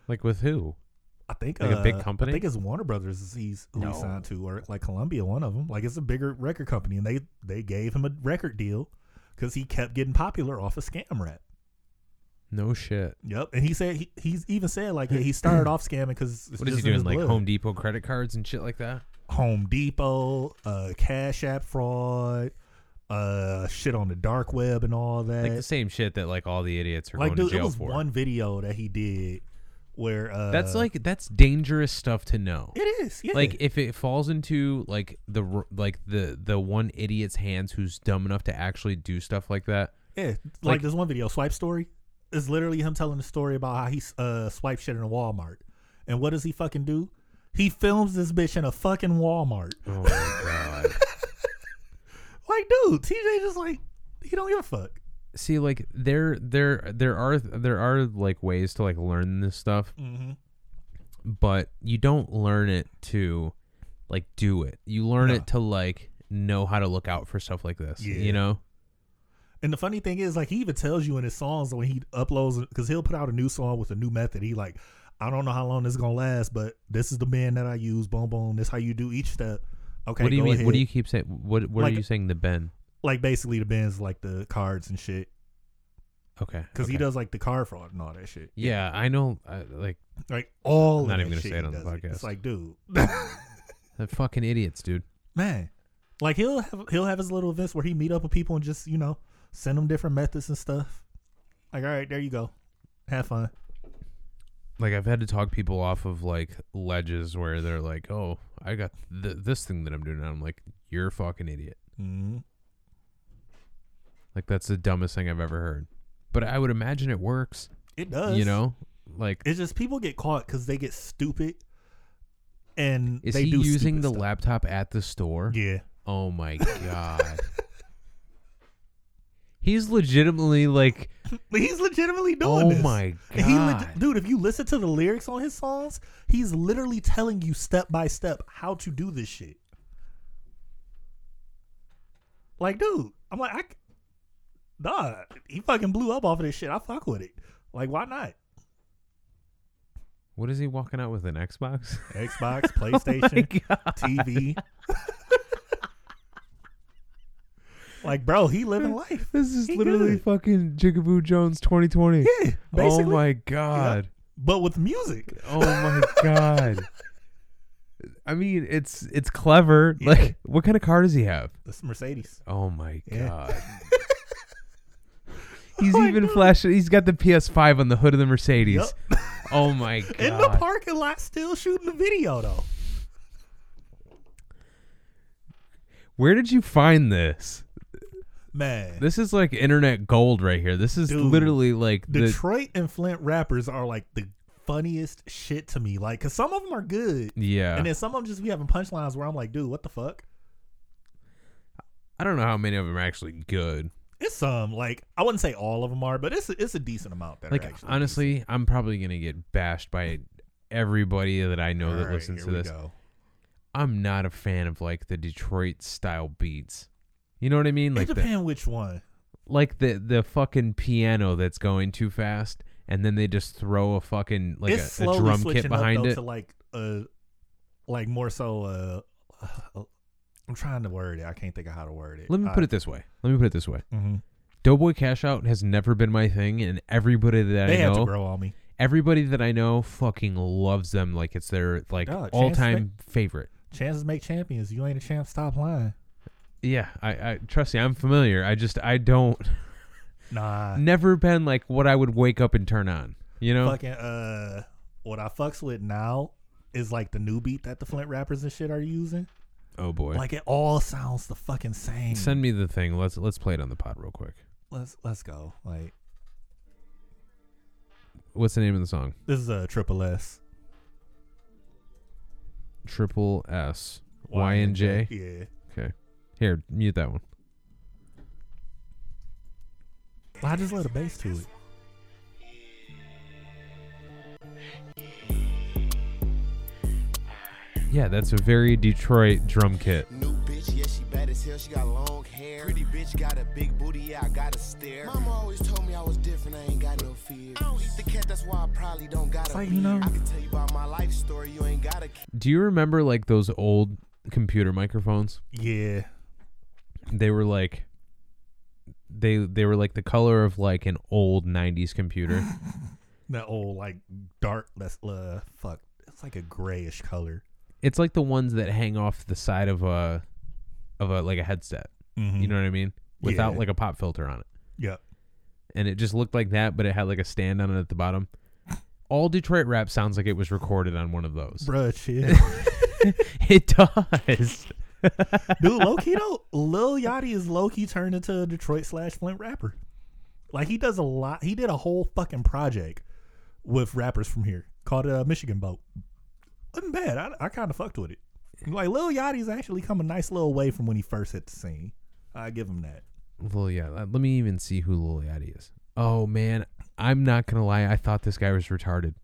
Speaker 1: Like with who?
Speaker 2: i think
Speaker 1: Like a
Speaker 2: uh,
Speaker 1: big company?
Speaker 2: i think it's warner brothers is he's who
Speaker 1: No.
Speaker 2: he signed to or like columbia one of them like it's a bigger record company and they they gave him a record deal because he kept getting popular off of scam rap
Speaker 1: No shit.
Speaker 2: Yep, and he said he, he's even said like yeah, he started off scamming because
Speaker 1: What is he doing? Like Home Depot credit cards and shit like that?
Speaker 2: Home Depot, uh, Cash App fraud, uh, shit on the dark web and all that.
Speaker 1: Like the same shit that like all the idiots are
Speaker 2: Uh, Like,
Speaker 1: going
Speaker 2: dude,
Speaker 1: to
Speaker 2: it
Speaker 1: jail
Speaker 2: was
Speaker 1: for.
Speaker 2: one video that he did where uh,
Speaker 1: that's like that's dangerous stuff to know.
Speaker 2: it is, yeah,
Speaker 1: like if it falls into like the r- like the the one idiot's hands who's dumb enough to actually do stuff like that
Speaker 2: yeah, like,
Speaker 1: like-
Speaker 2: this one video, swipe story, is literally him telling the story about how he uh swiped shit in a Walmart, and what does he fucking do? He films this bitch in a fucking Walmart.
Speaker 1: oh my god
Speaker 2: Like, dude, TJ just like he don't give a fuck.
Speaker 1: see like there there there are there are like ways to like learn this stuff
Speaker 2: Mm-hmm.
Speaker 1: but you don't learn it to like do it you learn
Speaker 2: No.
Speaker 1: it to like know how to look out for stuff like this
Speaker 2: Yeah.
Speaker 1: you know
Speaker 2: And the funny thing is, like, he even tells you in his songs when he uploads, because he'll put out a new song with a new method. He like, I don't know how long this is gonna last, but this is the band that I use. Boom, boom. This how you do each step. Okay.
Speaker 1: what do you
Speaker 2: go
Speaker 1: mean what
Speaker 2: ahead.
Speaker 1: do you keep saying what what
Speaker 2: Like-
Speaker 1: are you saying the ben
Speaker 2: like? Basically, the band's like the cards and shit,
Speaker 1: okay
Speaker 2: because he
Speaker 1: okay.
Speaker 2: does like the card fraud and all that shit.
Speaker 1: yeah i know I, like
Speaker 2: Like all.
Speaker 1: I'm
Speaker 2: of
Speaker 1: not even
Speaker 2: that
Speaker 1: gonna
Speaker 2: shit
Speaker 1: say it
Speaker 2: he
Speaker 1: on the
Speaker 2: does
Speaker 1: podcast.
Speaker 2: It's like, dude,
Speaker 1: they're fucking idiots dude
Speaker 2: man, like he'll have he'll have his little events where he meet up with people and just you know send them different methods and stuff. Like, all right, there you go. Have fun.
Speaker 1: like I've had to talk people off of like ledges where they're like, "Oh, I got th- this thing that I'm doing," and I'm like, "You're a fucking idiot."
Speaker 2: Mm-hmm.
Speaker 1: Like that's the dumbest thing I've ever heard. But I would imagine it works.
Speaker 2: It does.
Speaker 1: you know, like
Speaker 2: it's just people get caught because they get stupid, and
Speaker 1: is
Speaker 2: they
Speaker 1: he
Speaker 2: do
Speaker 1: using
Speaker 2: stupid
Speaker 1: the
Speaker 2: stuff.
Speaker 1: laptop at the store?
Speaker 2: Yeah,
Speaker 1: Oh my god. He's legitimately like,
Speaker 2: but he's legitimately doing
Speaker 1: oh
Speaker 2: this.
Speaker 1: my god.
Speaker 2: And He leg- dude, if you listen to the lyrics on his songs, he's literally telling you step by step how to do this shit. Like, dude, I'm like, I, c- nah, he fucking blew up off of this shit. I fuck with it. Like, why not?
Speaker 1: what is he walking out with an Xbox? Oh
Speaker 2: Xbox, PlayStation, TV. like, bro, he living life.
Speaker 1: This is
Speaker 2: He
Speaker 1: literally
Speaker 2: good.
Speaker 1: fucking Jigaboo Jones 2020.
Speaker 2: Yeah,
Speaker 1: oh
Speaker 2: basically.
Speaker 1: my god.
Speaker 2: But with music.
Speaker 1: Oh my god. I mean, it's it's clever.
Speaker 2: Yeah.
Speaker 1: Like, what kind of car does he have?
Speaker 2: It's Mercedes.
Speaker 1: Oh my
Speaker 2: Yeah.
Speaker 1: god. He's
Speaker 2: Oh my
Speaker 1: even
Speaker 2: God.
Speaker 1: flashing. He's got the PS5 on the hood of the Mercedes.
Speaker 2: Yup.
Speaker 1: Oh my god.
Speaker 2: In the parking lot, still shooting the video, though.
Speaker 1: Where did you find this?
Speaker 2: Man.
Speaker 1: This is like internet gold right here. This is
Speaker 2: Dude,
Speaker 1: literally like the
Speaker 2: Detroit and Flint rappers are like the funniest shit to me. Like, cause some of them are good,
Speaker 1: yeah.
Speaker 2: and then some of them just be having punchlines where I'm like, dude, what the fuck?
Speaker 1: I don't know how many of them are actually good.
Speaker 2: It's some like I wouldn't say all of them are, but it's a, it's a decent amount that are
Speaker 1: Like
Speaker 2: actually
Speaker 1: honestly, I'm probably gonna get bashed by everybody that I know
Speaker 2: decent.
Speaker 1: that
Speaker 2: All right,
Speaker 1: listens
Speaker 2: here
Speaker 1: to
Speaker 2: we
Speaker 1: this.
Speaker 2: go.
Speaker 1: I'm not a fan of like the Detroit style beats. You know what I mean? Like
Speaker 2: it
Speaker 1: the
Speaker 2: depends which one.
Speaker 1: like the the fucking piano that's going too fast, and then they just throw a fucking like
Speaker 2: it's
Speaker 1: a, a
Speaker 2: slowly
Speaker 1: drum
Speaker 2: switching
Speaker 1: kit
Speaker 2: up,
Speaker 1: behind
Speaker 2: though,
Speaker 1: it.
Speaker 2: to like uh, like more so uh, I'm trying to word it. I can't think of how to word it.
Speaker 1: Let me put it this way. Let me put it this way.
Speaker 2: hmm
Speaker 1: Doughboy Cash Out has never been my thing, and everybody that
Speaker 2: They
Speaker 1: I
Speaker 2: have to
Speaker 1: know,
Speaker 2: grow on me.
Speaker 1: everybody that I know, fucking loves them like it's their like
Speaker 2: Yeah, Chance
Speaker 1: all time favorite.
Speaker 2: Chances make champions. You ain't a champ. Stop lying.
Speaker 1: Yeah, I, I trust me. I'm familiar. I just I don't
Speaker 2: Nah.
Speaker 1: never been like what I would wake up and turn on. You know,
Speaker 2: fucking uh what I fucks with now is like the new beat that the Flint rappers and shit are using.
Speaker 1: oh boy.
Speaker 2: Like it all sounds the fucking same.
Speaker 1: Send me the thing. Let's let's play it on the pod real quick.
Speaker 2: let's let's go. Like
Speaker 1: What's the name of the song?
Speaker 2: this is a triple S.
Speaker 1: Triple S Y and J.
Speaker 2: Yeah.
Speaker 1: Okay, here mute that one.
Speaker 2: Well, I just let a bass to it.
Speaker 1: Yeah, that's a very Detroit drum kit.
Speaker 4: New bitch, yeah, she bad as hell. She got long hair. Pretty bitch got a big booty, yeah, I gotta stare. Mama always told me I was different, I ain't got no fear. I don't eat the cat, that's why I probably don't got a
Speaker 2: like,
Speaker 4: like,
Speaker 2: you know-
Speaker 4: I can tell you about my life story, you ain't got a kid.
Speaker 1: Do you remember like those old computer microphones?
Speaker 2: Yeah.
Speaker 1: They were like they they were like the color of like an old 90s computer.
Speaker 2: That old like dark that's uh fuck. It's like a grayish color.
Speaker 1: it's like the ones that hang off the side of a of a like a headset.
Speaker 2: Mm-hmm.
Speaker 1: You know what I mean? Without
Speaker 2: Yeah.
Speaker 1: like a pop filter on it.
Speaker 2: Yep.
Speaker 1: And it just looked like that, but it had like a stand on it at the bottom. All Detroit rap sounds like it was recorded on one of those.
Speaker 2: Bruh shit.
Speaker 1: It does.
Speaker 2: Dude, low key though, Lil Yachty is low key turned into a Detroit slash Flint rapper. Like he does a lot. He did a whole fucking project with rappers from here called uh, Michigan Boat. Wasn't bad. I, I kind of fucked with it. Like Lil Yachty's actually come a nice little way from when he first hit the scene. I give him that.
Speaker 1: Lil Yachty. Let let me even see who Lil Yachty is. Oh man, I'm not gonna lie. I thought this guy was retarded.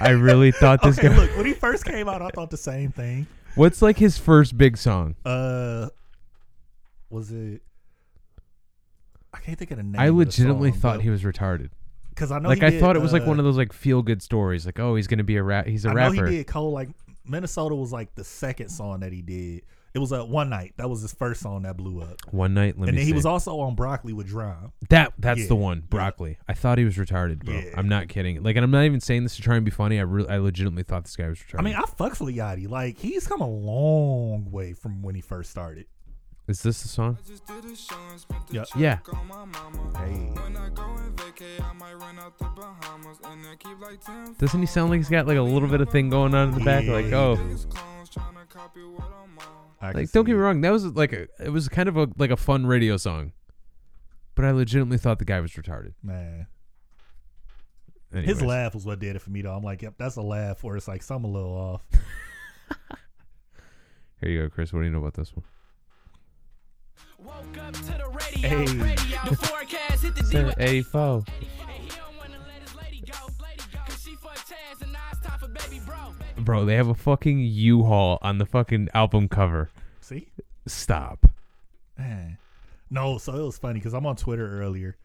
Speaker 1: I really thought this
Speaker 2: Okay,
Speaker 1: guy.
Speaker 2: look when he first came out, I thought the same thing.
Speaker 1: What's like his first big song?
Speaker 2: Uh, was it? I can't think of the name.
Speaker 1: I legitimately thought he was retarded.
Speaker 2: because I know
Speaker 1: Like
Speaker 2: he
Speaker 1: I
Speaker 2: did,
Speaker 1: thought it was like
Speaker 2: uh,
Speaker 1: one of those like feel good stories. Like oh, he's gonna be a rat. He's a
Speaker 2: I
Speaker 1: rapper.
Speaker 2: know he did Cole like Minnesota was like the second song that he did. It was uh, one night. That was his first song that blew up.
Speaker 1: One night, let
Speaker 2: and
Speaker 1: me
Speaker 2: then
Speaker 1: see.
Speaker 2: he was also on Broccoli with Drown.
Speaker 1: that that's
Speaker 2: Yeah,
Speaker 1: the one, broccoli. I thought he was retarded, bro.
Speaker 2: Yeah.
Speaker 1: I'm not kidding. Like, and I'm not even saying this to try and be funny. I really, I legitimately thought this guy was retarded.
Speaker 2: I mean, I fucks with Yachty. Like he's come a long way from when he first started.
Speaker 1: Is this the song?
Speaker 2: Yep.
Speaker 1: Yeah.
Speaker 2: Hey.
Speaker 1: Doesn't he sound like he's got like a little bit of thing going on in the back? Like,
Speaker 2: Yeah.
Speaker 1: oh,
Speaker 2: I can
Speaker 1: like don't
Speaker 2: see
Speaker 1: get me
Speaker 2: it.
Speaker 1: wrong, that was like a, it was kind of a like a fun radio song, but I legitimately thought the guy was retarded.
Speaker 2: Man.
Speaker 1: Anyways.
Speaker 2: His laugh was what did it for me though. I'm like, yep, that's a laugh where it's like something a little off.
Speaker 1: Here you go, Chris. What do you know about this one?
Speaker 5: Woke up to the radio,
Speaker 2: Hey.
Speaker 5: radio. The forecast hit the D with
Speaker 1: A foe.
Speaker 5: And he don't wanna let his lady go. Lady go. Cause she for Taz and I stop for baby bro.
Speaker 1: Bro, they have a fucking U-Haul on the fucking album cover.
Speaker 2: See?
Speaker 1: Stop.
Speaker 2: Man. No, so it was funny because I'm on Twitter earlier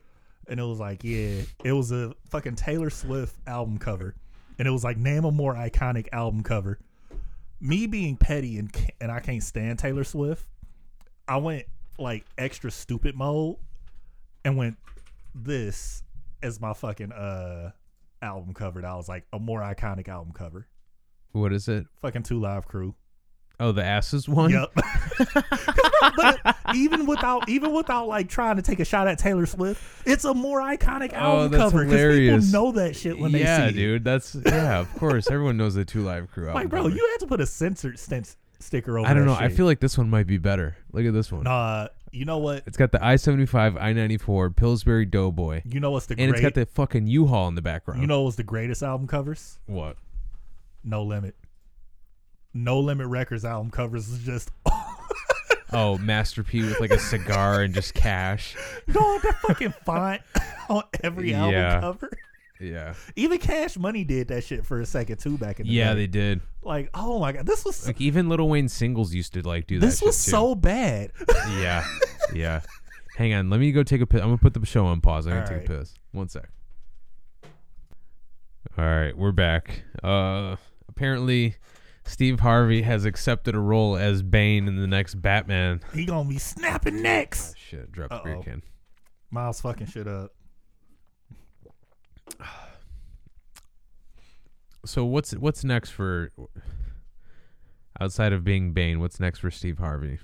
Speaker 2: and it was like, yeah, it was a fucking Taylor Swift album cover. And it was like, name a more iconic album cover. Me being petty and, ca- and I can't stand Taylor Swift, I went like extra stupid mode and went this as my fucking uh album cover. That was like a more iconic album cover.
Speaker 1: What is it?
Speaker 2: Fucking Two Live Crew.
Speaker 1: Oh, the asses one.
Speaker 2: Yep. 'Cause, bro, but even without even without like trying to take a shot at Taylor Swift, it's a more iconic album
Speaker 1: Oh, that's
Speaker 2: cover
Speaker 1: hilarious.
Speaker 2: people know that shit when
Speaker 1: yeah,
Speaker 2: they see it.
Speaker 1: dude. That's yeah. Of course, everyone knows the Two Live Crew album.
Speaker 2: Like, bro,
Speaker 1: cover.
Speaker 2: you had to put a censored st- sticker over.
Speaker 1: I don't
Speaker 2: that
Speaker 1: know. I
Speaker 2: shit.
Speaker 1: feel like this one might be better. Look at this one.
Speaker 2: Nah, you know what?
Speaker 1: It's got the I seventy five, I ninety four, Pillsbury Doughboy,
Speaker 2: You know what's the
Speaker 1: and it's
Speaker 2: great?
Speaker 1: got the fucking U haul in the background.
Speaker 2: you know what's the greatest album covers?
Speaker 1: what?
Speaker 2: No Limit. No Limit Records album covers is just
Speaker 1: Oh, Master P with like a cigar and just cash.
Speaker 2: no that fucking font on every album
Speaker 1: Yeah.
Speaker 2: cover.
Speaker 1: Yeah.
Speaker 2: Even Cash Money did that shit for a second too back in the
Speaker 1: Yeah,
Speaker 2: day.
Speaker 1: they did.
Speaker 2: like oh my god, this was
Speaker 1: Like even Little Wayne singles used to like do that.
Speaker 2: This
Speaker 1: shit,
Speaker 2: was
Speaker 1: too.
Speaker 2: so bad.
Speaker 1: Yeah. Yeah. Hang on. Let me go take a piss. I'm going to put the show on pause. I'm going to take a
Speaker 2: Alright.
Speaker 1: piss. One sec. All right. We're back. Uh, apparently, Steve Harvey has accepted a role as Bane in the next Batman.
Speaker 2: he gonna be snapping next.
Speaker 1: Shit. Drop the beer
Speaker 2: Uh-oh.
Speaker 1: can.
Speaker 2: Miles fucking shit up.
Speaker 1: So, what's what's next for. Outside of being Bane, what's next for Steve Harvey?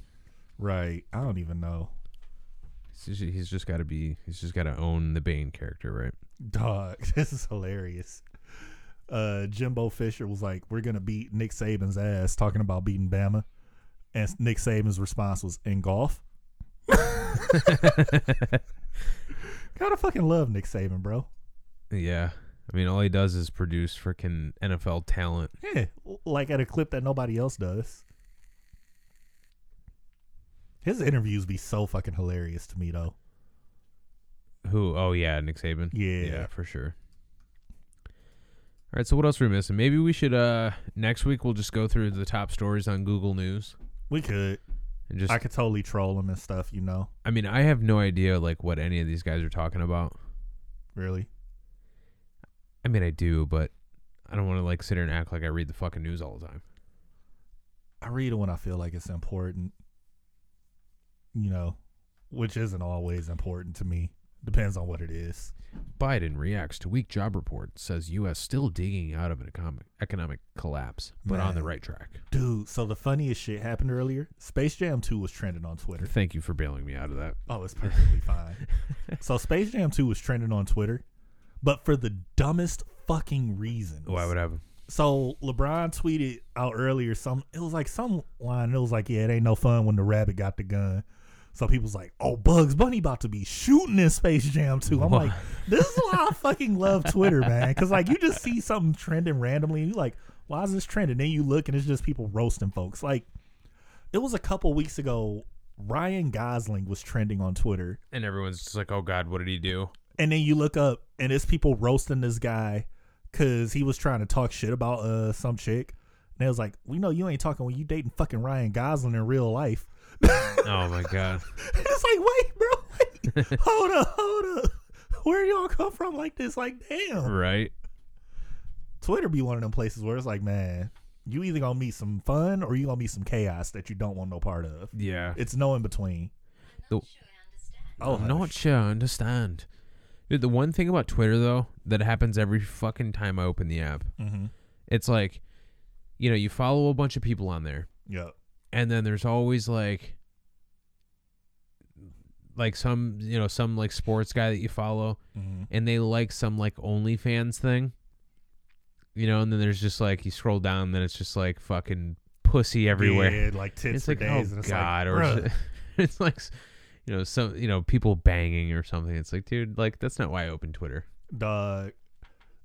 Speaker 2: Right. I don't even know.
Speaker 1: He's just- He's just got to be. He's just got to own the Bane character, right?
Speaker 2: Dog, this is hilarious. Uh Jimbo Fisher was like, We're gonna beat Nick Saban's ass talking about beating Bama. And Nick Saban's response was in golf. Gotta fucking love Nick Saban, bro.
Speaker 1: Yeah. I mean, all he does is produce freaking NFL talent.
Speaker 2: Yeah. Like at a clip that nobody else does. His interviews be so fucking hilarious to me though.
Speaker 1: Who? Oh yeah, Nick Saban.
Speaker 2: Yeah.
Speaker 1: yeah, for sure. All right, so what else are we missing? Maybe we should uh next week we'll just go through the top stories on Google News
Speaker 2: We could.
Speaker 1: and just.
Speaker 2: I
Speaker 1: I,
Speaker 2: could totally troll him and stuff, you know.
Speaker 1: mean, I have no idea like what any of these guys are talking about.
Speaker 2: Really?
Speaker 1: I mean, I do, but I don't want to like sit here and act like I read the fucking news all the time.
Speaker 2: I read it when I feel like it's important, you know, which isn't always important to me. Depends on what it is.
Speaker 1: Biden reacts to weak job report says U.S. still digging out of an economic economic collapse, but on the
Speaker 2: Man.
Speaker 1: right track.
Speaker 2: Dude, so the funniest shit happened earlier. Space Jam 2 was trending on Twitter.
Speaker 1: Thank you for bailing me out of that.
Speaker 2: Oh, it's perfectly fine. So Space Jam 2 was trending on Twitter, but for the dumbest fucking reasons.
Speaker 1: Why would I?
Speaker 2: so LeBron tweeted out earlier some it was like some line it was like yeah it ain't no fun when the rabbit got the gun so people's like oh Bugs Bunny about to be shooting in Space Jam too I'm like this is why I fucking love Twitter man because like you just see something trending randomly and you like why is this trending then you look and it's just people roasting folks like it was a couple weeks ago Ryan Gosling was trending on Twitter
Speaker 1: And everyone's just like, "Oh God, what did he do?"
Speaker 2: and then you look up and it's people roasting this guy because he was trying to talk shit about uh some chick and it was like we know you ain't talking when you dating fucking ryan gosling in real life
Speaker 1: Oh my God.
Speaker 2: it's like wait bro wait. hold up hold up where y'all come from like this like damn
Speaker 1: Right.
Speaker 2: twitter be one of them places where it's like man you either gonna meet some fun or you gonna meet some chaos that you don't want no part of
Speaker 1: Yeah.
Speaker 2: it's no in between
Speaker 1: The-
Speaker 2: oh
Speaker 1: I'm not sure I understand. Dude, the one thing about Twitter though that happens every fucking time I open the app,
Speaker 2: mm-hmm.
Speaker 1: it's like, you know, you follow a bunch of people on there,
Speaker 2: yeah
Speaker 1: and then there's always like like some you know some like sports guy that you follow,
Speaker 2: Mhm.
Speaker 1: and they like some like OnlyFans thing. You know, and then there's just like you scroll down, and then it's just like fucking pussy everywhere.
Speaker 2: Yeah, like tits
Speaker 1: it's
Speaker 2: for
Speaker 1: like
Speaker 2: days.
Speaker 1: oh
Speaker 2: and it's
Speaker 1: god,
Speaker 2: like,
Speaker 1: or
Speaker 2: bruh,
Speaker 1: it's, it's like s- you know some you know people banging or something. It's like dude, like that's not why I open Twitter.
Speaker 2: dog.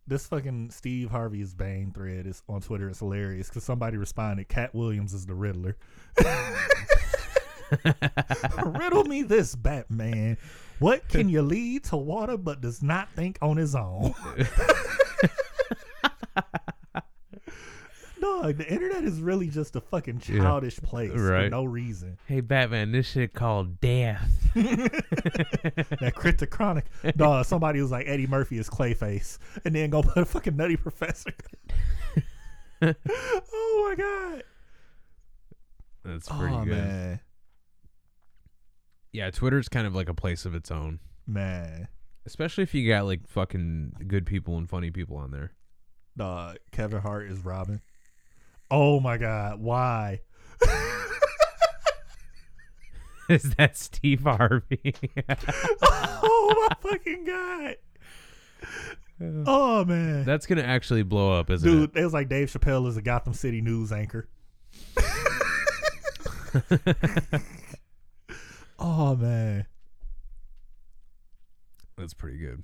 Speaker 2: This fucking Steve Harvey's Bane thread is on Twitter. It's hilarious because somebody responded, "Cat Williams is the Riddler." Riddle me this, Batman. What can you lead to water but does not think on his own? Dog, the internet is really just a fucking childish place for
Speaker 1: Right.
Speaker 2: no reason.
Speaker 1: Hey Batman, this shit called death.
Speaker 2: That cryptic chronic, dog. Somebody was like Eddie Murphy is Clayface, and then go put a fucking Nutty Professor. oh my god!
Speaker 1: That's pretty
Speaker 2: Oh
Speaker 1: good.
Speaker 2: man,
Speaker 1: Yeah, Twitter's kind of like a place of its own,
Speaker 2: man,
Speaker 1: especially if you got like fucking good people and funny people on there.
Speaker 2: dog. Kevin Hart is Robin. Oh my god, why?
Speaker 1: Is that Steve Harvey?
Speaker 2: oh my fucking god. Oh man.
Speaker 1: That's gonna actually blow up, isn't
Speaker 2: Dude, it was like Dave Chappelle is a Gotham City news anchor. oh man.
Speaker 1: it? That's pretty good.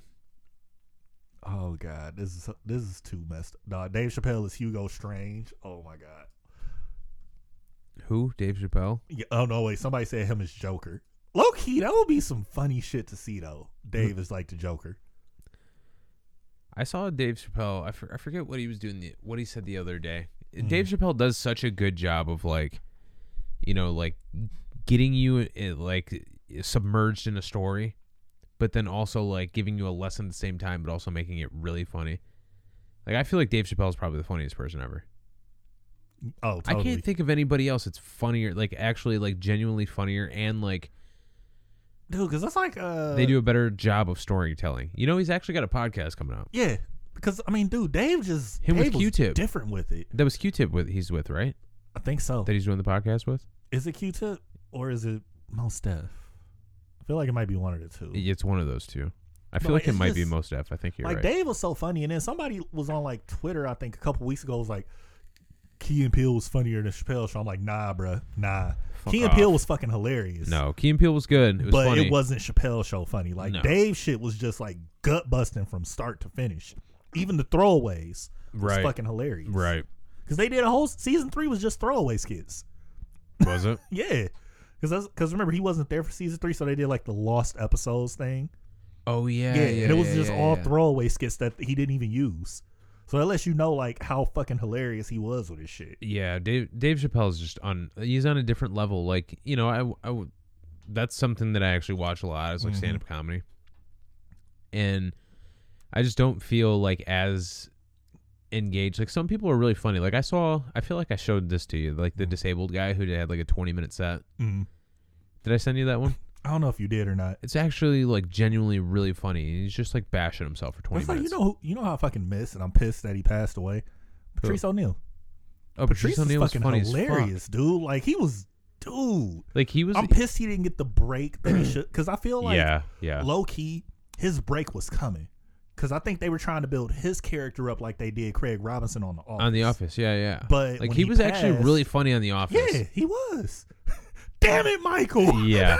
Speaker 2: Oh god, this is this is too messed up. Nah, Dave Chappelle is Hugo Strange. Oh my god.
Speaker 1: Who? Dave Chappelle?
Speaker 2: Yeah, oh no, wait, somebody said him as Joker. Low key, that would be some funny shit to see though. Dave is like the Joker.
Speaker 1: I saw Dave Chappelle. I, for, I forget what he was doing. The, what he said the other day.
Speaker 2: Hmm.
Speaker 1: Dave Chappelle does such a good job of like, you know, like getting you eh, like submerged in a story, but then also like giving you a lesson at the same time, but also making it really funny. Like I feel like Dave Chappelle is probably the funniest person ever.
Speaker 2: Oh, totally.
Speaker 1: I can't think of anybody else that's funnier, like actually like genuinely funnier, and like
Speaker 2: Dude, cuz that's like uh
Speaker 1: they do a better job of storytelling. You know, he's actually got a podcast coming out.
Speaker 2: Yeah, because I mean, dude, Dave just
Speaker 1: Him with
Speaker 2: Dave was
Speaker 1: Q-Tip.
Speaker 2: different with it.
Speaker 1: That was Q-Tip with he's with right
Speaker 2: I think so.
Speaker 1: that he's doing the podcast with.
Speaker 2: Is it Q-Tip or is it Most Def? I feel like it might be one of the two.
Speaker 1: It's one of those two. I feel
Speaker 2: No,
Speaker 1: like it
Speaker 2: it's
Speaker 1: might be
Speaker 2: just-
Speaker 1: most F. I think you're
Speaker 2: like
Speaker 1: right.
Speaker 2: Dave was so funny, and then somebody was on like Twitter, I think a couple weeks ago, was like, Key and Peele was funnier than Chappelle. So I'm like, nah, bruh, nah.
Speaker 1: Fuck
Speaker 2: Key and Peele
Speaker 1: off.
Speaker 2: was fucking hilarious.
Speaker 1: no, Key and Peele was good. It was
Speaker 2: but
Speaker 1: funny.
Speaker 2: it wasn't Chappelle show funny. Like
Speaker 1: No.
Speaker 2: Dave shit was just like gut busting from start to finish. Even the throwaways was
Speaker 1: Right.
Speaker 2: fucking hilarious.
Speaker 1: right.
Speaker 2: Because they did a whole season three was just throwaway skits.
Speaker 1: Was it?
Speaker 2: Yeah, because because remember he wasn't there for season three, so they did like the lost episodes thing.
Speaker 1: Oh yeah,
Speaker 2: Yeah,
Speaker 1: yeah.
Speaker 2: and it was
Speaker 1: yeah,
Speaker 2: just
Speaker 1: yeah,
Speaker 2: all
Speaker 1: yeah.
Speaker 2: throwaway skits that he didn't even use. So that lets you know like how fucking hilarious he was with his shit.
Speaker 1: Yeah, Dave Dave Chappelle's just on. He's on a different level. Like you know, I, w- I w- that's something that I actually watch a lot. Is
Speaker 2: Mm-hmm.
Speaker 1: like stand up comedy, and I just don't feel like as engaged. Like some people are really funny. Like I saw, I feel like I showed this to you. Like
Speaker 2: Mm-hmm.
Speaker 1: the disabled guy who had like a twenty minute set.
Speaker 2: Mm.
Speaker 1: Did I send you that one?
Speaker 2: I don't know if you did or not.
Speaker 1: It's actually like genuinely really funny. And he's just like bashing himself for twenty
Speaker 2: It's like you
Speaker 1: minutes.
Speaker 2: know who, you know how I fucking miss, and I'm pissed that he passed away. Patrice O'Neal.
Speaker 1: oh, Patrice
Speaker 2: Patrice is
Speaker 1: O'Neal was
Speaker 2: fucking
Speaker 1: funny as fuck.
Speaker 2: hilarious, dude. Like he was, dude.
Speaker 1: Like he was.
Speaker 2: I'm pissed he didn't get the break that he should. Because I feel like
Speaker 1: yeah, yeah.
Speaker 2: low key, his break was coming. Because I think they were trying to build his character up like they did Craig Robinson on the office.
Speaker 1: on The Office, yeah, yeah.
Speaker 2: But
Speaker 1: like
Speaker 2: when
Speaker 1: he
Speaker 2: he
Speaker 1: was actually
Speaker 2: passed-
Speaker 1: really funny on The Office.
Speaker 2: Yeah, he was. Damn it, Michael.
Speaker 1: Yeah.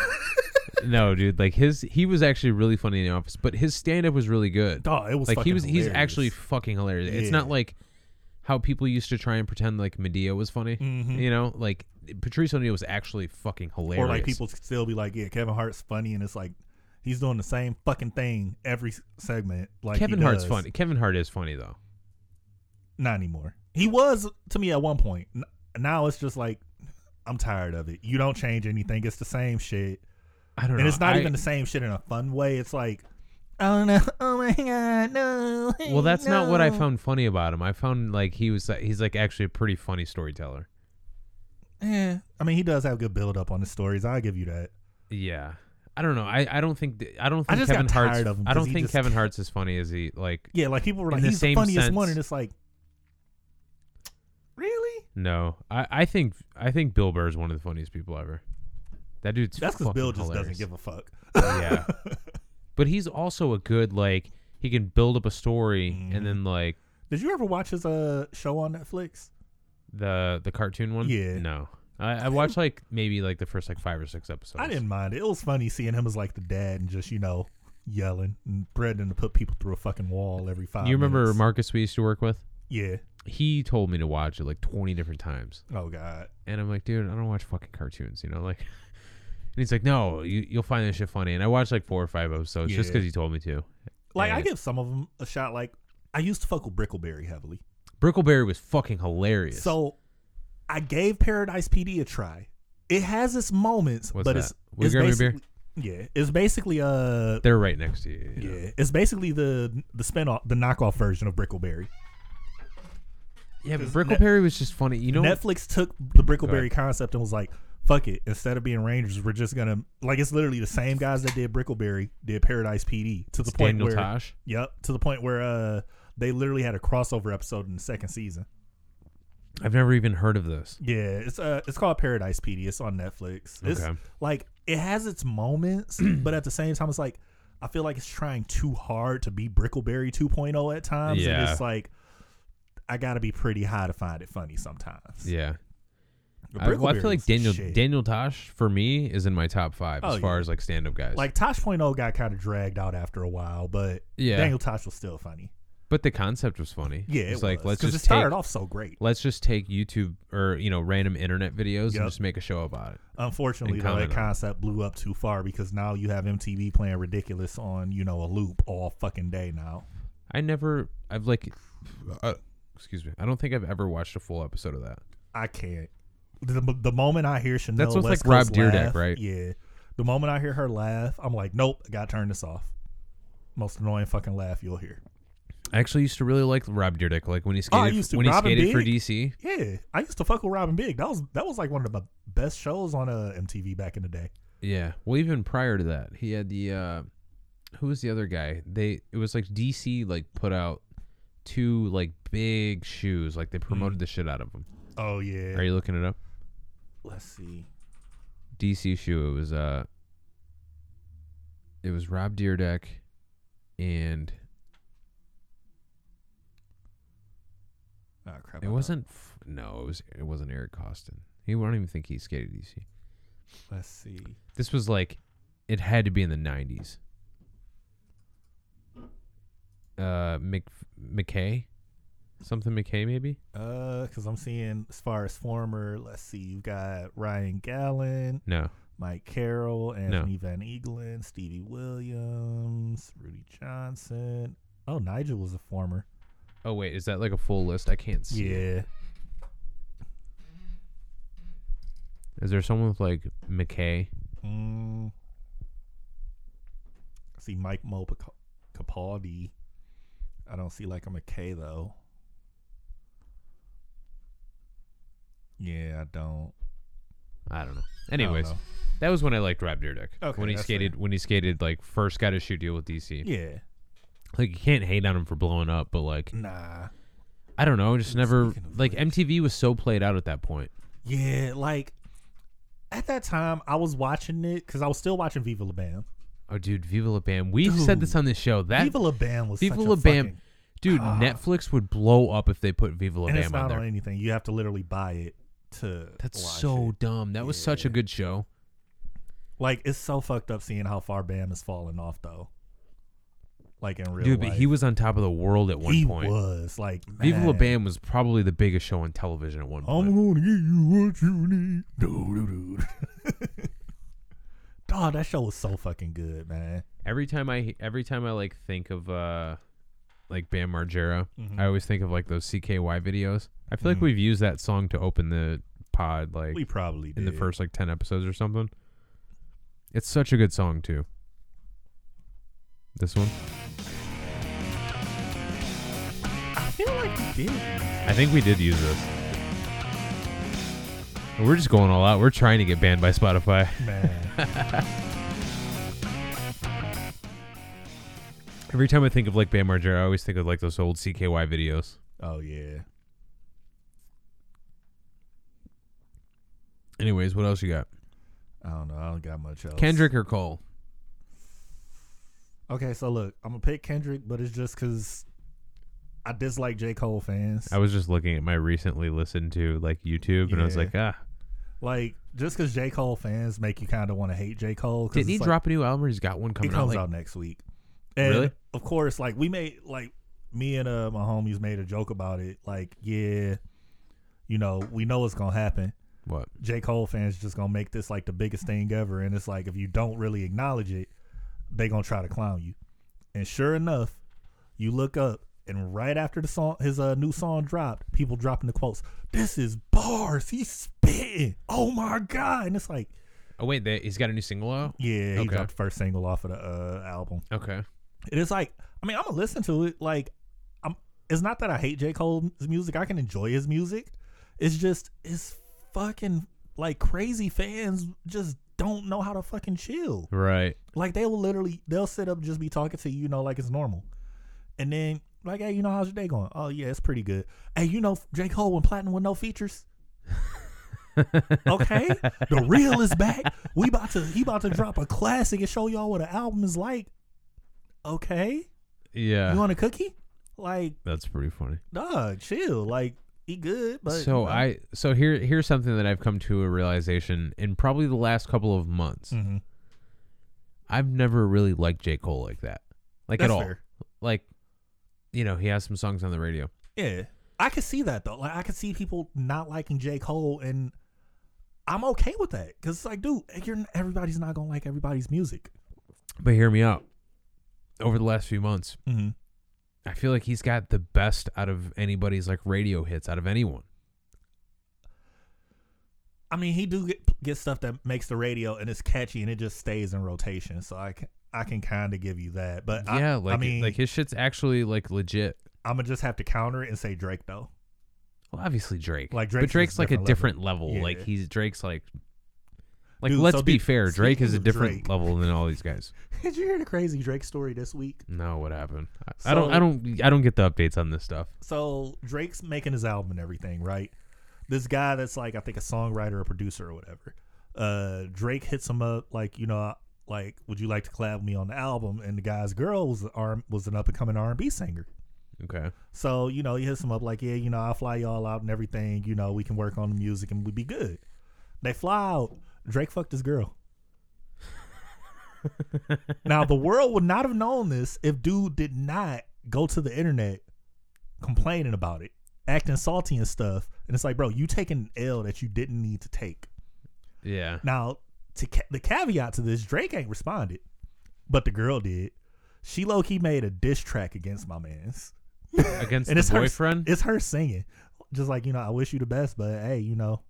Speaker 1: no, dude. Like his, he was actually really funny in The Office, but his stand up was really good.
Speaker 2: Dog, it was
Speaker 1: like he
Speaker 2: fucking
Speaker 1: was, he's
Speaker 2: hilarious.
Speaker 1: actually fucking hilarious. It's
Speaker 2: Yeah.
Speaker 1: not like how people used to try and pretend like Medea was funny. You know, like Patrice O'Neill was actually fucking hilarious.
Speaker 2: Mm-hmm. Or like people still be like, yeah, Kevin Hart's funny, and it's like he's doing the same fucking thing every s- segment. Like he
Speaker 1: Kevin Hart's
Speaker 2: does.
Speaker 1: funny. Kevin Hart is funny though.
Speaker 2: Not anymore. He was to me at one point. N- Now it's just like I'm tired of it. You don't change anything. It's the same shit,
Speaker 1: I don't know.
Speaker 2: and it's not
Speaker 1: I-
Speaker 2: even the same shit in a fun way. It's like, oh no, oh my god, no.
Speaker 1: Well, that's not what I
Speaker 2: no."
Speaker 1: found funny about him. I found like he was he's like actually a pretty funny storyteller.
Speaker 2: Yeah, I mean he does have good build up on his stories. I'll give you that.
Speaker 1: Yeah. I don't know. I, I don't think th- I don't
Speaker 2: I
Speaker 1: think
Speaker 2: just
Speaker 1: Kevin
Speaker 2: got
Speaker 1: Hart's
Speaker 2: tired of him
Speaker 1: I
Speaker 2: 'cause
Speaker 1: don't
Speaker 2: he
Speaker 1: think
Speaker 2: just-
Speaker 1: Kevin Hart's as funny as he like
Speaker 2: Yeah, like people were
Speaker 1: In
Speaker 2: like,
Speaker 1: the
Speaker 2: he's
Speaker 1: same
Speaker 2: the funniest one,
Speaker 1: sense.
Speaker 2: and it's like, really?
Speaker 1: no. I, I think I think Bill Burr is one of the funniest people ever. That dude's
Speaker 2: That's because
Speaker 1: fucking
Speaker 2: Bill just
Speaker 1: hilarious.
Speaker 2: doesn't give a fuck.
Speaker 1: yeah. But he's also a good like he can build up a story and
Speaker 2: Mm.
Speaker 1: then like
Speaker 2: Did you ever watch his uh show on Netflix?
Speaker 1: the the cartoon one.
Speaker 2: Yeah.
Speaker 1: No, I, I watched like maybe like the first like five or six episodes.
Speaker 2: I didn't mind it. It was funny seeing him as like the dad and just you know yelling and threatening to put people through a fucking wall every five.
Speaker 1: You remember
Speaker 2: minutes.
Speaker 1: Marcus we used to work with?
Speaker 2: yeah.
Speaker 1: He told me to watch it like twenty different times,
Speaker 2: Oh god.
Speaker 1: and I'm like, dude, I don't watch fucking cartoons, you know, like. And he's like, no, you, you'll find this shit funny. And I watched like four or five episodes just
Speaker 2: Yeah.
Speaker 1: because he told me to.
Speaker 2: Like I
Speaker 1: And
Speaker 2: give some of them a shot. Like I used to fuck with Brickleberry heavily,
Speaker 1: Brickleberry was fucking hilarious.
Speaker 2: so I gave Paradise PD a try. It has its moments,
Speaker 1: What's
Speaker 2: but
Speaker 1: that?
Speaker 2: it's
Speaker 1: Will you
Speaker 2: it's
Speaker 1: grab me a beer?
Speaker 2: basically yeah. It's basically uh
Speaker 1: they're right next to you. you know?
Speaker 2: yeah. It's basically the the spinoff, the knockoff version of Brickleberry.
Speaker 1: yeah, but
Speaker 2: 'Cause Net-
Speaker 1: Brickleberry was just funny. You know,
Speaker 2: Netflix took the
Speaker 1: Go
Speaker 2: Brickleberry
Speaker 1: ahead.
Speaker 2: concept and was like, fuck it. Instead of being Rangers, we're just gonna like it's literally the same guys that did Brickleberry did Paradise PD to the point
Speaker 1: Daniel
Speaker 2: where
Speaker 1: Tosh.
Speaker 2: yep to the point where uh they literally had a crossover episode in the second season.
Speaker 1: I've never even heard of this.
Speaker 2: Yeah, it's uh it's called Paradise PD. It's on Netflix. It's
Speaker 1: Okay.
Speaker 2: like it has its moments, but at the same time, it's like I feel like it's trying too hard to be Brickleberry 2.0 at times. And
Speaker 1: Yeah.
Speaker 2: it's like I gotta be pretty high to find it funny sometimes.
Speaker 1: Yeah.
Speaker 2: But
Speaker 1: I, well, I
Speaker 2: Brickleberry's
Speaker 1: feel like Daniel
Speaker 2: shit.
Speaker 1: Daniel Tosh for me is in my top five
Speaker 2: Oh,
Speaker 1: as far
Speaker 2: yeah.
Speaker 1: as like stand up guys.
Speaker 2: Like Tosh Point oh got kind of dragged out after a while, but
Speaker 1: Yeah.
Speaker 2: Daniel Tosh was still funny.
Speaker 1: but the concept was funny.
Speaker 2: Yeah,
Speaker 1: it's
Speaker 2: it
Speaker 1: like
Speaker 2: was,
Speaker 1: let's
Speaker 2: 'cause
Speaker 1: just
Speaker 2: it started
Speaker 1: take
Speaker 2: off so great.
Speaker 1: let's just take YouTube or you know random internet videos
Speaker 2: Yep.
Speaker 1: and just make a show about it.
Speaker 2: Unfortunately,
Speaker 1: and
Speaker 2: though, that
Speaker 1: comment on it.
Speaker 2: concept blew up too far because now you have MTV playing ridiculous on you know a loop all fucking day now.
Speaker 1: I never I've like uh, excuse me I don't think I've ever watched a full episode of that.
Speaker 2: I can't. The, the moment I hear Chanel,
Speaker 1: That's what's
Speaker 2: West
Speaker 1: like Rob
Speaker 2: Coast
Speaker 1: Dyrdek,
Speaker 2: laugh,
Speaker 1: right?
Speaker 2: Yeah. The moment I hear her laugh, I'm like, nope, I gotta turn this off. Most annoying fucking laugh you'll hear.
Speaker 1: I actually used to really like Rob Dyrdek, like when he
Speaker 2: Oh, I
Speaker 1: skated
Speaker 2: used to.
Speaker 1: when he
Speaker 2: Robin
Speaker 1: skated for
Speaker 2: Big.
Speaker 1: DC.
Speaker 2: Yeah, I used to fuck with Robin Big. That was that was like one of the best shows on uh, MTV back in the day.
Speaker 1: Yeah. Well, even prior to that, he had the uh who was the other guy? They it was like DC like put out two like big shoes, like they promoted the shit out of them.
Speaker 2: Oh Mm. yeah.
Speaker 1: Are you looking it up?
Speaker 2: Let's see.
Speaker 1: DC shoe. It was uh it was Rob Deerdeck and
Speaker 2: Oh crap!
Speaker 1: it wasn't f- no, it was it wasn't Eric Costin. He I don't even think he skated DC.
Speaker 2: Let's see.
Speaker 1: This was like it had to be in the 90s. Uh Mc McKay? Something McKay maybe?
Speaker 2: Uh, because I'm seeing as far as former. Let's see. You've got Ryan Gallen,
Speaker 1: No.
Speaker 2: Mike Carroll, Anthony
Speaker 1: No.
Speaker 2: Van Eaglen, Stevie Williams, Rudy Johnson. Oh, Nigel was a former.
Speaker 1: Oh wait, is that like a full list? I can't see. it.
Speaker 2: Yeah.
Speaker 1: Is there someone with like McKay?
Speaker 2: Mm. I see Mike Mo Pica- Capaldi. I don't see like a McKay though. Yeah, I don't.
Speaker 1: I don't know. Anyways,
Speaker 2: know.
Speaker 1: that was when I liked Rob Dyrdek.
Speaker 2: Okay,
Speaker 1: when he
Speaker 2: that's
Speaker 1: skated, when he skated like first got his shoe deal with DC.
Speaker 2: Yeah,
Speaker 1: Like you can't hate on him for blowing up, but like
Speaker 2: nah.
Speaker 1: I don't know, just never
Speaker 2: Speaking of
Speaker 1: like
Speaker 2: which-
Speaker 1: MTV was so played out at that point.
Speaker 2: Yeah, like at that time I was watching it because I was still watching Viva La Bam.
Speaker 1: Oh, dude, Viva La Bam. We said this on this show. That
Speaker 2: Viva La Bam was
Speaker 1: Viva
Speaker 2: such a
Speaker 1: La Bam.
Speaker 2: fucking- Ah.
Speaker 1: dude, Netflix would blow up if they put Viva La
Speaker 2: and it's
Speaker 1: Bam on
Speaker 2: not on,
Speaker 1: there.
Speaker 2: anything. You have to literally buy it to.
Speaker 1: That's
Speaker 2: watch
Speaker 1: so
Speaker 2: it.
Speaker 1: dumb. That was such a good show.
Speaker 2: like it's so fucked up seeing how far Bam is falling off though. Like in real
Speaker 1: dude,
Speaker 2: life.
Speaker 1: but he was on top of the world at one
Speaker 2: he
Speaker 1: point.
Speaker 2: was like
Speaker 1: Viva La
Speaker 2: man,
Speaker 1: Bam was probably the biggest show on television at one point.
Speaker 2: I'm gonna get you what you need. Dude, dude. Dog, that show was so fucking good, man.
Speaker 1: every time I every time I like think of uh like Bam Margera,
Speaker 2: Mm-hmm.
Speaker 1: I always think of like those CKY videos. I feel like we've used that song to open the pod like
Speaker 2: We probably did.
Speaker 1: in the first like 10 episodes or something. It's such a good song too. This one?
Speaker 2: I feel like we did.
Speaker 1: I think we did use this. We're just going all out. We're trying to get banned by Spotify.
Speaker 2: Man.
Speaker 1: Every time I think of like Bam Margera, I always think of like those old CKY videos.
Speaker 2: oh yeah.
Speaker 1: Anyways, what else you got?
Speaker 2: I don't know. I don't got much else.
Speaker 1: Kendrick or Cole?
Speaker 2: Okay, so look, I'm gonna pick Kendrick, but it's just because I dislike J Cole fans.
Speaker 1: I was just looking at my recently listened to like YouTube, and I was
Speaker 2: Yeah.
Speaker 1: like, ah,
Speaker 2: like just because J Cole fans make you kind of want to hate J Cole. 'cause
Speaker 1: didn't he
Speaker 2: it's like-
Speaker 1: drop a new album? Or he's got one
Speaker 2: It
Speaker 1: coming out.
Speaker 2: comes
Speaker 1: like-
Speaker 2: out next week. And
Speaker 1: Really?
Speaker 2: Of course, like we made like me and uh my homies made a joke about it. Like, yeah, you know, we know what's gonna happen.
Speaker 1: What?
Speaker 2: J. Cole fans just gonna make this like the biggest thing ever, and it's like if you don't really acknowledge it, they gonna try to clown you. And sure enough, you look up and right after the song his uh, new song dropped, people dropping the quotes. This is bars. He's spitting. Oh my god! And it's like,
Speaker 1: Oh wait, they, he's got a new single out.
Speaker 2: yeah, he
Speaker 1: Okay.
Speaker 2: dropped the first single off of the uh, album.
Speaker 1: Okay.
Speaker 2: And it's like, I mean, I'm gonna listen to it. Like, I'm. It's not that I hate J. Cole's music. I can enjoy his music. It's just it's fucking like crazy fans just don't know how to fucking chill.
Speaker 1: Right.
Speaker 2: Like they will literally they'll sit up and just be talking to you, you know, like it's normal. And then like, hey, you know, how's your day going? Oh yeah, it's pretty good. Hey, you know, J. Cole went platinum with no features. okay, the real is back. We about to he about to drop a classic and show y'all what an album is like. Okay,
Speaker 1: Yeah.
Speaker 2: you want a cookie? Like,
Speaker 1: That's pretty funny.
Speaker 2: dog, chill. Like, he good, but uh,
Speaker 1: so I so here here's something that I've come to a realization in probably the last couple of months.
Speaker 2: Mhm.
Speaker 1: I've never really liked J Cole like that, like
Speaker 2: That's
Speaker 1: at all.
Speaker 2: fair.
Speaker 1: Like, you know, he has some songs on the radio.
Speaker 2: Yeah. I could see that though. Like I could see people not liking J. Cole and I'm okay with that. Cause it's like, dude, you're everybody's not gonna like everybody's music.
Speaker 1: But hear me out. Over the last few months,
Speaker 2: Mm-hmm.
Speaker 1: I feel like he's got the best out of anybody's like radio hits out of anyone.
Speaker 2: I mean, he do get get stuff that makes the radio and it's catchy and it just stays in rotation. So I can I can kind of give you that. But
Speaker 1: yeah,
Speaker 2: I,
Speaker 1: like
Speaker 2: I mean,
Speaker 1: like his shit's actually like legit.
Speaker 2: I'm gonna just have to counter it and say Drake though.
Speaker 1: Well, obviously Drake.
Speaker 2: Like,
Speaker 1: but
Speaker 2: Drake's
Speaker 1: Drake's
Speaker 2: is
Speaker 1: like a different
Speaker 2: different
Speaker 1: level.
Speaker 2: Yeah.
Speaker 1: Like he's Drake's like like
Speaker 2: Dude,
Speaker 1: let's
Speaker 2: so
Speaker 1: be
Speaker 2: did-
Speaker 1: fair, Drake is
Speaker 2: speaking
Speaker 1: a
Speaker 2: of
Speaker 1: different
Speaker 2: Drake-
Speaker 1: level than all these guys.
Speaker 2: Did you hear the crazy Drake story this week?
Speaker 1: No, what happened? I, I don't I
Speaker 2: So-
Speaker 1: don't I don't get the updates on this stuff.
Speaker 2: so Drake's making his album and everything, right? This guy that's like I think a songwriter or producer or whatever. Uh Drake hits him up like, you know, like would you like to collab with me on the album? And the guy's girl was an arm was an up and coming R and B singer.
Speaker 1: Okay.
Speaker 2: So, you know, he hits him up like, yeah, you know, I'll fly y'all out and everything, you know, we can work on the music and we'd be good. They fly out. Drake fucked his girl. now the world would not have known this if dude did not go to the internet complaining about it, acting salty and stuff. And it's like, bro, you taking an L that you didn't need to take.
Speaker 1: Yeah.
Speaker 2: Now, to ca- the caveat to this, Drake ain't responded, but the girl did. She low key made a diss track against my man's
Speaker 1: Against
Speaker 2: and
Speaker 1: the
Speaker 2: it's
Speaker 1: boyfriend?
Speaker 2: Her, it's her singing, just like you know, I wish you the best, but hey, you know,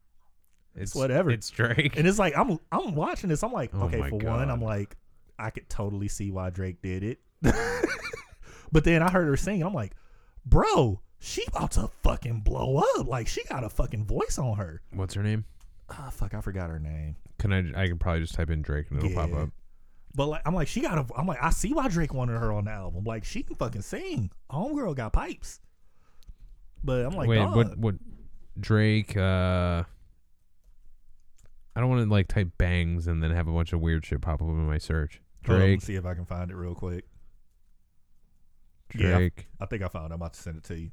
Speaker 1: it's
Speaker 2: whatever.
Speaker 1: It's Drake.
Speaker 2: and it's like I'm I'm watching this. I'm like,
Speaker 1: Oh
Speaker 2: okay,
Speaker 1: my
Speaker 2: for
Speaker 1: God.
Speaker 2: one, I'm like, I could totally see why Drake did it, but then I heard her singing. I'm like, bro, she about to fucking blow up. Like she got a fucking voice on her.
Speaker 1: What's her name?
Speaker 2: Ah, fuck, I forgot her name.
Speaker 1: Can I I can probably just type in Drake and it'll pop
Speaker 2: Yeah.
Speaker 1: up.
Speaker 2: But like, I'm like, she got a. I'm like, I see why Drake wanted her on the album. Like she can fucking sing. Homegirl got pipes. But I'm like,
Speaker 1: Wait,
Speaker 2: dog.
Speaker 1: what what Drake uh I don't want to like type bangs and then have a bunch of weird shit pop up in my search.
Speaker 2: Hold on, let me
Speaker 1: Drake,
Speaker 2: see if I can find it real quick. Yeah.
Speaker 1: Drake.
Speaker 2: I think I found. it. I'm about to send it to you.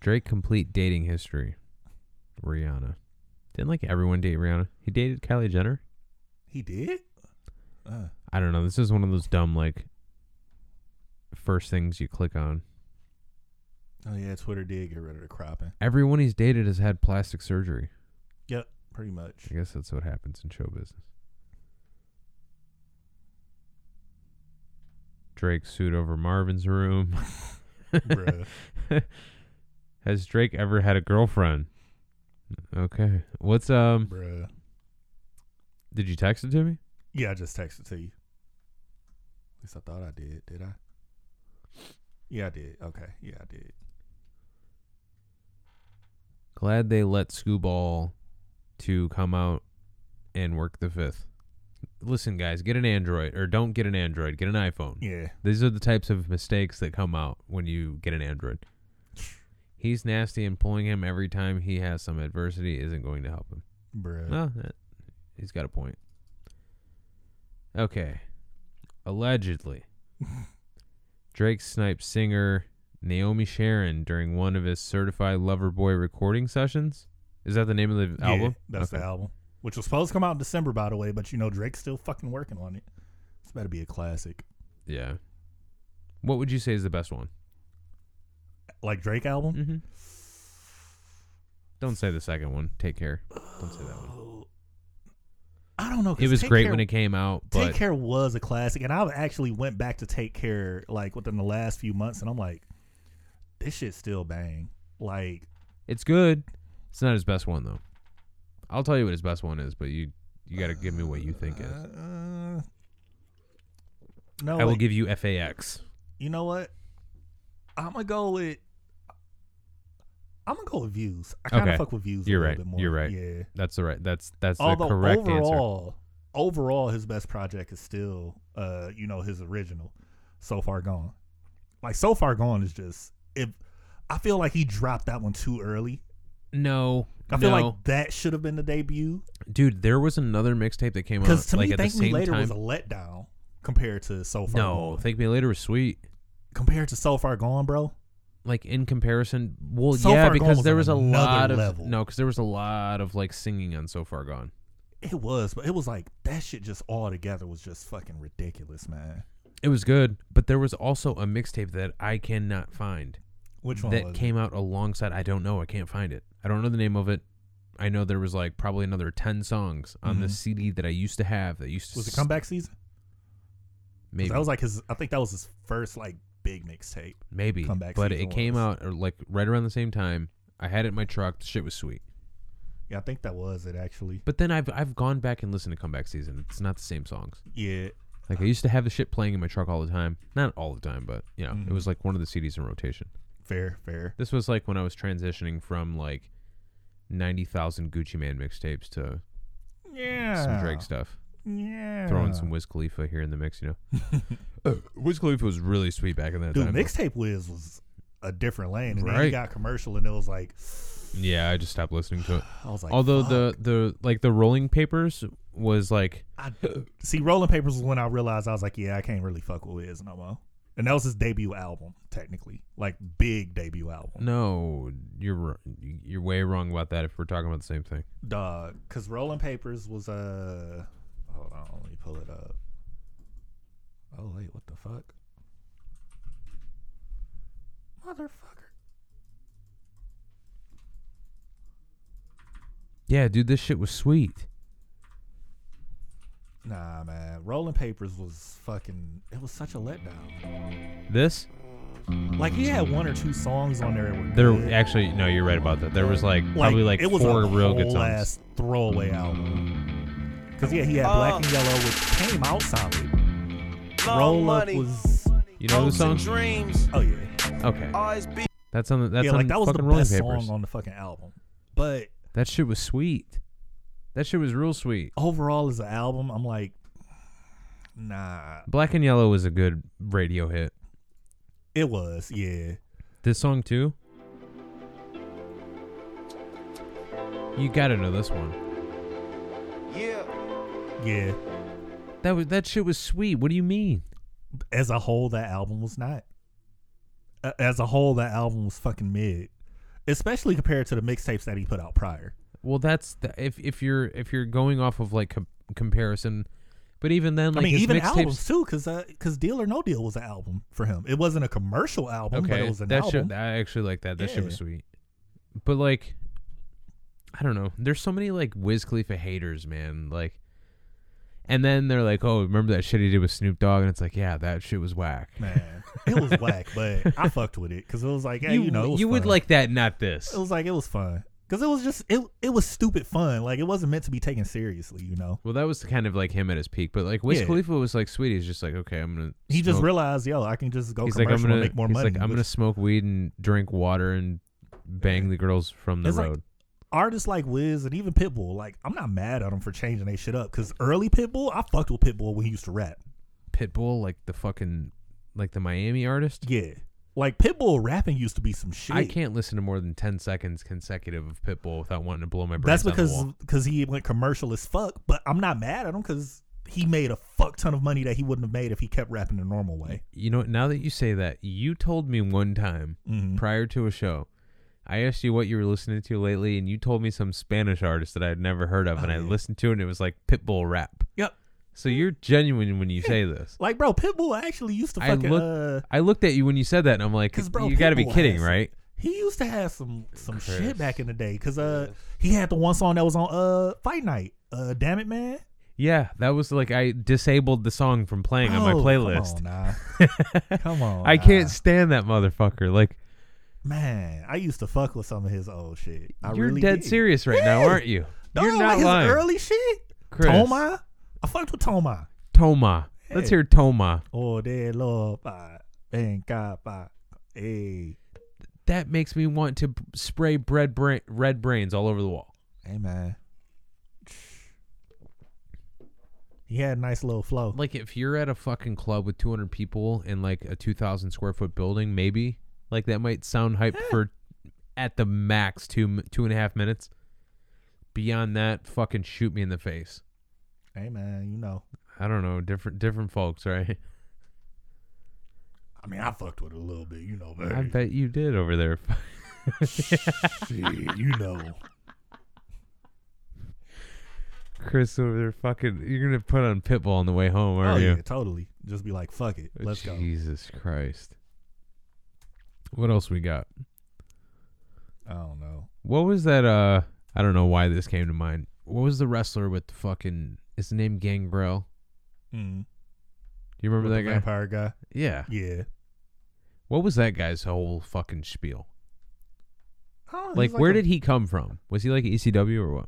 Speaker 1: Drake complete dating history. Rihanna. Didn't like everyone date Rihanna. He dated Kylie Jenner.
Speaker 2: He did. Uh,
Speaker 1: I don't know. This is one of those dumb like first things you click on.
Speaker 2: oh yeah, Twitter did get rid of the cropping.
Speaker 1: Everyone he's dated has had plastic surgery.
Speaker 2: Yep, pretty much.
Speaker 1: I guess that's what happens in show business. Drake sued over Marvin's room.
Speaker 2: Bruh.
Speaker 1: Has Drake ever had a girlfriend? Okay. What's um
Speaker 2: Bruh.
Speaker 1: did you text it to me?
Speaker 2: Yeah, I just texted to you. At least I thought I did. Did I? Yeah, I did. Okay. Yeah, I did.
Speaker 1: Glad they let Scooball to come out and work the fifth. listen, guys, get an Android or don't get an Android, get an iPhone.
Speaker 2: Yeah.
Speaker 1: These are the types of mistakes that come out when you get an Android. He's nasty, and pulling him every time he has some adversity isn't going to help him.
Speaker 2: Bruh.
Speaker 1: Well, that- he's got a point. Okay. Allegedly, Drake sniped singer Naomi Sharon during one of his certified lover boy recording sessions. Is that the name of the
Speaker 2: Yeah,
Speaker 1: album?
Speaker 2: That's
Speaker 1: Okay.
Speaker 2: the album. Which was supposed to come out in December, by the way, but you know Drake's still fucking working on it. This better be a classic.
Speaker 1: Yeah. What would you say is the best one?
Speaker 2: Like Drake album?
Speaker 1: Mm-hmm. Don't say the second one. Take care. Don't say that one.
Speaker 2: I don't know. 'cause
Speaker 1: It was
Speaker 2: Oh, Take
Speaker 1: great
Speaker 2: Care-
Speaker 1: when it came out,
Speaker 2: Take
Speaker 1: but
Speaker 2: Care was a classic, and I've actually went back to Take Care like within the last few months, and I'm like, this shit still bang. Like,
Speaker 1: it's good. It's not his best one though. I'll tell you what his best one is, but you you got to give me what you think is.
Speaker 2: uh, no,
Speaker 1: I will
Speaker 2: like,
Speaker 1: give you FAX.
Speaker 2: you know what? I'm gonna go with. I'm gonna go with views. I kind of
Speaker 1: Okay.
Speaker 2: fuck with views.
Speaker 1: You're
Speaker 2: a
Speaker 1: right.
Speaker 2: little bit more.
Speaker 1: You're right.
Speaker 2: Yeah.
Speaker 1: That's the right. That's that's
Speaker 2: Although
Speaker 1: the correct answer.
Speaker 2: overall, overall, his best project is still, uh, you know, his original, so far gone. Like so far gone is just if I feel like he dropped that one too early.
Speaker 1: No,
Speaker 2: I
Speaker 1: no,
Speaker 2: feel like that should have been the debut
Speaker 1: dude. There was another mixtape that came out
Speaker 2: because to
Speaker 1: like
Speaker 2: me,
Speaker 1: at the
Speaker 2: Thank Me
Speaker 1: same
Speaker 2: Later
Speaker 1: time.
Speaker 2: was a letdown compared to so far.
Speaker 1: no,
Speaker 2: gone.
Speaker 1: Think Me Later was sweet.
Speaker 2: compared to so far gone, bro.
Speaker 1: like in comparison well
Speaker 2: So
Speaker 1: yeah
Speaker 2: Far Gone
Speaker 1: because
Speaker 2: was
Speaker 1: there
Speaker 2: on
Speaker 1: was a
Speaker 2: another
Speaker 1: lot of
Speaker 2: level.
Speaker 1: no because there was a lot of like singing on so far gone
Speaker 2: It was, but it was like that shit just all together was just fucking ridiculous, man.
Speaker 1: it was good but there was also a mixtape that i cannot find
Speaker 2: Which one
Speaker 1: that
Speaker 2: was it?
Speaker 1: came out alongside i don't know i can't find it i don't know the name of it i know there was like probably another 10 songs on the cd that i used to have that used to
Speaker 2: Mm-hmm. was it
Speaker 1: s-
Speaker 2: comeback season? 'Cause
Speaker 1: maybe
Speaker 2: That was like his. I think that was his first like big mixtape.
Speaker 1: maybe
Speaker 2: comeback
Speaker 1: but
Speaker 2: season
Speaker 1: it came
Speaker 2: was.
Speaker 1: out or, like right around the same time i had it in my truck the shit was sweet
Speaker 2: Yeah, I think that was it actually.
Speaker 1: but then i've i've gone back and listened to comeback season it's not the same songs
Speaker 2: Yeah,
Speaker 1: Like I used to have the shit playing in my truck all the time. Not all the time, but you know, it
Speaker 2: Mm-hmm.
Speaker 1: was like one of the CDs in rotation.
Speaker 2: fair, fair.
Speaker 1: This was like when I was transitioning from like ninety thousand Gucci Man mixtapes to
Speaker 2: Yeah,
Speaker 1: some Drake stuff.
Speaker 2: Yeah,
Speaker 1: Throwing some Wiz Khalifa here in the mix, you know. uh, Wiz Khalifa was really sweet back in that
Speaker 2: dude.
Speaker 1: time. though.
Speaker 2: Mixtape Wiz was a different lane, and then he
Speaker 1: Right.
Speaker 2: got commercial, and it was like
Speaker 1: Yeah, I just stopped listening to it.
Speaker 2: I was like,
Speaker 1: Although
Speaker 2: fuck.
Speaker 1: the the like the Rolling Papers was like
Speaker 2: I, see, Rolling Papers was when I realized I was like, yeah, I can't really fuck with Wiz no more. And that was his debut album, technically, like big debut album,
Speaker 1: no, you're r- you're way wrong about that. If we're talking about the same thing,
Speaker 2: dog. Because Rolling Papers was uh, hold on, let me pull it up. Oh wait, what the fuck, motherfucker.
Speaker 1: yeah, dude, this shit was sweet.
Speaker 2: Nah, man. Rolling Papers was fucking. It was such a letdown.
Speaker 1: This
Speaker 2: Like he had one or two songs on there that were
Speaker 1: There
Speaker 2: good.
Speaker 1: actually no, you're right about that. There was like, probably like
Speaker 2: it was
Speaker 1: four
Speaker 2: a
Speaker 1: real good
Speaker 2: whole
Speaker 1: songs.
Speaker 2: ass throwaway album. Cause yeah, he had Black and Yellow, which came out solid. Roll
Speaker 4: money.
Speaker 2: Up was
Speaker 1: you know the song?
Speaker 4: dreams
Speaker 2: oh yeah,
Speaker 1: Okay, that's on the that's
Speaker 2: yeah.
Speaker 1: on
Speaker 2: Like that was the
Speaker 1: fucking rolling
Speaker 2: best
Speaker 1: papers.
Speaker 2: song on the fucking album. But
Speaker 1: that shit was sweet. That shit was real sweet.
Speaker 2: overall, as an album, I'm like, nah.
Speaker 1: Black and Yellow was a good radio hit.
Speaker 2: It was yeah.
Speaker 1: This song too. You gotta know this one.
Speaker 4: yeah
Speaker 2: Yeah.
Speaker 1: That was that shit was sweet. What do you mean?
Speaker 2: as a whole, that album was not. A- As a whole, that album was fucking mid, especially compared to the mixtapes that he put out prior.
Speaker 1: Well, that's the, if if you're if you're going off of like com- comparison, but even then, like
Speaker 2: I mean,
Speaker 1: his
Speaker 2: even
Speaker 1: mixtapes-
Speaker 2: albums too, because because Deal or No Deal was an album for him. It wasn't a commercial album,
Speaker 1: Okay,
Speaker 2: but it was an
Speaker 1: that
Speaker 2: album.
Speaker 1: shit. I actually like that. That shit was
Speaker 2: Yeah.
Speaker 1: sweet. But like, I don't know. There's so many like Wiz Khalifa haters, man. Like, and then they're like, "Oh, remember that shit he did with Snoop Dogg?" And it's like, "Yeah, that shit was whack."
Speaker 2: Man, it was whack, but I fucked with it because it was like, hey, you, know, it was
Speaker 1: you would
Speaker 2: fun.
Speaker 1: like that, not this.
Speaker 2: It was like it was fun because it was just it it was stupid fun. Like it wasn't meant to be taken seriously, you know.
Speaker 1: Well, that was kind of like him at his peak. But like Wiz
Speaker 2: Yeah.
Speaker 1: Khalifa was like, "Sweet," he's just like, "Okay, I'm gonna."
Speaker 2: He just
Speaker 1: smoke-
Speaker 2: realized, yo, I can just go
Speaker 1: He's like,
Speaker 2: commercial
Speaker 1: "I'm gonna."
Speaker 2: and make more
Speaker 1: he's
Speaker 2: money.
Speaker 1: like, "I'm
Speaker 2: which-
Speaker 1: gonna smoke weed and drink water and bang the girls from the
Speaker 2: It's like-
Speaker 1: road."
Speaker 2: artists like Wiz and even Pitbull, like I'm not mad at them for changing they shit up. Cause early Pitbull, I fucked with Pitbull when he used to rap.
Speaker 1: Pitbull, like the fucking, like the Miami artist.
Speaker 2: Yeah, like Pitbull rapping used to be some shit.
Speaker 1: I can't listen to more than ten seconds consecutive of Pitbull without wanting to blow my brains.
Speaker 2: That's
Speaker 1: out the
Speaker 2: because
Speaker 1: wall.
Speaker 2: because he went commercial as fuck. But I'm not mad at him because he made a fuck ton of money that he wouldn't have made if he kept rapping the normal way.
Speaker 1: you know. Now that you say that, you told me one time
Speaker 2: Mm-hmm.
Speaker 1: prior to a show, I asked you what you were listening to lately, and you told me some Spanish artist that I had never heard of, and
Speaker 2: Oh,
Speaker 1: I listened to it, and it was like Pitbull rap.
Speaker 2: Yep.
Speaker 1: So you're genuine when you say this.
Speaker 2: Like, bro, Pitbull actually used to
Speaker 1: I
Speaker 2: fucking.
Speaker 1: look,
Speaker 2: uh,
Speaker 1: I looked at you when you said that, and I'm like,
Speaker 2: 'Cause, bro,
Speaker 1: you got to be
Speaker 2: Pitbull
Speaker 1: kidding,
Speaker 2: has-
Speaker 1: right?
Speaker 2: he used to have some some
Speaker 1: Chris.
Speaker 2: shit back in the day because uh he had the one song that was on uh Fight Night. Uh, damn it, man.
Speaker 1: Yeah, that was like I disabled the song from playing on my
Speaker 2: Bro,
Speaker 1: playlist.
Speaker 2: Come Oh, on, nah. Come on
Speaker 1: I
Speaker 2: nah.
Speaker 1: can't stand that motherfucker. Like
Speaker 2: Man, I used to fuck with some of his old shit. I
Speaker 1: you're
Speaker 2: really
Speaker 1: dead
Speaker 2: did.
Speaker 1: serious right now, aren't you?
Speaker 2: Dog,
Speaker 1: you're
Speaker 2: like
Speaker 1: not
Speaker 2: his
Speaker 1: lying.
Speaker 2: early shit.
Speaker 1: Chris.
Speaker 2: Toma, I fucked with Toma.
Speaker 1: Toma. Let's
Speaker 2: Hey.
Speaker 1: hear Toma.
Speaker 2: Oh, they love I ain't got by. Hey,
Speaker 1: That makes me want to b- spray bread bra- red brains all over the wall.
Speaker 2: hey, man. He had a nice little flow.
Speaker 1: Like if you're at a fucking club with 200 people in like a 2,000 square foot building, maybe like that might sound hype
Speaker 2: Eh.
Speaker 1: for at the max two m- two and a half minutes. Beyond that, fucking shoot me in the face.
Speaker 2: Hey, man, you know.
Speaker 1: I don't know, different different folks, right?
Speaker 2: I mean, I fucked with it a little bit, you know,
Speaker 1: I
Speaker 2: man.
Speaker 1: bet you did over there.
Speaker 2: Shit, you know.
Speaker 1: Chris over there fucking you're gonna put on Pitbull on the way home,
Speaker 2: Oh,
Speaker 1: aren't
Speaker 2: yeah,
Speaker 1: you?
Speaker 2: totally. Just be like, fuck it. Let's go.
Speaker 1: Jesus Christ. What else we got?
Speaker 2: I don't know.
Speaker 1: What was that uh I don't know why this came to mind. What was the wrestler with the fucking is the name Gangrel?
Speaker 2: Mm.
Speaker 1: Do you remember
Speaker 2: With
Speaker 1: that
Speaker 2: the
Speaker 1: guy?
Speaker 2: vampire guy?
Speaker 1: Yeah.
Speaker 2: Yeah.
Speaker 1: What was that guy's whole fucking spiel?
Speaker 2: Oh, he's
Speaker 1: Like, where
Speaker 2: a-
Speaker 1: did he come from? Was he like ECW or what?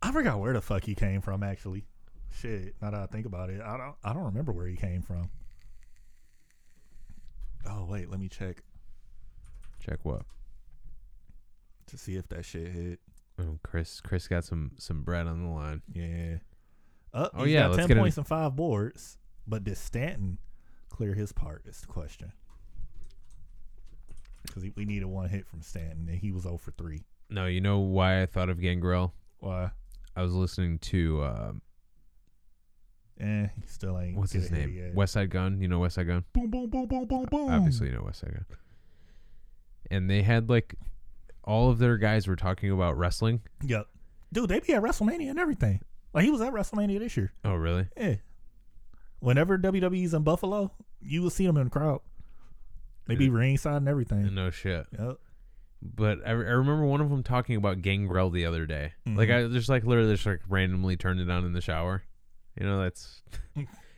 Speaker 2: I forgot where the fuck he came from actually. Shit, now that I think about it, I don't I don't remember where he came from. Oh wait, let me check
Speaker 1: Check what?
Speaker 2: to see if that shit hit.
Speaker 1: Oh, Chris Chris got some some bread on the line.
Speaker 2: Yeah. Uh,
Speaker 1: Oh,
Speaker 2: he's
Speaker 1: yeah,
Speaker 2: got
Speaker 1: let's
Speaker 2: ten
Speaker 1: get an-
Speaker 2: points and five boards, but did Stanton clear his part? Is the question. Because we needed one hit from Stanton, and he was 0 for three.
Speaker 1: No, you know why I thought of Gangrel?
Speaker 2: Why?
Speaker 1: I was listening to um
Speaker 2: Eh, he still ain't.
Speaker 1: what's
Speaker 2: get
Speaker 1: his
Speaker 2: a hit
Speaker 1: name?
Speaker 2: yet.
Speaker 1: West Side Gun. You know West Side Gun?
Speaker 2: Boom, boom, boom, boom, boom, boom.
Speaker 1: Obviously, you know West Side Gun. And they had like all of their guys were talking about wrestling.
Speaker 2: Yep. Dude, they be at WrestleMania and everything. Like he was at WrestleMania this year.
Speaker 1: Oh, really?
Speaker 2: Yeah. Whenever WWE's in Buffalo, you will see them in the crowd. They be ringside and everything.
Speaker 1: No shit.
Speaker 2: Yep.
Speaker 1: But I, I remember one of them talking about Gangrel the other day. Like I just like literally just like randomly turned it on in the shower. You know, that's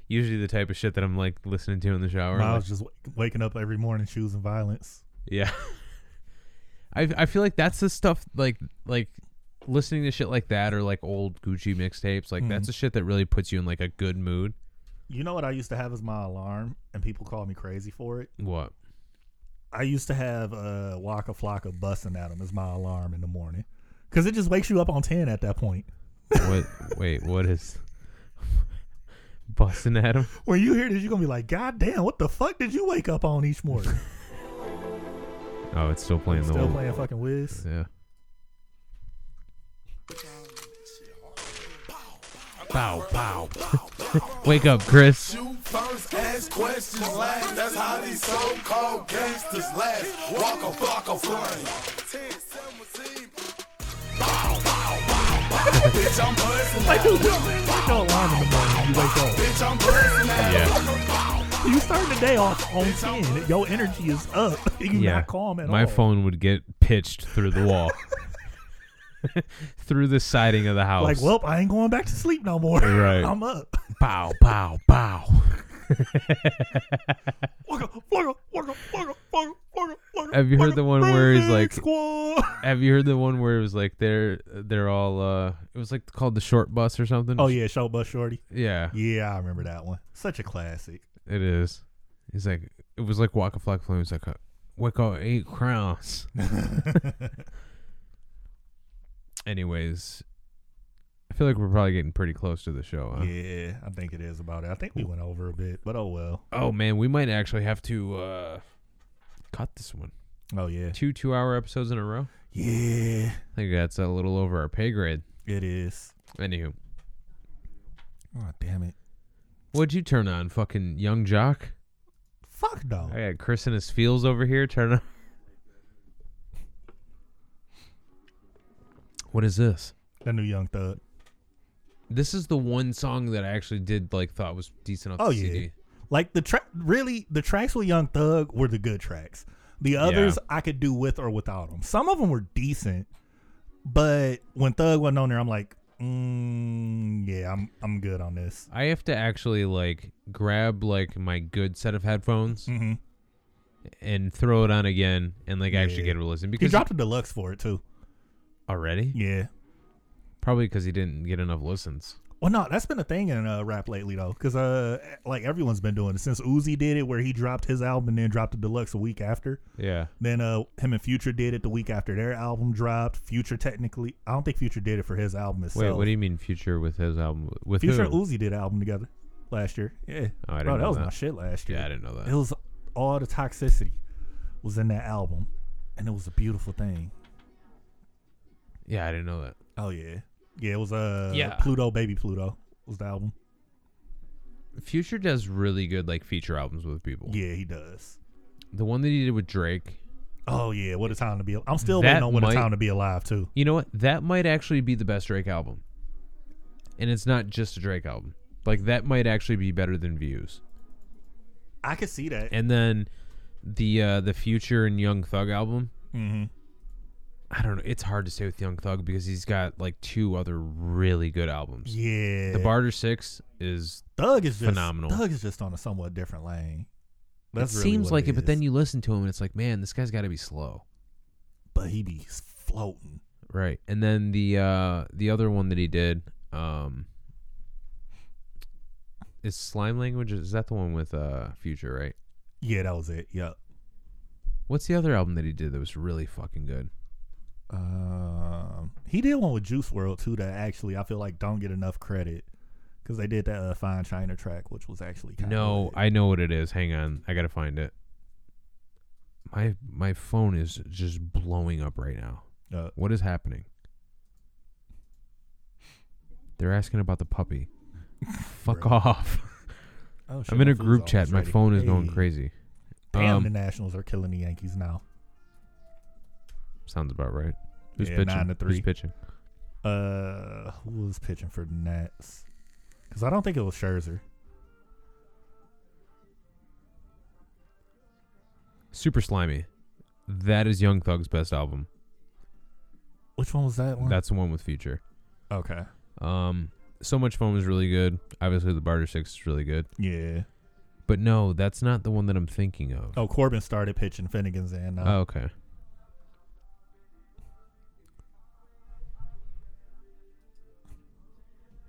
Speaker 1: usually the type of shit that I'm like listening to in the shower. I'm
Speaker 2: Miles
Speaker 1: like-
Speaker 2: just w- waking up every morning choosing violence.
Speaker 1: yeah. I I feel like that's the stuff like like listening to shit like that or like old Gucci mixtapes. Like that's the shit that really puts you in like a good mood.
Speaker 2: You know what I used to have as my alarm, and people call me crazy for it.
Speaker 1: What?
Speaker 2: I used to have uh, Waka Flocka bussing at them as my alarm in the morning, because it just wakes you up on ten at that point.
Speaker 1: What? Wait, what is busting at him?
Speaker 2: When you hear this, you're gonna be like, "God damn, what the fuck did you wake up on each morning?"
Speaker 1: Oh, it's still playing the
Speaker 2: Still
Speaker 1: old.
Speaker 2: playing fucking Wiz.
Speaker 1: Yeah. Pow pow. Wake up, Chris.
Speaker 6: You first ask questions last. That's how these so-called gangsters last. Walk a block of flame. Bow, bow, bow, bow. Bitch, I'm buzzing
Speaker 2: Like,
Speaker 6: now.
Speaker 2: dude, your like your alarm in the morning, you wake up.
Speaker 6: Bitch, I'm buzzing now.
Speaker 1: Yeah.
Speaker 2: You start the day off on 10. Your energy is up. You're
Speaker 1: Yeah.
Speaker 2: not calm at
Speaker 1: My
Speaker 2: all.
Speaker 1: phone would get pitched through the wall, through the siding of the house.
Speaker 2: Like, well, I ain't going back to sleep no more.
Speaker 1: Right.
Speaker 2: I'm up.
Speaker 1: Pow pow pow.
Speaker 2: Wugga, wugga, wugga, wugga, wugga, wugga, wugga,
Speaker 1: Have you heard
Speaker 2: wugga,
Speaker 1: the one where he's
Speaker 2: Red
Speaker 1: like-
Speaker 2: Squad.
Speaker 1: Have you heard the one where it was like they're they're all uh it was like called the short bus or something?
Speaker 2: Oh, yeah, Show Bus Shorty.
Speaker 1: Yeah.
Speaker 2: Yeah, I remember that one. Such a classic.
Speaker 1: It is. He's like, it was like Waka Flock Flame. He's like, uh, Wake up eight crowns. Anyways, I feel like we're probably getting pretty close to the show. Huh?
Speaker 2: Yeah, I think it is about it. I think we went over a bit, but oh well.
Speaker 1: Oh man, we might actually have to uh, cut this one.
Speaker 2: Oh yeah,
Speaker 1: Two two-hour episodes in a row.
Speaker 2: yeah,
Speaker 1: I think that's a little over our pay grade.
Speaker 2: it is.
Speaker 1: Anywho,
Speaker 2: Oh damn it!
Speaker 1: what'd you turn on, fucking young jock?
Speaker 2: Fuck no.
Speaker 1: I got Chris and his feels over here. Turn on. What is this?
Speaker 2: That new Young Thug.
Speaker 1: This is the one song that I actually did like thought was decent off
Speaker 2: Oh
Speaker 1: the
Speaker 2: yeah,
Speaker 1: CD.
Speaker 2: like the track. Really, the tracks with Young Thug were the good tracks. The others I could do with or without them. Some of them were decent, but when Thug wasn't on there, I'm like, mm, yeah, I'm I'm good on this.
Speaker 1: I have to actually like grab like my good set of headphones
Speaker 2: Mhm.
Speaker 1: and throw it on again and like actually
Speaker 2: Yeah.
Speaker 1: get a listen
Speaker 2: He
Speaker 1: because
Speaker 2: dropped a deluxe for it too.
Speaker 1: already
Speaker 2: Yeah.
Speaker 1: probably because he didn't get enough listens.
Speaker 2: Well, no, that's been a thing in uh, rap lately though, because uh, like everyone's been doing it since Uzi did it, where he dropped his album and then dropped the deluxe a week after.
Speaker 1: Yeah,
Speaker 2: Then uh, him and Future did it the week after their album dropped. Future technically, I don't think Future did it for his album itself.
Speaker 1: wait, what do you mean future with his album with
Speaker 2: Future
Speaker 1: who?
Speaker 2: and Uzi did an album together last year. Yeah.
Speaker 1: Oh, I didn't
Speaker 2: Bro, that
Speaker 1: know
Speaker 2: was
Speaker 1: that.
Speaker 2: my shit last year.
Speaker 1: Yeah, I didn't know that.
Speaker 2: It was all the toxicity was in that album, and it was a beautiful thing.
Speaker 1: Yeah, I didn't know that.
Speaker 2: Oh yeah, yeah. It was uh
Speaker 1: Yeah.
Speaker 2: Pluto, baby Pluto was the album.
Speaker 1: Future does really good like feature albums with people.
Speaker 2: Yeah, he does.
Speaker 1: The one that he did with Drake,
Speaker 2: Oh yeah, what a time to be! al- I'm still
Speaker 1: That
Speaker 2: waiting on what
Speaker 1: might-
Speaker 2: a time to be alive too.
Speaker 1: you know what? That might actually be the best Drake album, and it's not just a Drake album. Like that might actually be better than Views.
Speaker 2: I could see that.
Speaker 1: and then the uh the future and young thug album
Speaker 2: Mhm.
Speaker 1: i don't know it's hard to say with young thug because he's got like two other really good albums
Speaker 2: Yeah,
Speaker 1: the barter six is
Speaker 2: Thug is just
Speaker 1: phenomenal.
Speaker 2: Thug is just on a somewhat different lane. That's
Speaker 1: it
Speaker 2: really
Speaker 1: seems
Speaker 2: what
Speaker 1: like it, but then
Speaker 2: is.
Speaker 1: you listen to him and it's like man this guy's got to be slow
Speaker 2: but he be floating.
Speaker 1: right and then the uh the other one that he did um is slime language is that the one with uh future right
Speaker 2: Yeah, that was it. Yep.
Speaker 1: what's the other album that he did that was really fucking good
Speaker 2: Um, he did one with Juice World too that actually I feel like don't get enough credit because they did that uh, Fine China track, which was actually kind
Speaker 1: No, I know what it is. Hang on, I gotta find it. My my phone is just blowing up right now.
Speaker 2: Uh,
Speaker 1: What is happening? They're asking about the puppy. Fuck off!
Speaker 2: oh, shit,
Speaker 1: I'm in
Speaker 2: my
Speaker 1: a
Speaker 2: food's
Speaker 1: group chat.
Speaker 2: almost
Speaker 1: My
Speaker 2: ready.
Speaker 1: phone is going
Speaker 2: Hey.
Speaker 1: crazy.
Speaker 2: Damn,
Speaker 1: Um,
Speaker 2: the Nationals are killing the Yankees now.
Speaker 1: Sounds about right. Who's
Speaker 2: Yeah,
Speaker 1: pitching?
Speaker 2: nine to
Speaker 1: Who's
Speaker 2: three.
Speaker 1: pitching?
Speaker 2: Uh, who was pitching for the Nats? Because I don't think it was Scherzer.
Speaker 1: Super slimy. That is Young Thug's best album.
Speaker 2: Which one was that one?
Speaker 1: That's the one with Future.
Speaker 2: okay.
Speaker 1: Um, so much fun was really good. Obviously, the Barter Six is really good.
Speaker 2: Yeah.
Speaker 1: But no, that's not the one that I'm thinking of.
Speaker 2: Oh, Corbin started pitching. Finnegan's in. uh, Now.
Speaker 1: Oh, okay.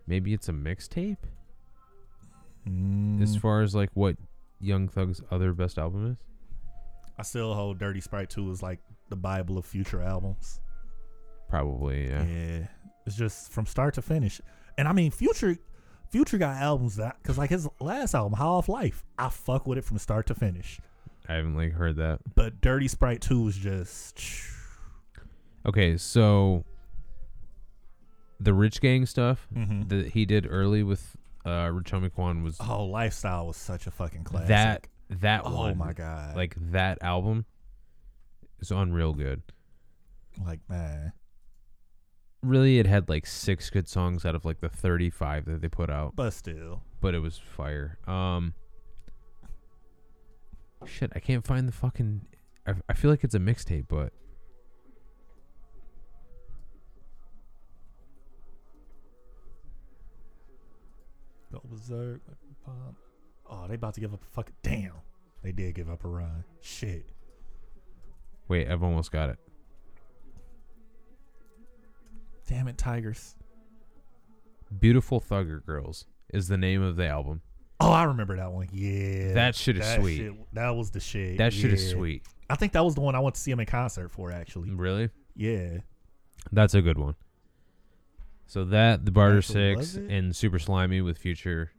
Speaker 1: Maybe it's a mixtape
Speaker 2: Mm,
Speaker 1: as far as like what Young Thug's other best album is.
Speaker 2: I still hold Dirty Sprite Two is like the bible of future albums.
Speaker 1: Probably, yeah.
Speaker 2: Yeah, it's just from start to finish. And I mean, Future, Future got albums that because like his last album, High Off Life, I fuck with it from start to finish.
Speaker 1: I haven't like heard that.
Speaker 2: But Dirty Sprite Two is just
Speaker 1: Okay, so the Rich Gang stuff
Speaker 2: Mhm.
Speaker 1: that he did early with uh Rich Homie Quan was
Speaker 2: oh, Lifestyle was such a fucking classic.
Speaker 1: that that
Speaker 2: oh
Speaker 1: one.
Speaker 2: my god, like
Speaker 1: Like that album is unreal good.
Speaker 2: like man,
Speaker 1: really it had like six good songs out of like the 35 that they put out
Speaker 2: but still,
Speaker 1: but it was fire um shit i can't find the fucking i, I feel like it's a mixtape but
Speaker 2: go berserk. pop. Oh, they about to give up a fucking damn. They did give up a run. Shit.
Speaker 1: wait i've almost got it
Speaker 2: Damn it, Tigers.
Speaker 1: beautiful thugger girls is the name of the album
Speaker 2: Oh, I remember that one. Yeah.
Speaker 1: That shit is
Speaker 2: That
Speaker 1: sweet.
Speaker 2: shit- that was the shit.
Speaker 1: that shit is
Speaker 2: Yeah.
Speaker 1: sweet Mm.
Speaker 2: I think that was the one I went to see him in concert for, actually.
Speaker 1: really
Speaker 2: Yeah.
Speaker 1: that's a good one So that the Barter
Speaker 2: Actually, was
Speaker 1: Six
Speaker 2: it?
Speaker 1: and Super Slimy with Future.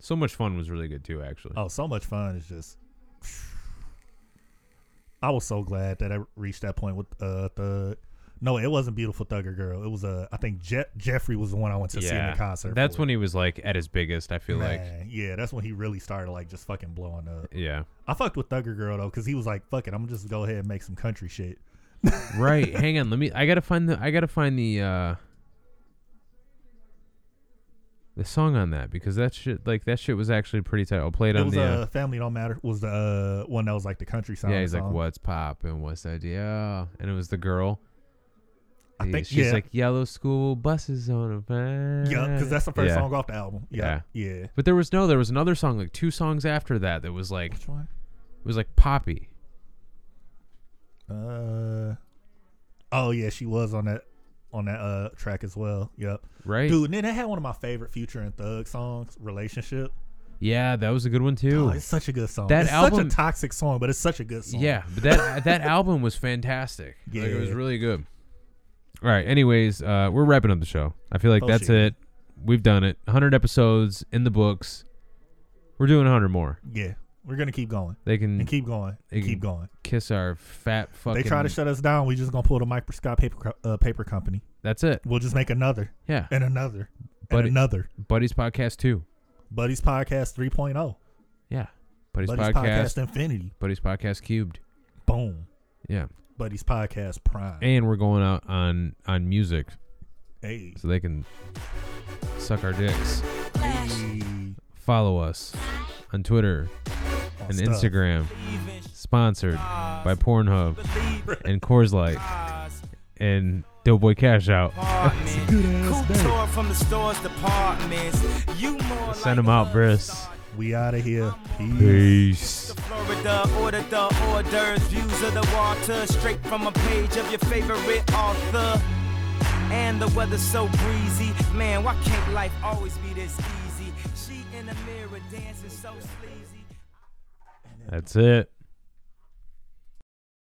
Speaker 1: So much fun was really good too. Actually,
Speaker 2: Oh, so much fun. It's just. I was so glad that I reached that point with uh the. No, it wasn't beautiful Thugger Girl. It was uh I think Je- Jeffrey was the one I went to see in the concert.
Speaker 1: That's
Speaker 2: for.
Speaker 1: when he was like at his biggest. I feel like.
Speaker 2: Man, yeah, that's when he really started like just fucking blowing up.
Speaker 1: Yeah.
Speaker 2: I fucked with Thugger Girl though, cause he was like, "Fuck it, I'm gonna just go ahead and make some country shit."
Speaker 1: Right. Hang on. Let me. I gotta find the. I gotta find the. uh The song on that because that shit like that shit was actually pretty tight. I'll play it,
Speaker 2: It
Speaker 1: on
Speaker 2: was
Speaker 1: the. uh,
Speaker 2: uh, "Family Don't Matter" was the uh, one that was like the country song.
Speaker 1: yeah, he's like,
Speaker 2: song.
Speaker 1: "What's pop and what's that?" Yeah, and it was the girl.
Speaker 2: I
Speaker 1: Yeah,
Speaker 2: think
Speaker 1: she's
Speaker 2: yeah,
Speaker 1: like yellow school buses on a van.
Speaker 2: yeah, because that's the first
Speaker 1: Yeah.
Speaker 2: song off the album. Yeah, yeah.
Speaker 1: But there was no, there was another song like two songs after that that was like
Speaker 2: Which one?
Speaker 1: it was like poppy.
Speaker 2: Uh, oh yeah, she was on that on that uh track as well. Yep,
Speaker 1: Right?
Speaker 2: dude. And then they had one of my favorite Future and Thug songs, "Relationship."
Speaker 1: Yeah, that was a good one too.
Speaker 2: Oh, it's such a good song.
Speaker 1: That
Speaker 2: it's such
Speaker 1: album-
Speaker 2: a toxic song, but it's such a good song.
Speaker 1: yeah, but that that album was fantastic. Like, it was
Speaker 2: Yeah.
Speaker 1: really good. All right. Anyways, uh, we're wrapping up the show. I feel like
Speaker 2: Oh,
Speaker 1: that's
Speaker 2: shit.
Speaker 1: it. We've done it. 100 episodes in the books. We're doing 100 more.
Speaker 2: yeah. We're gonna keep going
Speaker 1: They can
Speaker 2: and keep going
Speaker 1: Mm. They
Speaker 2: and keep
Speaker 1: can-
Speaker 2: going.
Speaker 1: kiss our fat fucking.
Speaker 2: They try to shut us down. We just gonna pull the microscope paper co- uh, paper company.
Speaker 1: That's it.
Speaker 2: We'll just make another
Speaker 1: Yeah.
Speaker 2: and another
Speaker 1: But
Speaker 2: and
Speaker 1: it-
Speaker 2: another.
Speaker 1: Buddies Podcast 2.
Speaker 2: Buddies Podcast 3.0.
Speaker 1: Yeah. Buddies,
Speaker 2: Buddies
Speaker 1: Podcast.
Speaker 2: Podcast Infinity.
Speaker 1: Buddies Podcast Cubed.
Speaker 2: Boom.
Speaker 1: Yeah.
Speaker 2: Buddies Podcast Prime.
Speaker 1: And we're going out on on music
Speaker 2: hey.
Speaker 1: so they can suck our dicks.
Speaker 2: On
Speaker 1: Follow us on Twitter and
Speaker 2: stuff.
Speaker 1: Instagram. Sponsored by Pornhub and Coors Light and Doughboy Cash Out.
Speaker 5: Couture from the store's departments. You more
Speaker 1: Send
Speaker 5: like
Speaker 1: them
Speaker 5: a
Speaker 1: out, Briss.
Speaker 5: star.
Speaker 2: We out of here. Peace.
Speaker 1: Peace.
Speaker 5: Florida, order the hors d'oeuvres, views of the water, straight from a page of your favorite author. And the weather's so breezy, man, why can't life always be this easy? She in the mirror dancing so sleazy.
Speaker 1: That's it.